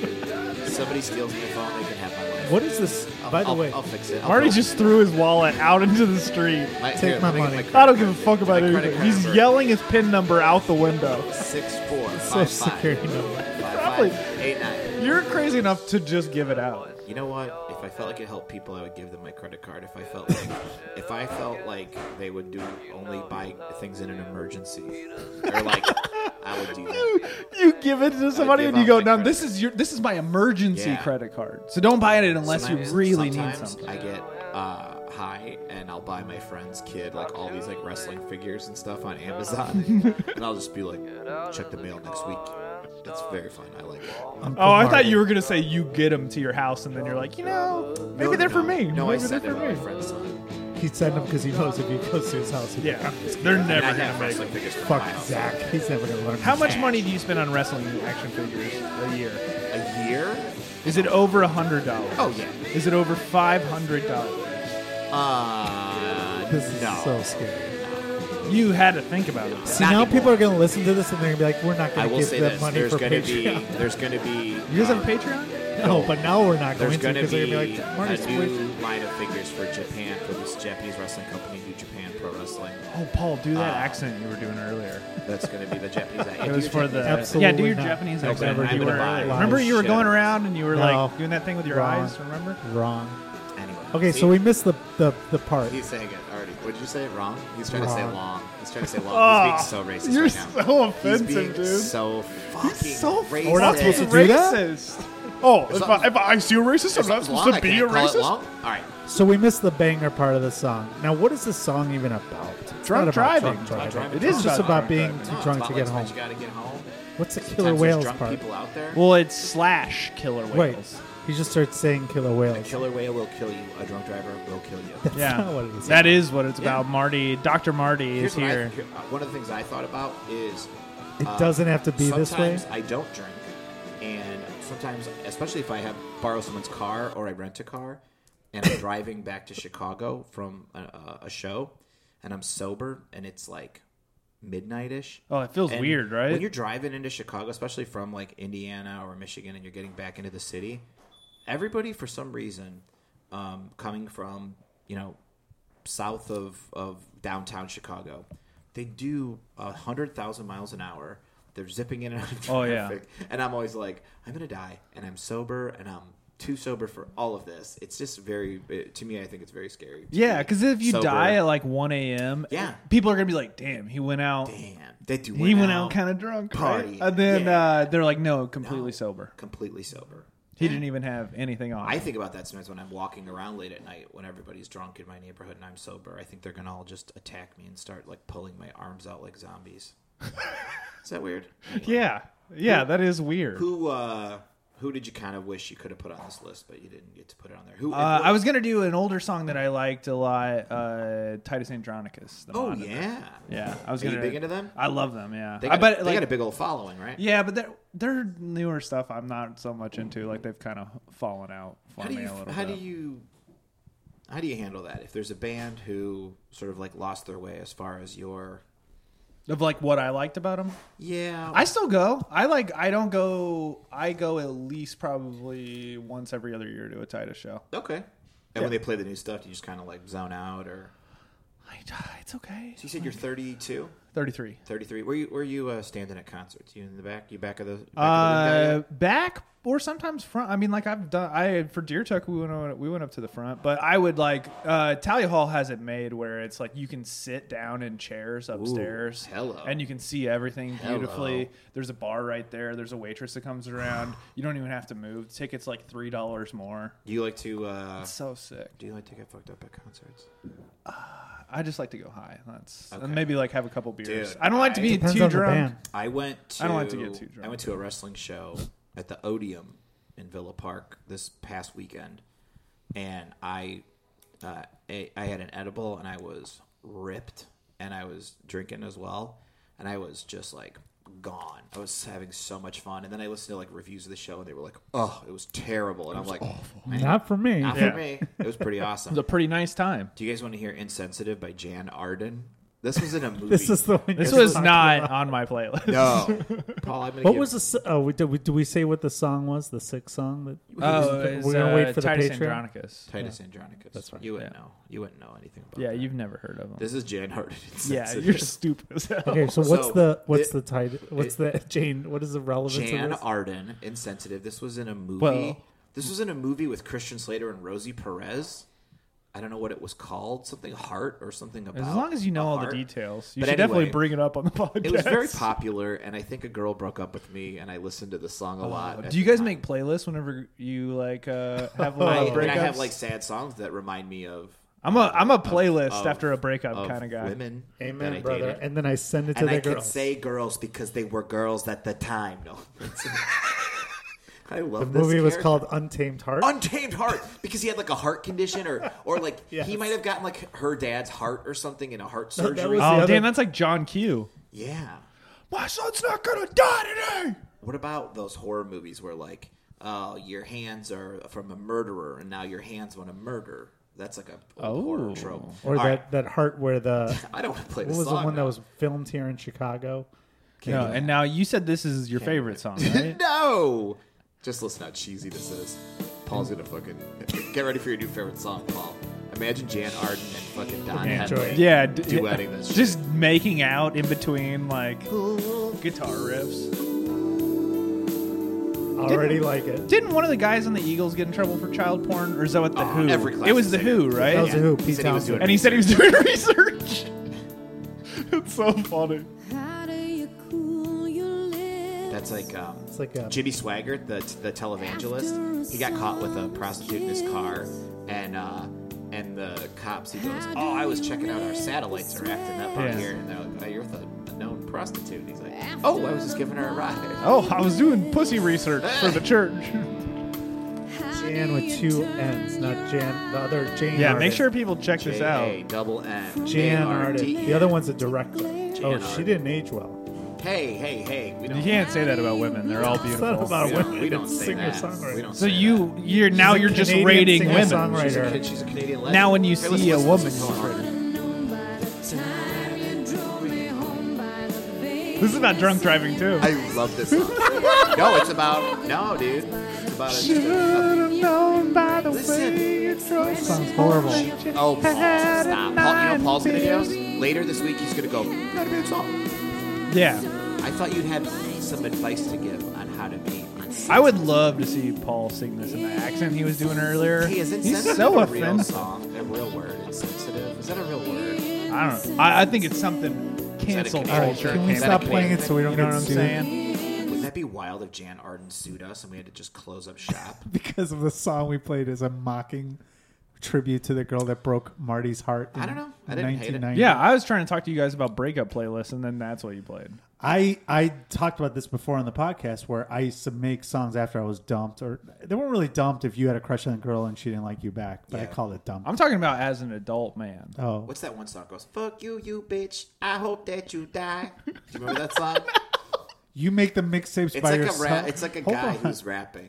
[SPEAKER 1] anything. Somebody steals my phone, they can have my life.
[SPEAKER 2] What is this? By the
[SPEAKER 1] I'll,
[SPEAKER 2] way,
[SPEAKER 1] I'll fix it. I'll
[SPEAKER 3] Marty
[SPEAKER 1] go-
[SPEAKER 3] just threw his wallet out into the street.
[SPEAKER 1] My-
[SPEAKER 2] take
[SPEAKER 1] here,
[SPEAKER 2] my
[SPEAKER 1] let me get
[SPEAKER 2] money.
[SPEAKER 1] credit
[SPEAKER 3] I don't give a
[SPEAKER 1] card.
[SPEAKER 3] fuck about
[SPEAKER 1] My credit
[SPEAKER 3] anything.
[SPEAKER 1] card
[SPEAKER 3] He's
[SPEAKER 1] number,
[SPEAKER 3] yelling his pin number out the window.
[SPEAKER 1] Six four five
[SPEAKER 2] Social
[SPEAKER 1] five
[SPEAKER 2] Security number.
[SPEAKER 1] five,
[SPEAKER 3] Probably.
[SPEAKER 1] five, eight, nine.
[SPEAKER 3] You're crazy enough to just give it out.
[SPEAKER 1] You know what? If I felt like it helped people, I would give them my credit card. If I felt like, if I felt like they would do only buy things in an emergency, or like, I would do that.
[SPEAKER 3] You give it to somebody
[SPEAKER 1] give
[SPEAKER 3] and you
[SPEAKER 1] out
[SPEAKER 3] go,
[SPEAKER 1] my
[SPEAKER 3] "No,
[SPEAKER 1] credit
[SPEAKER 3] this is your this is my emergency
[SPEAKER 1] Yeah.
[SPEAKER 3] credit card. So don't buy it unless you
[SPEAKER 1] Sometimes-
[SPEAKER 3] really need
[SPEAKER 1] sometimes
[SPEAKER 3] something."
[SPEAKER 1] I get uh, high and I'll buy my friend's kid like all these like wrestling figures and stuff on Amazon, and I'll just be like, check the mail next week. It's very fun. I like. It.
[SPEAKER 3] Oh, I thought you were gonna say you get them to your house, and then you're like, you know, maybe
[SPEAKER 1] No,
[SPEAKER 3] they're for
[SPEAKER 1] no.
[SPEAKER 3] me.
[SPEAKER 1] No,
[SPEAKER 3] maybe
[SPEAKER 1] I said
[SPEAKER 3] they're
[SPEAKER 1] that to my
[SPEAKER 3] for me.
[SPEAKER 1] friend's son.
[SPEAKER 2] He sent him because he knows if he goes to his house, he'll
[SPEAKER 3] Yeah, they're
[SPEAKER 1] And I
[SPEAKER 3] never
[SPEAKER 1] have
[SPEAKER 3] gonna make
[SPEAKER 1] wrestling
[SPEAKER 3] it.
[SPEAKER 1] figures for
[SPEAKER 2] fuck
[SPEAKER 1] my house.
[SPEAKER 2] Zach. He's never gonna learn.
[SPEAKER 3] How much money do you spend on wrestling action figures a year?
[SPEAKER 1] A year?
[SPEAKER 3] Is it over a hundred dollars?
[SPEAKER 1] Oh yeah.
[SPEAKER 3] Is it over five hundred dollars?
[SPEAKER 1] Uh,
[SPEAKER 2] This is
[SPEAKER 1] no.
[SPEAKER 2] so scary.
[SPEAKER 3] You had to think about it.
[SPEAKER 2] See,
[SPEAKER 1] Not
[SPEAKER 2] now
[SPEAKER 1] anymore.
[SPEAKER 2] people are gonna listen to this and they're gonna be like, "We're not
[SPEAKER 1] I
[SPEAKER 2] gonna
[SPEAKER 1] will
[SPEAKER 2] give
[SPEAKER 1] say
[SPEAKER 2] them
[SPEAKER 1] this:
[SPEAKER 2] money
[SPEAKER 1] there's
[SPEAKER 2] for
[SPEAKER 1] gonna be,
[SPEAKER 2] Patreon."
[SPEAKER 1] there's gonna be,
[SPEAKER 3] You guys
[SPEAKER 1] uh,
[SPEAKER 3] have a Patreon?
[SPEAKER 2] no, but now we're not
[SPEAKER 1] there's
[SPEAKER 2] going
[SPEAKER 1] gonna
[SPEAKER 2] to because
[SPEAKER 1] be
[SPEAKER 2] they're gonna be like,
[SPEAKER 1] a
[SPEAKER 2] "Marty's
[SPEAKER 1] new
[SPEAKER 2] with
[SPEAKER 1] line of figures for Japan for this Japanese wrestling company, New Japan Pro Wrestling.
[SPEAKER 3] Oh, Paul, do that
[SPEAKER 1] Uh,
[SPEAKER 3] accent you were doing earlier.
[SPEAKER 1] That's gonna be the Japanese.
[SPEAKER 3] It was for the
[SPEAKER 2] Absolutely
[SPEAKER 3] yeah. Do your
[SPEAKER 2] not.
[SPEAKER 3] Japanese
[SPEAKER 1] No,
[SPEAKER 3] accent.
[SPEAKER 1] but I'm
[SPEAKER 3] you were
[SPEAKER 1] gonna buy
[SPEAKER 3] earlier.
[SPEAKER 2] lies.
[SPEAKER 3] Remember, you were
[SPEAKER 1] Shit.
[SPEAKER 3] going around and you were
[SPEAKER 2] No.
[SPEAKER 3] like doing that thing with your
[SPEAKER 2] Wrong.
[SPEAKER 3] eyes. Remember?
[SPEAKER 2] wrong."
[SPEAKER 1] Anyway.
[SPEAKER 2] Okay,
[SPEAKER 1] See?
[SPEAKER 2] so we missed the the, the part.
[SPEAKER 1] He's saying it already. What did you say? Wrong? He's trying to say
[SPEAKER 2] Wrong.
[SPEAKER 1] long. He's trying to say long. He's being so racist
[SPEAKER 3] You're
[SPEAKER 1] right now.
[SPEAKER 3] so
[SPEAKER 1] He's
[SPEAKER 3] offensive,
[SPEAKER 1] being
[SPEAKER 3] dude.
[SPEAKER 1] so fucking
[SPEAKER 3] so
[SPEAKER 1] racist.
[SPEAKER 2] We're not supposed to do that?
[SPEAKER 3] racist. Oh, if
[SPEAKER 1] long-
[SPEAKER 3] I, if I see a racist, I'm not
[SPEAKER 1] It's long,
[SPEAKER 3] supposed
[SPEAKER 1] I
[SPEAKER 3] to be
[SPEAKER 1] can't
[SPEAKER 3] a
[SPEAKER 1] call it
[SPEAKER 3] racist.
[SPEAKER 1] long? All right.
[SPEAKER 2] So we missed the banger part of the song. Now, what is this song even about? It's
[SPEAKER 3] Drunk
[SPEAKER 2] not about
[SPEAKER 3] driving.
[SPEAKER 2] Drunk
[SPEAKER 1] Drunk
[SPEAKER 2] driving.
[SPEAKER 1] driving.
[SPEAKER 2] It
[SPEAKER 1] It's just
[SPEAKER 2] is just about
[SPEAKER 3] about
[SPEAKER 2] being
[SPEAKER 3] drunk
[SPEAKER 2] too
[SPEAKER 1] No,
[SPEAKER 2] drunk
[SPEAKER 1] it's about
[SPEAKER 2] to get
[SPEAKER 1] like,
[SPEAKER 2] home.
[SPEAKER 1] You gotta get home.
[SPEAKER 2] What's the killer
[SPEAKER 1] Sometimes there's
[SPEAKER 2] whales
[SPEAKER 1] drunk
[SPEAKER 2] part?
[SPEAKER 1] people out there.
[SPEAKER 3] Well, it's slash killer
[SPEAKER 2] Wait,
[SPEAKER 3] whales.
[SPEAKER 2] he just starts saying killer
[SPEAKER 1] A
[SPEAKER 2] whales.
[SPEAKER 1] killer whale will kill you. A drunk driver will kill you.
[SPEAKER 3] yeah,
[SPEAKER 2] not what it is
[SPEAKER 3] that
[SPEAKER 2] about.
[SPEAKER 3] is what it's about. Marty, Doctor Marty is
[SPEAKER 1] Here's what I-
[SPEAKER 3] here.
[SPEAKER 1] here- uh, one of the things I thought about is
[SPEAKER 2] It doesn't have to be this way.
[SPEAKER 1] uh, sometimes I don't drink, and sometimes, especially if I have borrow someone's car or I rent a car, and I'm driving back to Chicago from a- a, a show, and I'm sober, and it's like midnightish.
[SPEAKER 3] Oh, it feels
[SPEAKER 1] And
[SPEAKER 3] weird, right?
[SPEAKER 1] When you're driving into Chicago, especially from like Indiana or Michigan, and you're getting back into the city, everybody for some reason um, coming from you know south of, of downtown Chicago, they do a hundred thousand miles an hour. They're zipping in and out of traffic,
[SPEAKER 3] Oh, yeah.
[SPEAKER 1] and I'm always like, I'm gonna die, and I'm sober, and I'm too sober for all of this. It's just very it- to me. I think it's very scary. to
[SPEAKER 3] Yeah,
[SPEAKER 1] be
[SPEAKER 3] because if you
[SPEAKER 1] sober.
[SPEAKER 3] die at like 1 a.m.,
[SPEAKER 1] Yeah.
[SPEAKER 3] people are gonna be like, "Damn, he went out.
[SPEAKER 1] damn, that dude went
[SPEAKER 3] he went out, kind of drunk, right?
[SPEAKER 1] partying.
[SPEAKER 3] And then
[SPEAKER 1] Yeah.
[SPEAKER 3] uh, they're like, "No, completely sober.
[SPEAKER 1] completely sober.
[SPEAKER 3] He didn't even have anything on."
[SPEAKER 1] I think about that sometimes when I'm walking around late at night when everybody's drunk in my neighborhood and I'm sober. I think they're gonna all just attack me and start like pulling my arms out like zombies. Is that weird?
[SPEAKER 3] yeah, yeah, that is weird.
[SPEAKER 1] Who uh who did you kind of wish you could have put on this list, but you didn't get to put it on there? Who?
[SPEAKER 3] Uh, I was gonna do an older song that I liked a lot, uh, Titus Andronicus. The
[SPEAKER 1] Oh
[SPEAKER 3] Monitor.
[SPEAKER 1] yeah,
[SPEAKER 3] yeah. I was
[SPEAKER 1] Are you
[SPEAKER 3] gonna
[SPEAKER 1] big into them?
[SPEAKER 3] I love them. Yeah,
[SPEAKER 1] They
[SPEAKER 3] I
[SPEAKER 1] got,
[SPEAKER 3] bet,
[SPEAKER 1] they
[SPEAKER 3] like,
[SPEAKER 1] got a big old following, right?
[SPEAKER 3] yeah, but their their newer stuff I'm not so much into. Like they've kind of fallen out for
[SPEAKER 1] How do
[SPEAKER 3] me
[SPEAKER 1] you?
[SPEAKER 3] a little uh,
[SPEAKER 1] How
[SPEAKER 3] bit.
[SPEAKER 1] do you? How do you handle that if there's a band who sort of like lost their way as far as your?
[SPEAKER 3] of like what I liked about them.
[SPEAKER 1] Yeah,
[SPEAKER 3] I still go. I like. I don't go. I go at least probably once every other year to a Titus show.
[SPEAKER 1] okay. And when they play the new stuff, do you just kind of like zone out, or
[SPEAKER 3] I,
[SPEAKER 1] uh,
[SPEAKER 3] it's okay.
[SPEAKER 1] so you said you're 32,
[SPEAKER 3] Thirty three.
[SPEAKER 1] 33. Where you where you uh, standing at concerts? You in the back? You back of the? Back of the
[SPEAKER 3] Uh,
[SPEAKER 1] room
[SPEAKER 3] back or sometimes front. I mean, like I've done. I for Deer Chuck we went on, we went up to the front, but I would like uh, Tally Hall has it made where it's like you can sit down in chairs upstairs,
[SPEAKER 1] hello.
[SPEAKER 3] and you can see everything
[SPEAKER 1] Hello.
[SPEAKER 3] beautifully. There's a bar right there. There's a waitress that comes around. you don't even have to move. tickets like three dollars more.
[SPEAKER 1] guy? Do you like to? Uh,
[SPEAKER 3] So sick.
[SPEAKER 1] do you like to get fucked up at concerts?
[SPEAKER 3] I just like to go high. That's
[SPEAKER 1] Okay.
[SPEAKER 3] and maybe like have a couple beers.
[SPEAKER 1] Dude,
[SPEAKER 3] I don't like to
[SPEAKER 1] I-
[SPEAKER 3] be
[SPEAKER 2] Depends
[SPEAKER 3] too
[SPEAKER 2] on the
[SPEAKER 3] drunk.
[SPEAKER 2] band.
[SPEAKER 1] I went to
[SPEAKER 3] I don't like to get too drunk.
[SPEAKER 1] I went to a wrestling show at the Odeum in Villa Park this past weekend, and I uh, I I had an edible and I was ripped and I was drinking as well, and I was just like gone. I was having so much fun, and then I listened to like reviews of the show, and they were like, "Oh, it was terrible," and I'm like, "Man,
[SPEAKER 2] Not for me.
[SPEAKER 1] not
[SPEAKER 3] Yeah.
[SPEAKER 1] for me." It was pretty awesome.
[SPEAKER 3] It was a pretty nice time.
[SPEAKER 1] Do you guys want to hear "Insensitive" by Jan Arden? This was in a movie.
[SPEAKER 2] This is the one.
[SPEAKER 3] This
[SPEAKER 2] you're
[SPEAKER 3] was
[SPEAKER 2] talking
[SPEAKER 3] not
[SPEAKER 2] about.
[SPEAKER 3] on my playlist.
[SPEAKER 1] no, Paul. I'm gonna
[SPEAKER 2] What
[SPEAKER 1] give-
[SPEAKER 2] was the? s- Oh, we, did, we, did we say what the song was? The sixth song that
[SPEAKER 3] Oh,
[SPEAKER 2] we're
[SPEAKER 3] it's,
[SPEAKER 2] gonna
[SPEAKER 3] uh,
[SPEAKER 2] wait for the
[SPEAKER 3] Titus
[SPEAKER 2] Patreon.
[SPEAKER 3] Andronicus.
[SPEAKER 1] Titus Andronicus. That's right. You wouldn't know. You wouldn't know anything about.
[SPEAKER 3] Yeah,
[SPEAKER 1] that.
[SPEAKER 3] you've never heard of him.
[SPEAKER 1] This is Jan Harden.
[SPEAKER 3] yeah, you're stupid as hell.
[SPEAKER 2] Okay, so what's
[SPEAKER 1] Uh, So,
[SPEAKER 2] the what's
[SPEAKER 1] it-
[SPEAKER 2] the title? What's the Jane? What is the relevance of
[SPEAKER 1] Jan
[SPEAKER 2] this?
[SPEAKER 1] Arden, insensitive. This was in a movie.
[SPEAKER 3] Well-
[SPEAKER 1] this was in a movie with Christian Slater and Rosie Perez. I don't know what it was called. Something heart or something about.
[SPEAKER 3] As long as you know
[SPEAKER 1] a
[SPEAKER 3] all the
[SPEAKER 1] heart.
[SPEAKER 3] details, you
[SPEAKER 1] But
[SPEAKER 3] should definitely
[SPEAKER 1] anyway,
[SPEAKER 3] bring it up on the podcast.
[SPEAKER 1] It was very popular, and I think a girl broke up with me, and I listened to the song a lot. at
[SPEAKER 3] Oh, Do you
[SPEAKER 1] the
[SPEAKER 3] guys
[SPEAKER 1] time.
[SPEAKER 3] make playlists whenever you like uh, have
[SPEAKER 1] I,
[SPEAKER 3] little
[SPEAKER 1] and I have
[SPEAKER 3] breakups?
[SPEAKER 1] like sad songs that remind me of.
[SPEAKER 3] I'm a I'm a
[SPEAKER 1] of-
[SPEAKER 3] playlist
[SPEAKER 1] of-
[SPEAKER 3] after a breakup
[SPEAKER 1] of
[SPEAKER 3] kind of guy.
[SPEAKER 1] Women. that I
[SPEAKER 2] Amen, brother.
[SPEAKER 1] dated.
[SPEAKER 2] And then I send it to
[SPEAKER 1] and I
[SPEAKER 2] that
[SPEAKER 1] could
[SPEAKER 2] girl.
[SPEAKER 1] say girls because they were girls at the time. No, I
[SPEAKER 2] the
[SPEAKER 1] love this
[SPEAKER 2] movie was
[SPEAKER 1] character.
[SPEAKER 2] called Untamed Heart.
[SPEAKER 1] Untamed Heart because he had like a heart condition or or like
[SPEAKER 2] Yes.
[SPEAKER 1] he might have gotten like her dad's heart or something in a heart
[SPEAKER 2] No, that
[SPEAKER 1] surgery.
[SPEAKER 2] was-
[SPEAKER 3] Oh,
[SPEAKER 2] The other-
[SPEAKER 3] damn, that's like John Q.
[SPEAKER 1] yeah.
[SPEAKER 3] My son's not gonna die today.
[SPEAKER 1] What about those horror movies where like uh, your hands are from a murderer and now your hands want to murder? That's like a old horror trope.
[SPEAKER 2] Oh. or
[SPEAKER 1] All
[SPEAKER 2] that,
[SPEAKER 1] right,
[SPEAKER 2] that heart where the
[SPEAKER 1] I don't want to play
[SPEAKER 2] what
[SPEAKER 1] this
[SPEAKER 2] was the
[SPEAKER 1] song.
[SPEAKER 2] one that
[SPEAKER 1] now.
[SPEAKER 2] was filmed here in Chicago?
[SPEAKER 3] No, and now you said this is your favorite song, right?
[SPEAKER 1] no. Just listen how cheesy this is. Paul's gonna fucking get ready for your new favorite song, Paul. Imagine Jan Arden and fucking Don
[SPEAKER 2] Enjoy
[SPEAKER 1] Henley.
[SPEAKER 2] it.
[SPEAKER 3] yeah, d-
[SPEAKER 1] Duetting this shit.
[SPEAKER 3] Just making out in between like guitar riffs.
[SPEAKER 2] Already like it.
[SPEAKER 3] Didn't one of the guys on the Eagles get in trouble for child porn, or is that what the
[SPEAKER 1] Oh,
[SPEAKER 3] Who?
[SPEAKER 1] every classic
[SPEAKER 3] it was the Who,
[SPEAKER 1] singer.
[SPEAKER 3] right?
[SPEAKER 2] That was
[SPEAKER 1] Yeah,
[SPEAKER 2] a who?
[SPEAKER 1] he
[SPEAKER 2] Pete
[SPEAKER 1] said he was doing
[SPEAKER 2] Townsend.
[SPEAKER 3] And he said he was doing research. it's so funny.
[SPEAKER 5] How do you cool your lips?
[SPEAKER 1] That's like um,
[SPEAKER 2] It's like a
[SPEAKER 1] Jimmy Swaggart, the the televangelist. He got caught with a prostitute in his car, and uh, and the cops. He goes, "Oh, I was checking out our satellites are acting up out
[SPEAKER 3] Yeah.
[SPEAKER 1] here," and they're like, "Oh, you're with a, a known prostitute." And he's like, "Oh, I was just giving her a ride."
[SPEAKER 3] Oh, I was doing pussy research for the church.
[SPEAKER 2] Jan with two N's, not Jan. The other Jane.
[SPEAKER 3] yeah,
[SPEAKER 2] Arden.
[SPEAKER 3] make sure people check this
[SPEAKER 1] J
[SPEAKER 3] out.
[SPEAKER 1] A double N
[SPEAKER 2] Jan
[SPEAKER 1] A-R-D.
[SPEAKER 2] Arden. The other one's a director. oh, she
[SPEAKER 1] Arden.
[SPEAKER 2] didn't age well.
[SPEAKER 1] Hey, hey, hey! We don't.
[SPEAKER 3] You can't say that about women; they're all
[SPEAKER 2] It's not
[SPEAKER 3] beautiful.
[SPEAKER 2] about
[SPEAKER 1] we don't,
[SPEAKER 2] women.
[SPEAKER 1] we don't
[SPEAKER 2] it's
[SPEAKER 1] say that.
[SPEAKER 2] singer-songwriter.
[SPEAKER 1] We don't
[SPEAKER 3] so
[SPEAKER 1] say that.
[SPEAKER 3] you, you're now
[SPEAKER 2] a
[SPEAKER 3] you're just
[SPEAKER 2] Canadian
[SPEAKER 3] rating
[SPEAKER 2] singer,
[SPEAKER 3] women.
[SPEAKER 2] songwriter.
[SPEAKER 1] She's a,
[SPEAKER 2] Writer.
[SPEAKER 1] kid- she's a Canadian legend.
[SPEAKER 3] Now, when you
[SPEAKER 1] Hey, let's
[SPEAKER 3] see a
[SPEAKER 1] listen to
[SPEAKER 3] woman,
[SPEAKER 1] some Helen Rider.
[SPEAKER 3] This is about drunk driving too.
[SPEAKER 1] I love this song. no, it's about no, dude. It's about a, a, listen.
[SPEAKER 2] Sounds horrible.
[SPEAKER 1] Oh, Paul, stop. Paul, you know Paul's gonna go later this week. He's gonna go. Not a bad song.
[SPEAKER 3] Yeah.
[SPEAKER 1] I thought you'd have some advice to give on how to be.
[SPEAKER 3] I would love to see Paul sing this in the accent he was doing earlier.
[SPEAKER 1] Hey, is
[SPEAKER 3] He's
[SPEAKER 1] insensitive
[SPEAKER 3] so
[SPEAKER 1] a real
[SPEAKER 3] offensive.
[SPEAKER 1] song? A real word? Insensitive? Is that a real word?
[SPEAKER 3] I don't know. I, I think it's something cancel
[SPEAKER 1] All right,
[SPEAKER 3] culture.
[SPEAKER 2] Can we
[SPEAKER 3] came
[SPEAKER 2] stop
[SPEAKER 3] up
[SPEAKER 2] playing
[SPEAKER 3] with.
[SPEAKER 2] it so we don't
[SPEAKER 3] You know
[SPEAKER 2] get
[SPEAKER 3] what I'm
[SPEAKER 2] sued
[SPEAKER 3] saying?
[SPEAKER 1] Wouldn't that be wild if Jan Arden sued us and we had to just close up shop?
[SPEAKER 2] because of the song we played as a mocking tribute to the girl that broke Marty's heart? In
[SPEAKER 1] I don't know. I didn't hate it.
[SPEAKER 2] 1990.
[SPEAKER 3] Yeah, I was trying to talk to you guys about breakup playlists, and then that's what you played.
[SPEAKER 2] I I talked about this before on the podcast where I used to make songs after I was dumped, or they weren't really dumped if you had a crush on a girl and she didn't like you back, but I
[SPEAKER 1] Yeah.
[SPEAKER 2] called it dump.
[SPEAKER 3] I'm talking about as an adult man.
[SPEAKER 2] oh,
[SPEAKER 1] What's that one song? that Goes fuck you, you bitch. I hope that you die. Do you remember that song?
[SPEAKER 2] you make the mixtapes
[SPEAKER 1] It's
[SPEAKER 2] by
[SPEAKER 1] like a
[SPEAKER 2] yourself.
[SPEAKER 1] ra- It's like a
[SPEAKER 2] Hold
[SPEAKER 1] guy
[SPEAKER 2] on.
[SPEAKER 1] who's rapping.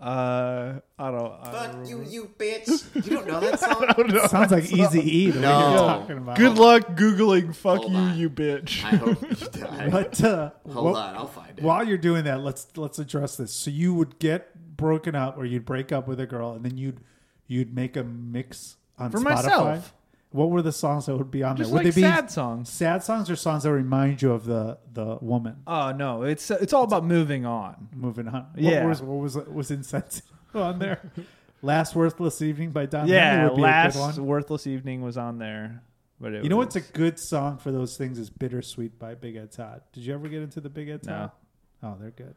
[SPEAKER 3] Uh, I don't. I
[SPEAKER 1] Fuck you, you bitch. You don't know that song? I,
[SPEAKER 2] Sounds like Easy E. The way you're
[SPEAKER 1] No.
[SPEAKER 2] talking about.
[SPEAKER 3] Good luck googling "fuck
[SPEAKER 1] Hold
[SPEAKER 3] you,
[SPEAKER 1] on.
[SPEAKER 3] you bitch."
[SPEAKER 1] hope you die.
[SPEAKER 2] But uh,
[SPEAKER 1] Hold
[SPEAKER 2] what-
[SPEAKER 1] on, I'll find it.
[SPEAKER 2] While you're doing that, let's let's address this. So you would get broken up, or you'd break up with a girl, and then you'd you'd make a mix on
[SPEAKER 3] For
[SPEAKER 2] Spotify.
[SPEAKER 3] myself.
[SPEAKER 2] What were the songs that would be on
[SPEAKER 3] Just
[SPEAKER 2] there? Would
[SPEAKER 3] like
[SPEAKER 2] they be
[SPEAKER 3] sad songs.
[SPEAKER 2] sad songs or songs that remind you of the the woman
[SPEAKER 3] Oh no, it's it's all about moving on.
[SPEAKER 2] moving on? What
[SPEAKER 3] Yeah.
[SPEAKER 2] was what was was insensitive on there? Last worthless evening by Don.
[SPEAKER 3] yeah,
[SPEAKER 2] Henley would be a
[SPEAKER 3] last
[SPEAKER 2] good one.
[SPEAKER 3] worthless evening was on there, but it
[SPEAKER 2] You know
[SPEAKER 3] was,
[SPEAKER 2] what's a good song for those things is "Bittersweet" by Big Ed Todd. Did you ever get into the Big Ed Todd? Oh, they're good.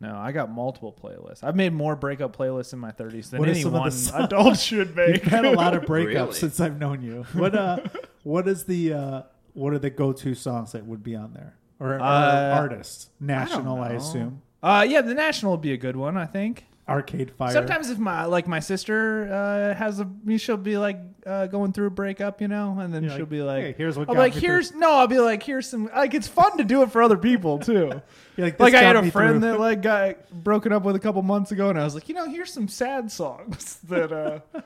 [SPEAKER 3] no? I got multiple playlists. I've made more breakup playlists in my 30s than
[SPEAKER 2] What are some of the
[SPEAKER 3] anyone
[SPEAKER 2] songs-
[SPEAKER 3] adult should make.
[SPEAKER 2] You've had a lot of breakups
[SPEAKER 1] Really?
[SPEAKER 2] since I've known you. What uh, what is the uh, what are the go-to songs that would be on there or, or
[SPEAKER 3] Uh,
[SPEAKER 2] artists? National, I,
[SPEAKER 3] know.
[SPEAKER 2] assume.
[SPEAKER 3] Uh, yeah, the national would be a good one, I think.
[SPEAKER 2] Arcade Fire.
[SPEAKER 3] Sometimes if my like my sister uh, has a she'll be like uh, going through a breakup, you know, and then
[SPEAKER 2] You're
[SPEAKER 3] she'll
[SPEAKER 2] like,
[SPEAKER 3] be like,
[SPEAKER 2] "Hey, here's what
[SPEAKER 3] I'll be
[SPEAKER 2] got
[SPEAKER 3] like
[SPEAKER 2] me
[SPEAKER 3] here's no, I'll be like here's some like it's fun to do it for other people too.
[SPEAKER 2] You're like,
[SPEAKER 3] like
[SPEAKER 2] "This
[SPEAKER 3] I had
[SPEAKER 2] got me
[SPEAKER 3] a friend
[SPEAKER 2] through."
[SPEAKER 3] that like got broken up with a couple months ago, and I was like, you know, here's some sad songs that uh,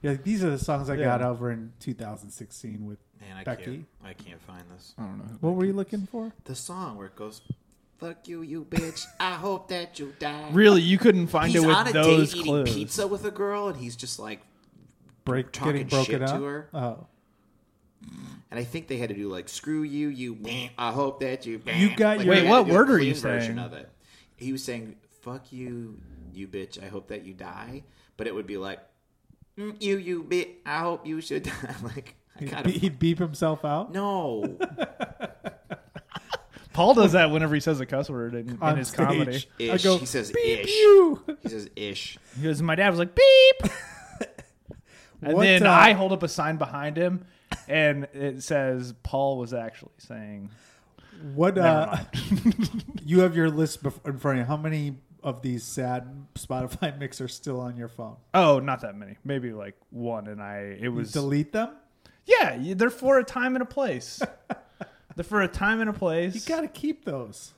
[SPEAKER 2] You're like, these are the songs I
[SPEAKER 3] Yeah.
[SPEAKER 2] got over in 2016 with
[SPEAKER 1] Man, I
[SPEAKER 2] Becky.
[SPEAKER 1] can't. I can't find this.
[SPEAKER 2] What were you looking for?
[SPEAKER 1] The song where it goes, "Fuck you, you bitch. I hope that you die."
[SPEAKER 3] really you couldn't find
[SPEAKER 1] He's
[SPEAKER 3] it with
[SPEAKER 1] on a
[SPEAKER 3] those
[SPEAKER 1] date eating
[SPEAKER 3] clues.
[SPEAKER 1] pizza with a girl, and he's just like,
[SPEAKER 2] Break
[SPEAKER 1] Talking
[SPEAKER 2] getting broken
[SPEAKER 1] shit
[SPEAKER 2] up.
[SPEAKER 1] to her.
[SPEAKER 2] Oh,
[SPEAKER 1] and I think they had to do like, "Screw you, you." I hope that you.
[SPEAKER 2] You got
[SPEAKER 1] like,
[SPEAKER 2] your-
[SPEAKER 1] they had
[SPEAKER 2] Wait,
[SPEAKER 1] to
[SPEAKER 3] what
[SPEAKER 1] do a
[SPEAKER 3] word are you
[SPEAKER 1] clean version
[SPEAKER 3] saying?
[SPEAKER 1] Of it. He was saying, "Fuck you, you bitch. I hope that you die," but it would be like, "Mm, "You, you bitch. I hope you should." die. like, I
[SPEAKER 2] he'd,
[SPEAKER 1] gotta.
[SPEAKER 2] be- he'd beep himself out
[SPEAKER 1] no,
[SPEAKER 3] Paul does that whenever he says a cuss word in, in
[SPEAKER 2] on
[SPEAKER 3] his
[SPEAKER 2] stage.
[SPEAKER 3] comedy.
[SPEAKER 2] I
[SPEAKER 1] ish.
[SPEAKER 2] go,
[SPEAKER 1] he says
[SPEAKER 2] beep
[SPEAKER 1] ish.
[SPEAKER 2] you.
[SPEAKER 1] He says ish.
[SPEAKER 3] Because my dad was like, beep. and
[SPEAKER 2] What,
[SPEAKER 3] then
[SPEAKER 2] uh,
[SPEAKER 3] I hold up a sign behind him and it says Paul was actually saying,
[SPEAKER 2] What uh, you have your list bef- in front of you. How many of these sad Spotify mix are still on your phone?
[SPEAKER 3] oh, not that many. Maybe like one. And I, it was,
[SPEAKER 2] Delete them.
[SPEAKER 3] yeah, you- they're for a time and a place. they're for a time and a place.
[SPEAKER 2] You gotta keep those.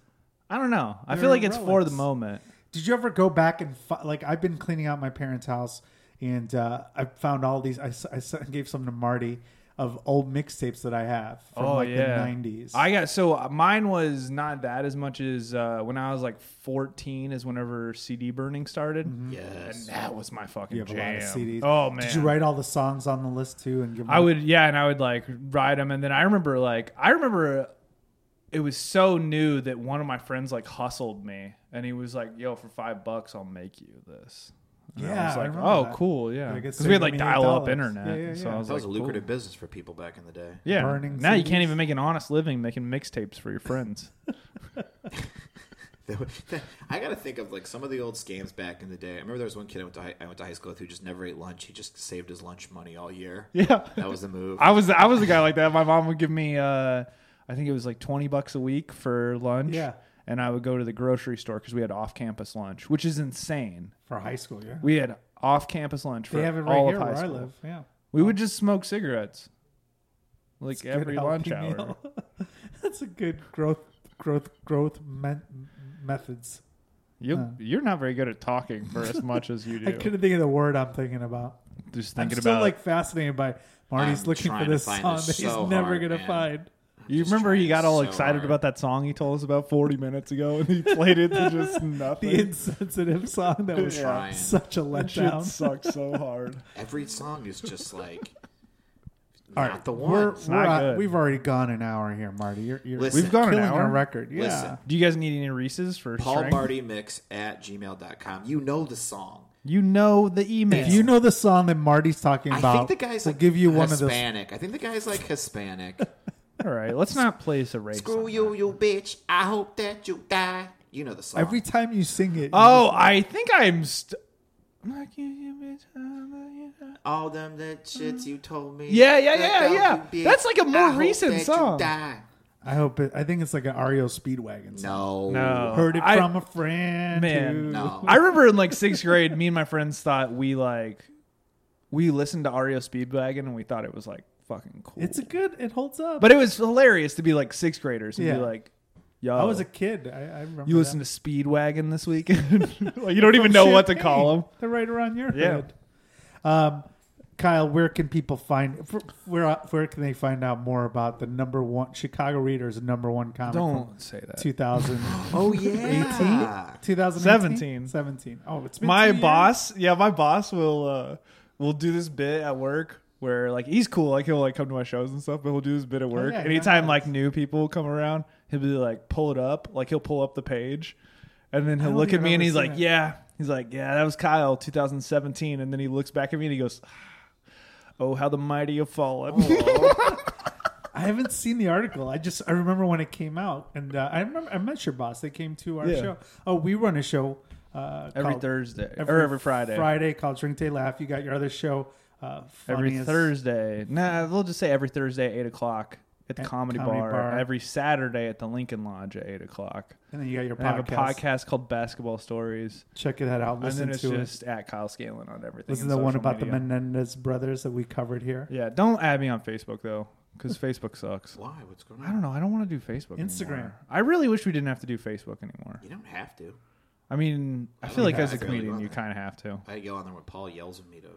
[SPEAKER 3] I don't know. I
[SPEAKER 2] They're
[SPEAKER 3] feel like it's for
[SPEAKER 2] relics.
[SPEAKER 3] the moment.
[SPEAKER 2] Did you ever go back and fi- like I've been cleaning out my parents' house and uh, I found all these. I, s- I s- gave some to Marty of old mixtapes that I have from
[SPEAKER 3] oh,
[SPEAKER 2] like the
[SPEAKER 3] yeah.
[SPEAKER 2] nineties.
[SPEAKER 3] I got, so uh, mine was not that as much as uh, when I was like 14 is whenever CD burning started.
[SPEAKER 1] Yes.
[SPEAKER 3] That was my fucking
[SPEAKER 2] Mm-hmm. you have
[SPEAKER 3] jam.
[SPEAKER 2] a lot of CDs.
[SPEAKER 3] Oh man.
[SPEAKER 2] Did you write all the songs on the list too and give? Them
[SPEAKER 3] I would, yeah, and I would like ride them, and then I remember, like, I remember it was so new that one of my friends like hustled me, and he was like, "Yo, for five bucks, I'll make you this." And
[SPEAKER 2] Yeah,
[SPEAKER 3] I was
[SPEAKER 2] I
[SPEAKER 3] like,
[SPEAKER 2] remember
[SPEAKER 3] "Oh,
[SPEAKER 2] that.
[SPEAKER 3] cool, yeah,"
[SPEAKER 2] Like, it
[SPEAKER 3] because we had
[SPEAKER 2] saved
[SPEAKER 3] like
[SPEAKER 2] me
[SPEAKER 3] dial-up
[SPEAKER 2] $8.
[SPEAKER 3] internet,
[SPEAKER 2] Yeah, yeah,
[SPEAKER 3] so
[SPEAKER 2] yeah.
[SPEAKER 3] I was
[SPEAKER 1] That was a
[SPEAKER 3] like,
[SPEAKER 1] lucrative business for people back in the day.
[SPEAKER 3] "Yeah."
[SPEAKER 2] Burning
[SPEAKER 3] now you
[SPEAKER 2] CDs.
[SPEAKER 3] can't even make an honest living making mixtapes for your friends.
[SPEAKER 1] That would- that- I got to think of like some of the old scams back in the day. I remember there was one kid I went to high, I went to high school with who just never ate lunch. He just saved his lunch money all year.
[SPEAKER 3] yeah,
[SPEAKER 1] That was the move.
[SPEAKER 3] I was I was a guy like that. My mom would give me uh, I think it was like twenty bucks a week for lunch.
[SPEAKER 2] Yeah.
[SPEAKER 3] And I would go to the grocery store because we had off-campus lunch, which is insane.
[SPEAKER 2] for high school. Yeah,
[SPEAKER 3] We had off-campus lunch for
[SPEAKER 2] they have it right
[SPEAKER 3] all
[SPEAKER 2] here
[SPEAKER 3] of high
[SPEAKER 2] where I
[SPEAKER 3] school.
[SPEAKER 2] live. Yeah,
[SPEAKER 3] We would just smoke cigarettes, like
[SPEAKER 2] It's a good
[SPEAKER 3] every
[SPEAKER 2] healthy
[SPEAKER 3] lunch hour.
[SPEAKER 2] meal. That's a good growth, growth, growth men- methods.
[SPEAKER 3] You
[SPEAKER 2] Huh.
[SPEAKER 3] you're not very good at talking for as much as you
[SPEAKER 2] I
[SPEAKER 3] do.
[SPEAKER 2] couldn't think of the word I'm thinking about.
[SPEAKER 3] Just
[SPEAKER 2] I'm
[SPEAKER 3] thinking
[SPEAKER 2] still
[SPEAKER 3] about
[SPEAKER 2] like fascinated by Marty's
[SPEAKER 1] I'm
[SPEAKER 2] looking for
[SPEAKER 1] trying
[SPEAKER 2] this
[SPEAKER 1] to find
[SPEAKER 2] song
[SPEAKER 1] this
[SPEAKER 2] that he's
[SPEAKER 1] so
[SPEAKER 2] never
[SPEAKER 1] hard,
[SPEAKER 2] gonna
[SPEAKER 1] man.
[SPEAKER 2] find.
[SPEAKER 3] you
[SPEAKER 1] just
[SPEAKER 3] remember he
[SPEAKER 1] trying
[SPEAKER 3] got all
[SPEAKER 1] so
[SPEAKER 3] excited
[SPEAKER 1] hard.
[SPEAKER 3] about that song he told us about 40 minutes ago, and he played it to just nothing.
[SPEAKER 2] The insensitive song that was
[SPEAKER 1] Trying.
[SPEAKER 2] such a
[SPEAKER 3] That shit
[SPEAKER 2] letdown.
[SPEAKER 3] sucks so hard.
[SPEAKER 1] Every song is just like
[SPEAKER 2] All
[SPEAKER 1] not
[SPEAKER 2] right,
[SPEAKER 1] the one.
[SPEAKER 2] We're,
[SPEAKER 3] not
[SPEAKER 2] we're on-
[SPEAKER 3] good.
[SPEAKER 2] we've already gone an hour here, Marty. You're, you're
[SPEAKER 1] Listen.
[SPEAKER 2] we've gone an
[SPEAKER 3] Killing
[SPEAKER 2] hour
[SPEAKER 3] our
[SPEAKER 2] record. Yeah.
[SPEAKER 1] Listen.
[SPEAKER 3] Do you guys need any Reese's for
[SPEAKER 1] Paul
[SPEAKER 3] strength?
[SPEAKER 1] Marty Mix at gmail.com. You know the song.
[SPEAKER 3] You know the email.
[SPEAKER 2] If you know the song that Marty's talking
[SPEAKER 1] I
[SPEAKER 2] about,
[SPEAKER 1] think the guy's
[SPEAKER 2] will
[SPEAKER 1] like
[SPEAKER 2] give you one of those.
[SPEAKER 1] Hispanic. I think the guy's like Hispanic.
[SPEAKER 3] all right, let's not place a race.
[SPEAKER 1] Screw
[SPEAKER 3] on
[SPEAKER 1] you,
[SPEAKER 3] that.
[SPEAKER 1] you bitch. I hope that you die. You know the song.
[SPEAKER 2] Every time you sing it, you
[SPEAKER 3] Oh, I think I'm. St-
[SPEAKER 1] All them that shits you told me.
[SPEAKER 3] Yeah, yeah,
[SPEAKER 1] Let
[SPEAKER 3] yeah,
[SPEAKER 1] go,
[SPEAKER 3] yeah.
[SPEAKER 1] you bitch.
[SPEAKER 3] That's like a more
[SPEAKER 1] I hope
[SPEAKER 3] recent
[SPEAKER 1] that you
[SPEAKER 3] song.
[SPEAKER 1] die.
[SPEAKER 2] I hope it. I think it's like an REO Speedwagon. Song.
[SPEAKER 1] No.
[SPEAKER 3] no,
[SPEAKER 2] Heard it
[SPEAKER 3] I-
[SPEAKER 2] from a friend.
[SPEAKER 3] Man,
[SPEAKER 2] who-
[SPEAKER 1] No.
[SPEAKER 3] I remember in like sixth grade, me and my friends thought we like we listened to REO Speedwagon and we thought it was like fucking cool.
[SPEAKER 2] It's a good. It holds up.
[SPEAKER 3] but it was hilarious to be like sixth graders and
[SPEAKER 2] Yeah.
[SPEAKER 3] be like, "Yo,
[SPEAKER 2] I was a kid. I, I remember.
[SPEAKER 3] you listen to Speedwagon this weekend? like you don't even know what to call them."
[SPEAKER 2] They're right around your
[SPEAKER 3] Yeah.
[SPEAKER 2] head. Um, Kyle, where can people find? f- Where where can they find out more about the number one Chicago Reader's number one comic? from
[SPEAKER 3] Don't say that.
[SPEAKER 2] 2000,
[SPEAKER 1] Oh, yeah.
[SPEAKER 2] 2017?
[SPEAKER 3] Seventeen.
[SPEAKER 2] 17. Oh, it's been
[SPEAKER 3] my
[SPEAKER 2] two years.
[SPEAKER 3] boss yeah my boss will uh will do this bit at work where like he's cool like he'll like come to my shows and stuff but he'll do this bit at work
[SPEAKER 2] Oh, yeah, he
[SPEAKER 3] anytime
[SPEAKER 2] knows.
[SPEAKER 3] like new people come around he'll be like pull it up like he'll pull up the page and then he'll
[SPEAKER 2] don't
[SPEAKER 3] look
[SPEAKER 2] think
[SPEAKER 3] at
[SPEAKER 2] I've
[SPEAKER 3] me and
[SPEAKER 2] ever
[SPEAKER 3] he's
[SPEAKER 2] seen it.
[SPEAKER 3] like yeah he's like yeah that was kyle 2017 and then he looks back at me and he goes oh how the mighty have fallen
[SPEAKER 2] I haven't seen the article. I just I remember when it came out, and uh, I remember I met your boss. They came to our
[SPEAKER 3] Yeah.
[SPEAKER 2] show. Oh, we run a show uh,
[SPEAKER 3] every
[SPEAKER 2] called-
[SPEAKER 3] thursday or every friday,
[SPEAKER 2] Friday called Drink Day Laugh. You got your other show. Uh,
[SPEAKER 3] every
[SPEAKER 2] Funniest-
[SPEAKER 3] thursday nah we'll just say every thursday 8 o'clock at the
[SPEAKER 2] At
[SPEAKER 3] comedy,
[SPEAKER 2] Comedy
[SPEAKER 3] bar,
[SPEAKER 2] Bar.
[SPEAKER 3] every saturday at the lincoln lodge at 8 o'clock
[SPEAKER 2] and then you got your
[SPEAKER 3] I have a
[SPEAKER 2] podcast.
[SPEAKER 3] podcast called Basketball Stories,
[SPEAKER 2] Check that out.
[SPEAKER 3] and
[SPEAKER 2] Listen
[SPEAKER 3] then it's
[SPEAKER 2] to it.
[SPEAKER 3] just at Kyle Scanlon on everything.
[SPEAKER 2] This is
[SPEAKER 3] and
[SPEAKER 2] the one
[SPEAKER 3] social
[SPEAKER 2] about the
[SPEAKER 3] media.
[SPEAKER 2] Menendez brothers that we covered here.
[SPEAKER 3] Yeah, don't add me on Facebook though, because Facebook sucks.
[SPEAKER 1] Why? What's going
[SPEAKER 3] I
[SPEAKER 1] on?
[SPEAKER 3] don't know. I don't want to do Facebook.
[SPEAKER 2] Instagram.
[SPEAKER 3] anymore. I really wish we didn't have to do Facebook anymore.
[SPEAKER 1] You don't have to.
[SPEAKER 3] I mean, I feel
[SPEAKER 1] Yeah,
[SPEAKER 3] like as
[SPEAKER 1] I
[SPEAKER 3] a
[SPEAKER 1] really
[SPEAKER 3] comedian,
[SPEAKER 1] want
[SPEAKER 3] you
[SPEAKER 1] that.
[SPEAKER 3] kind of have to.
[SPEAKER 1] I go on there when Paul yells at me to.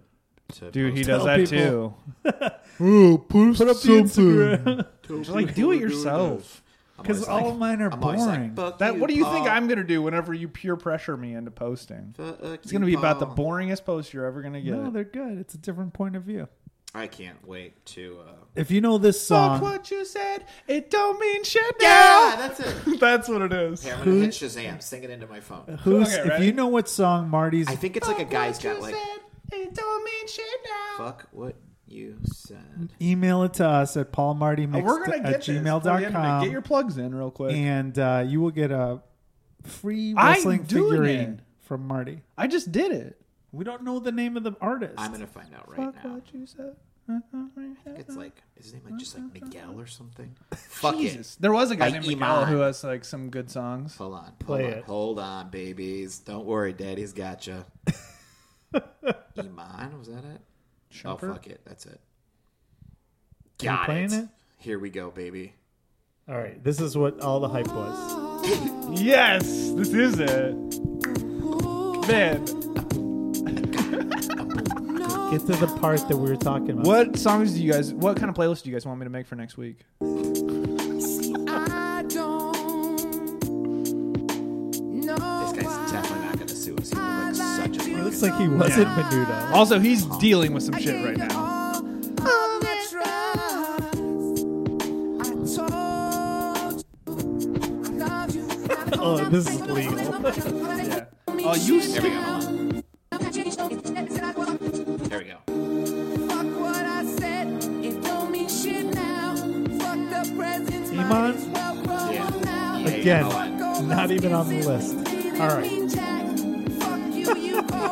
[SPEAKER 1] to
[SPEAKER 3] Dude, he
[SPEAKER 1] post
[SPEAKER 3] does
[SPEAKER 2] Tell
[SPEAKER 3] that
[SPEAKER 2] people.
[SPEAKER 3] too. Post
[SPEAKER 2] Put up the Instagram
[SPEAKER 1] it.
[SPEAKER 3] Like, do it yourself.
[SPEAKER 1] I'm
[SPEAKER 2] because
[SPEAKER 1] always like-
[SPEAKER 2] all of mine are
[SPEAKER 1] I'm always
[SPEAKER 2] boring.
[SPEAKER 1] like, fuck
[SPEAKER 3] That. What do you think
[SPEAKER 1] Paul.
[SPEAKER 3] I'm gonna do whenever you peer pressure me into posting?
[SPEAKER 1] Fuck
[SPEAKER 3] It's
[SPEAKER 1] you,
[SPEAKER 3] gonna be about the
[SPEAKER 1] Paul.
[SPEAKER 3] boringest post you're ever gonna get.
[SPEAKER 2] no, they're good. It's a different point of view.
[SPEAKER 1] I can't wait to. Uh,
[SPEAKER 2] If you know this song,
[SPEAKER 3] Fuck what you said. It don't mean shit
[SPEAKER 1] yeah,
[SPEAKER 3] now.
[SPEAKER 1] that's it.
[SPEAKER 3] That's what it is.
[SPEAKER 1] Hey, I'm gonna hit Shazam. Sing it into my phone.
[SPEAKER 2] who's
[SPEAKER 3] Okay,
[SPEAKER 2] if
[SPEAKER 3] ready?
[SPEAKER 2] you know what song Marty's
[SPEAKER 1] I think it's like a guy's got like.
[SPEAKER 3] it don't mean shit now.
[SPEAKER 1] Fuck what you said.
[SPEAKER 2] email it to us at
[SPEAKER 3] We're
[SPEAKER 2] paulmartymix
[SPEAKER 3] gonna
[SPEAKER 2] at
[SPEAKER 3] get this before the end of it.
[SPEAKER 2] gmail.com
[SPEAKER 3] Get your plugs in real quick.
[SPEAKER 2] and uh, you will get a free
[SPEAKER 3] I'm
[SPEAKER 2] wrestling
[SPEAKER 3] doing
[SPEAKER 2] figurine
[SPEAKER 3] it.
[SPEAKER 2] from Marty.
[SPEAKER 3] I just did it.
[SPEAKER 2] We don't know the name of the artist.
[SPEAKER 1] I'm gonna find out right
[SPEAKER 3] Fuck
[SPEAKER 1] now.
[SPEAKER 3] what you said.
[SPEAKER 1] It's like is his name like just like Miguel or something? Fuck it.
[SPEAKER 3] Jesus. There was a guy
[SPEAKER 1] Like
[SPEAKER 3] named Miguel
[SPEAKER 1] Iman.
[SPEAKER 3] who has like some good songs.
[SPEAKER 1] Hold on,
[SPEAKER 2] Play
[SPEAKER 1] hold on,
[SPEAKER 2] it.
[SPEAKER 1] hold on, babies. Don't worry, daddy's gotcha. Iman, was that it? Oh
[SPEAKER 3] Shumpert?
[SPEAKER 1] fuck it, that's it.
[SPEAKER 2] you
[SPEAKER 1] Got it.
[SPEAKER 2] playing it?
[SPEAKER 1] Here we go, baby.
[SPEAKER 2] All right, this is what all the hype was.
[SPEAKER 3] Yes, this is it. Man,
[SPEAKER 2] Get to the part that we were talking about.
[SPEAKER 3] what songs do you guys? What kind of playlist do you guys want me to make for next week?
[SPEAKER 8] I don't know
[SPEAKER 1] This
[SPEAKER 8] why.
[SPEAKER 1] guy's definitely not gonna sue us. He looks like such a
[SPEAKER 2] It
[SPEAKER 1] loser.
[SPEAKER 2] looks like he wasn't Menudo.
[SPEAKER 3] Also, he's dealing with some shit right
[SPEAKER 8] Gave it
[SPEAKER 3] now.
[SPEAKER 8] all of my tries. I told you I love you.
[SPEAKER 2] Oh, this is legal.
[SPEAKER 8] Yeah.
[SPEAKER 3] Oh, you
[SPEAKER 1] There we go. Hold on. There we go.
[SPEAKER 8] Fuck what I said. It don't mean shit now. Fuck the presents. might
[SPEAKER 2] Iman?
[SPEAKER 8] as well grow
[SPEAKER 1] Yeah.
[SPEAKER 8] up now.
[SPEAKER 1] Yeah, you
[SPEAKER 2] Again.
[SPEAKER 1] know what?
[SPEAKER 8] Go
[SPEAKER 2] Not even on the
[SPEAKER 8] Redskins,
[SPEAKER 2] list.
[SPEAKER 8] it
[SPEAKER 2] All
[SPEAKER 8] don't
[SPEAKER 2] right.
[SPEAKER 8] mean jack. Fuck you, you go.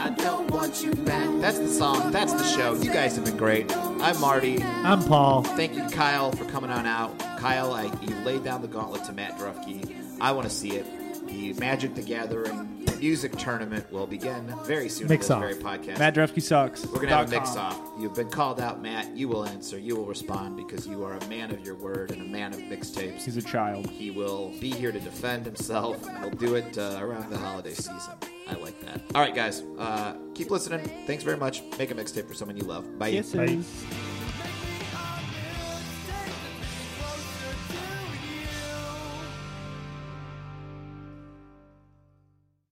[SPEAKER 1] I don't want you back. That's the song. That's the show. You guys have been great. I'm Marty.
[SPEAKER 2] I'm Paul.
[SPEAKER 1] Thank you to Kyle for coming on out. Kyle, I, you laid down the gauntlet to Matt Drufke. I want to see it. The Magic the Gathering music tournament will begin very soon. on
[SPEAKER 2] Mix
[SPEAKER 1] this
[SPEAKER 2] off.
[SPEAKER 1] Very podcast.
[SPEAKER 3] Matt Drefke sucks.
[SPEAKER 1] We're going to have a
[SPEAKER 3] Dot com.
[SPEAKER 1] mix off. You've been called out, Matt. You will answer. You will respond because you are a man of your word and a man of mixtapes.
[SPEAKER 3] He's a child.
[SPEAKER 1] He will be here to defend himself. He'll do it uh, around the holiday season. I like that. All right, guys. Uh, keep listening. Thanks very much. Make a mixtape for someone you love. Bye.
[SPEAKER 3] Kisses.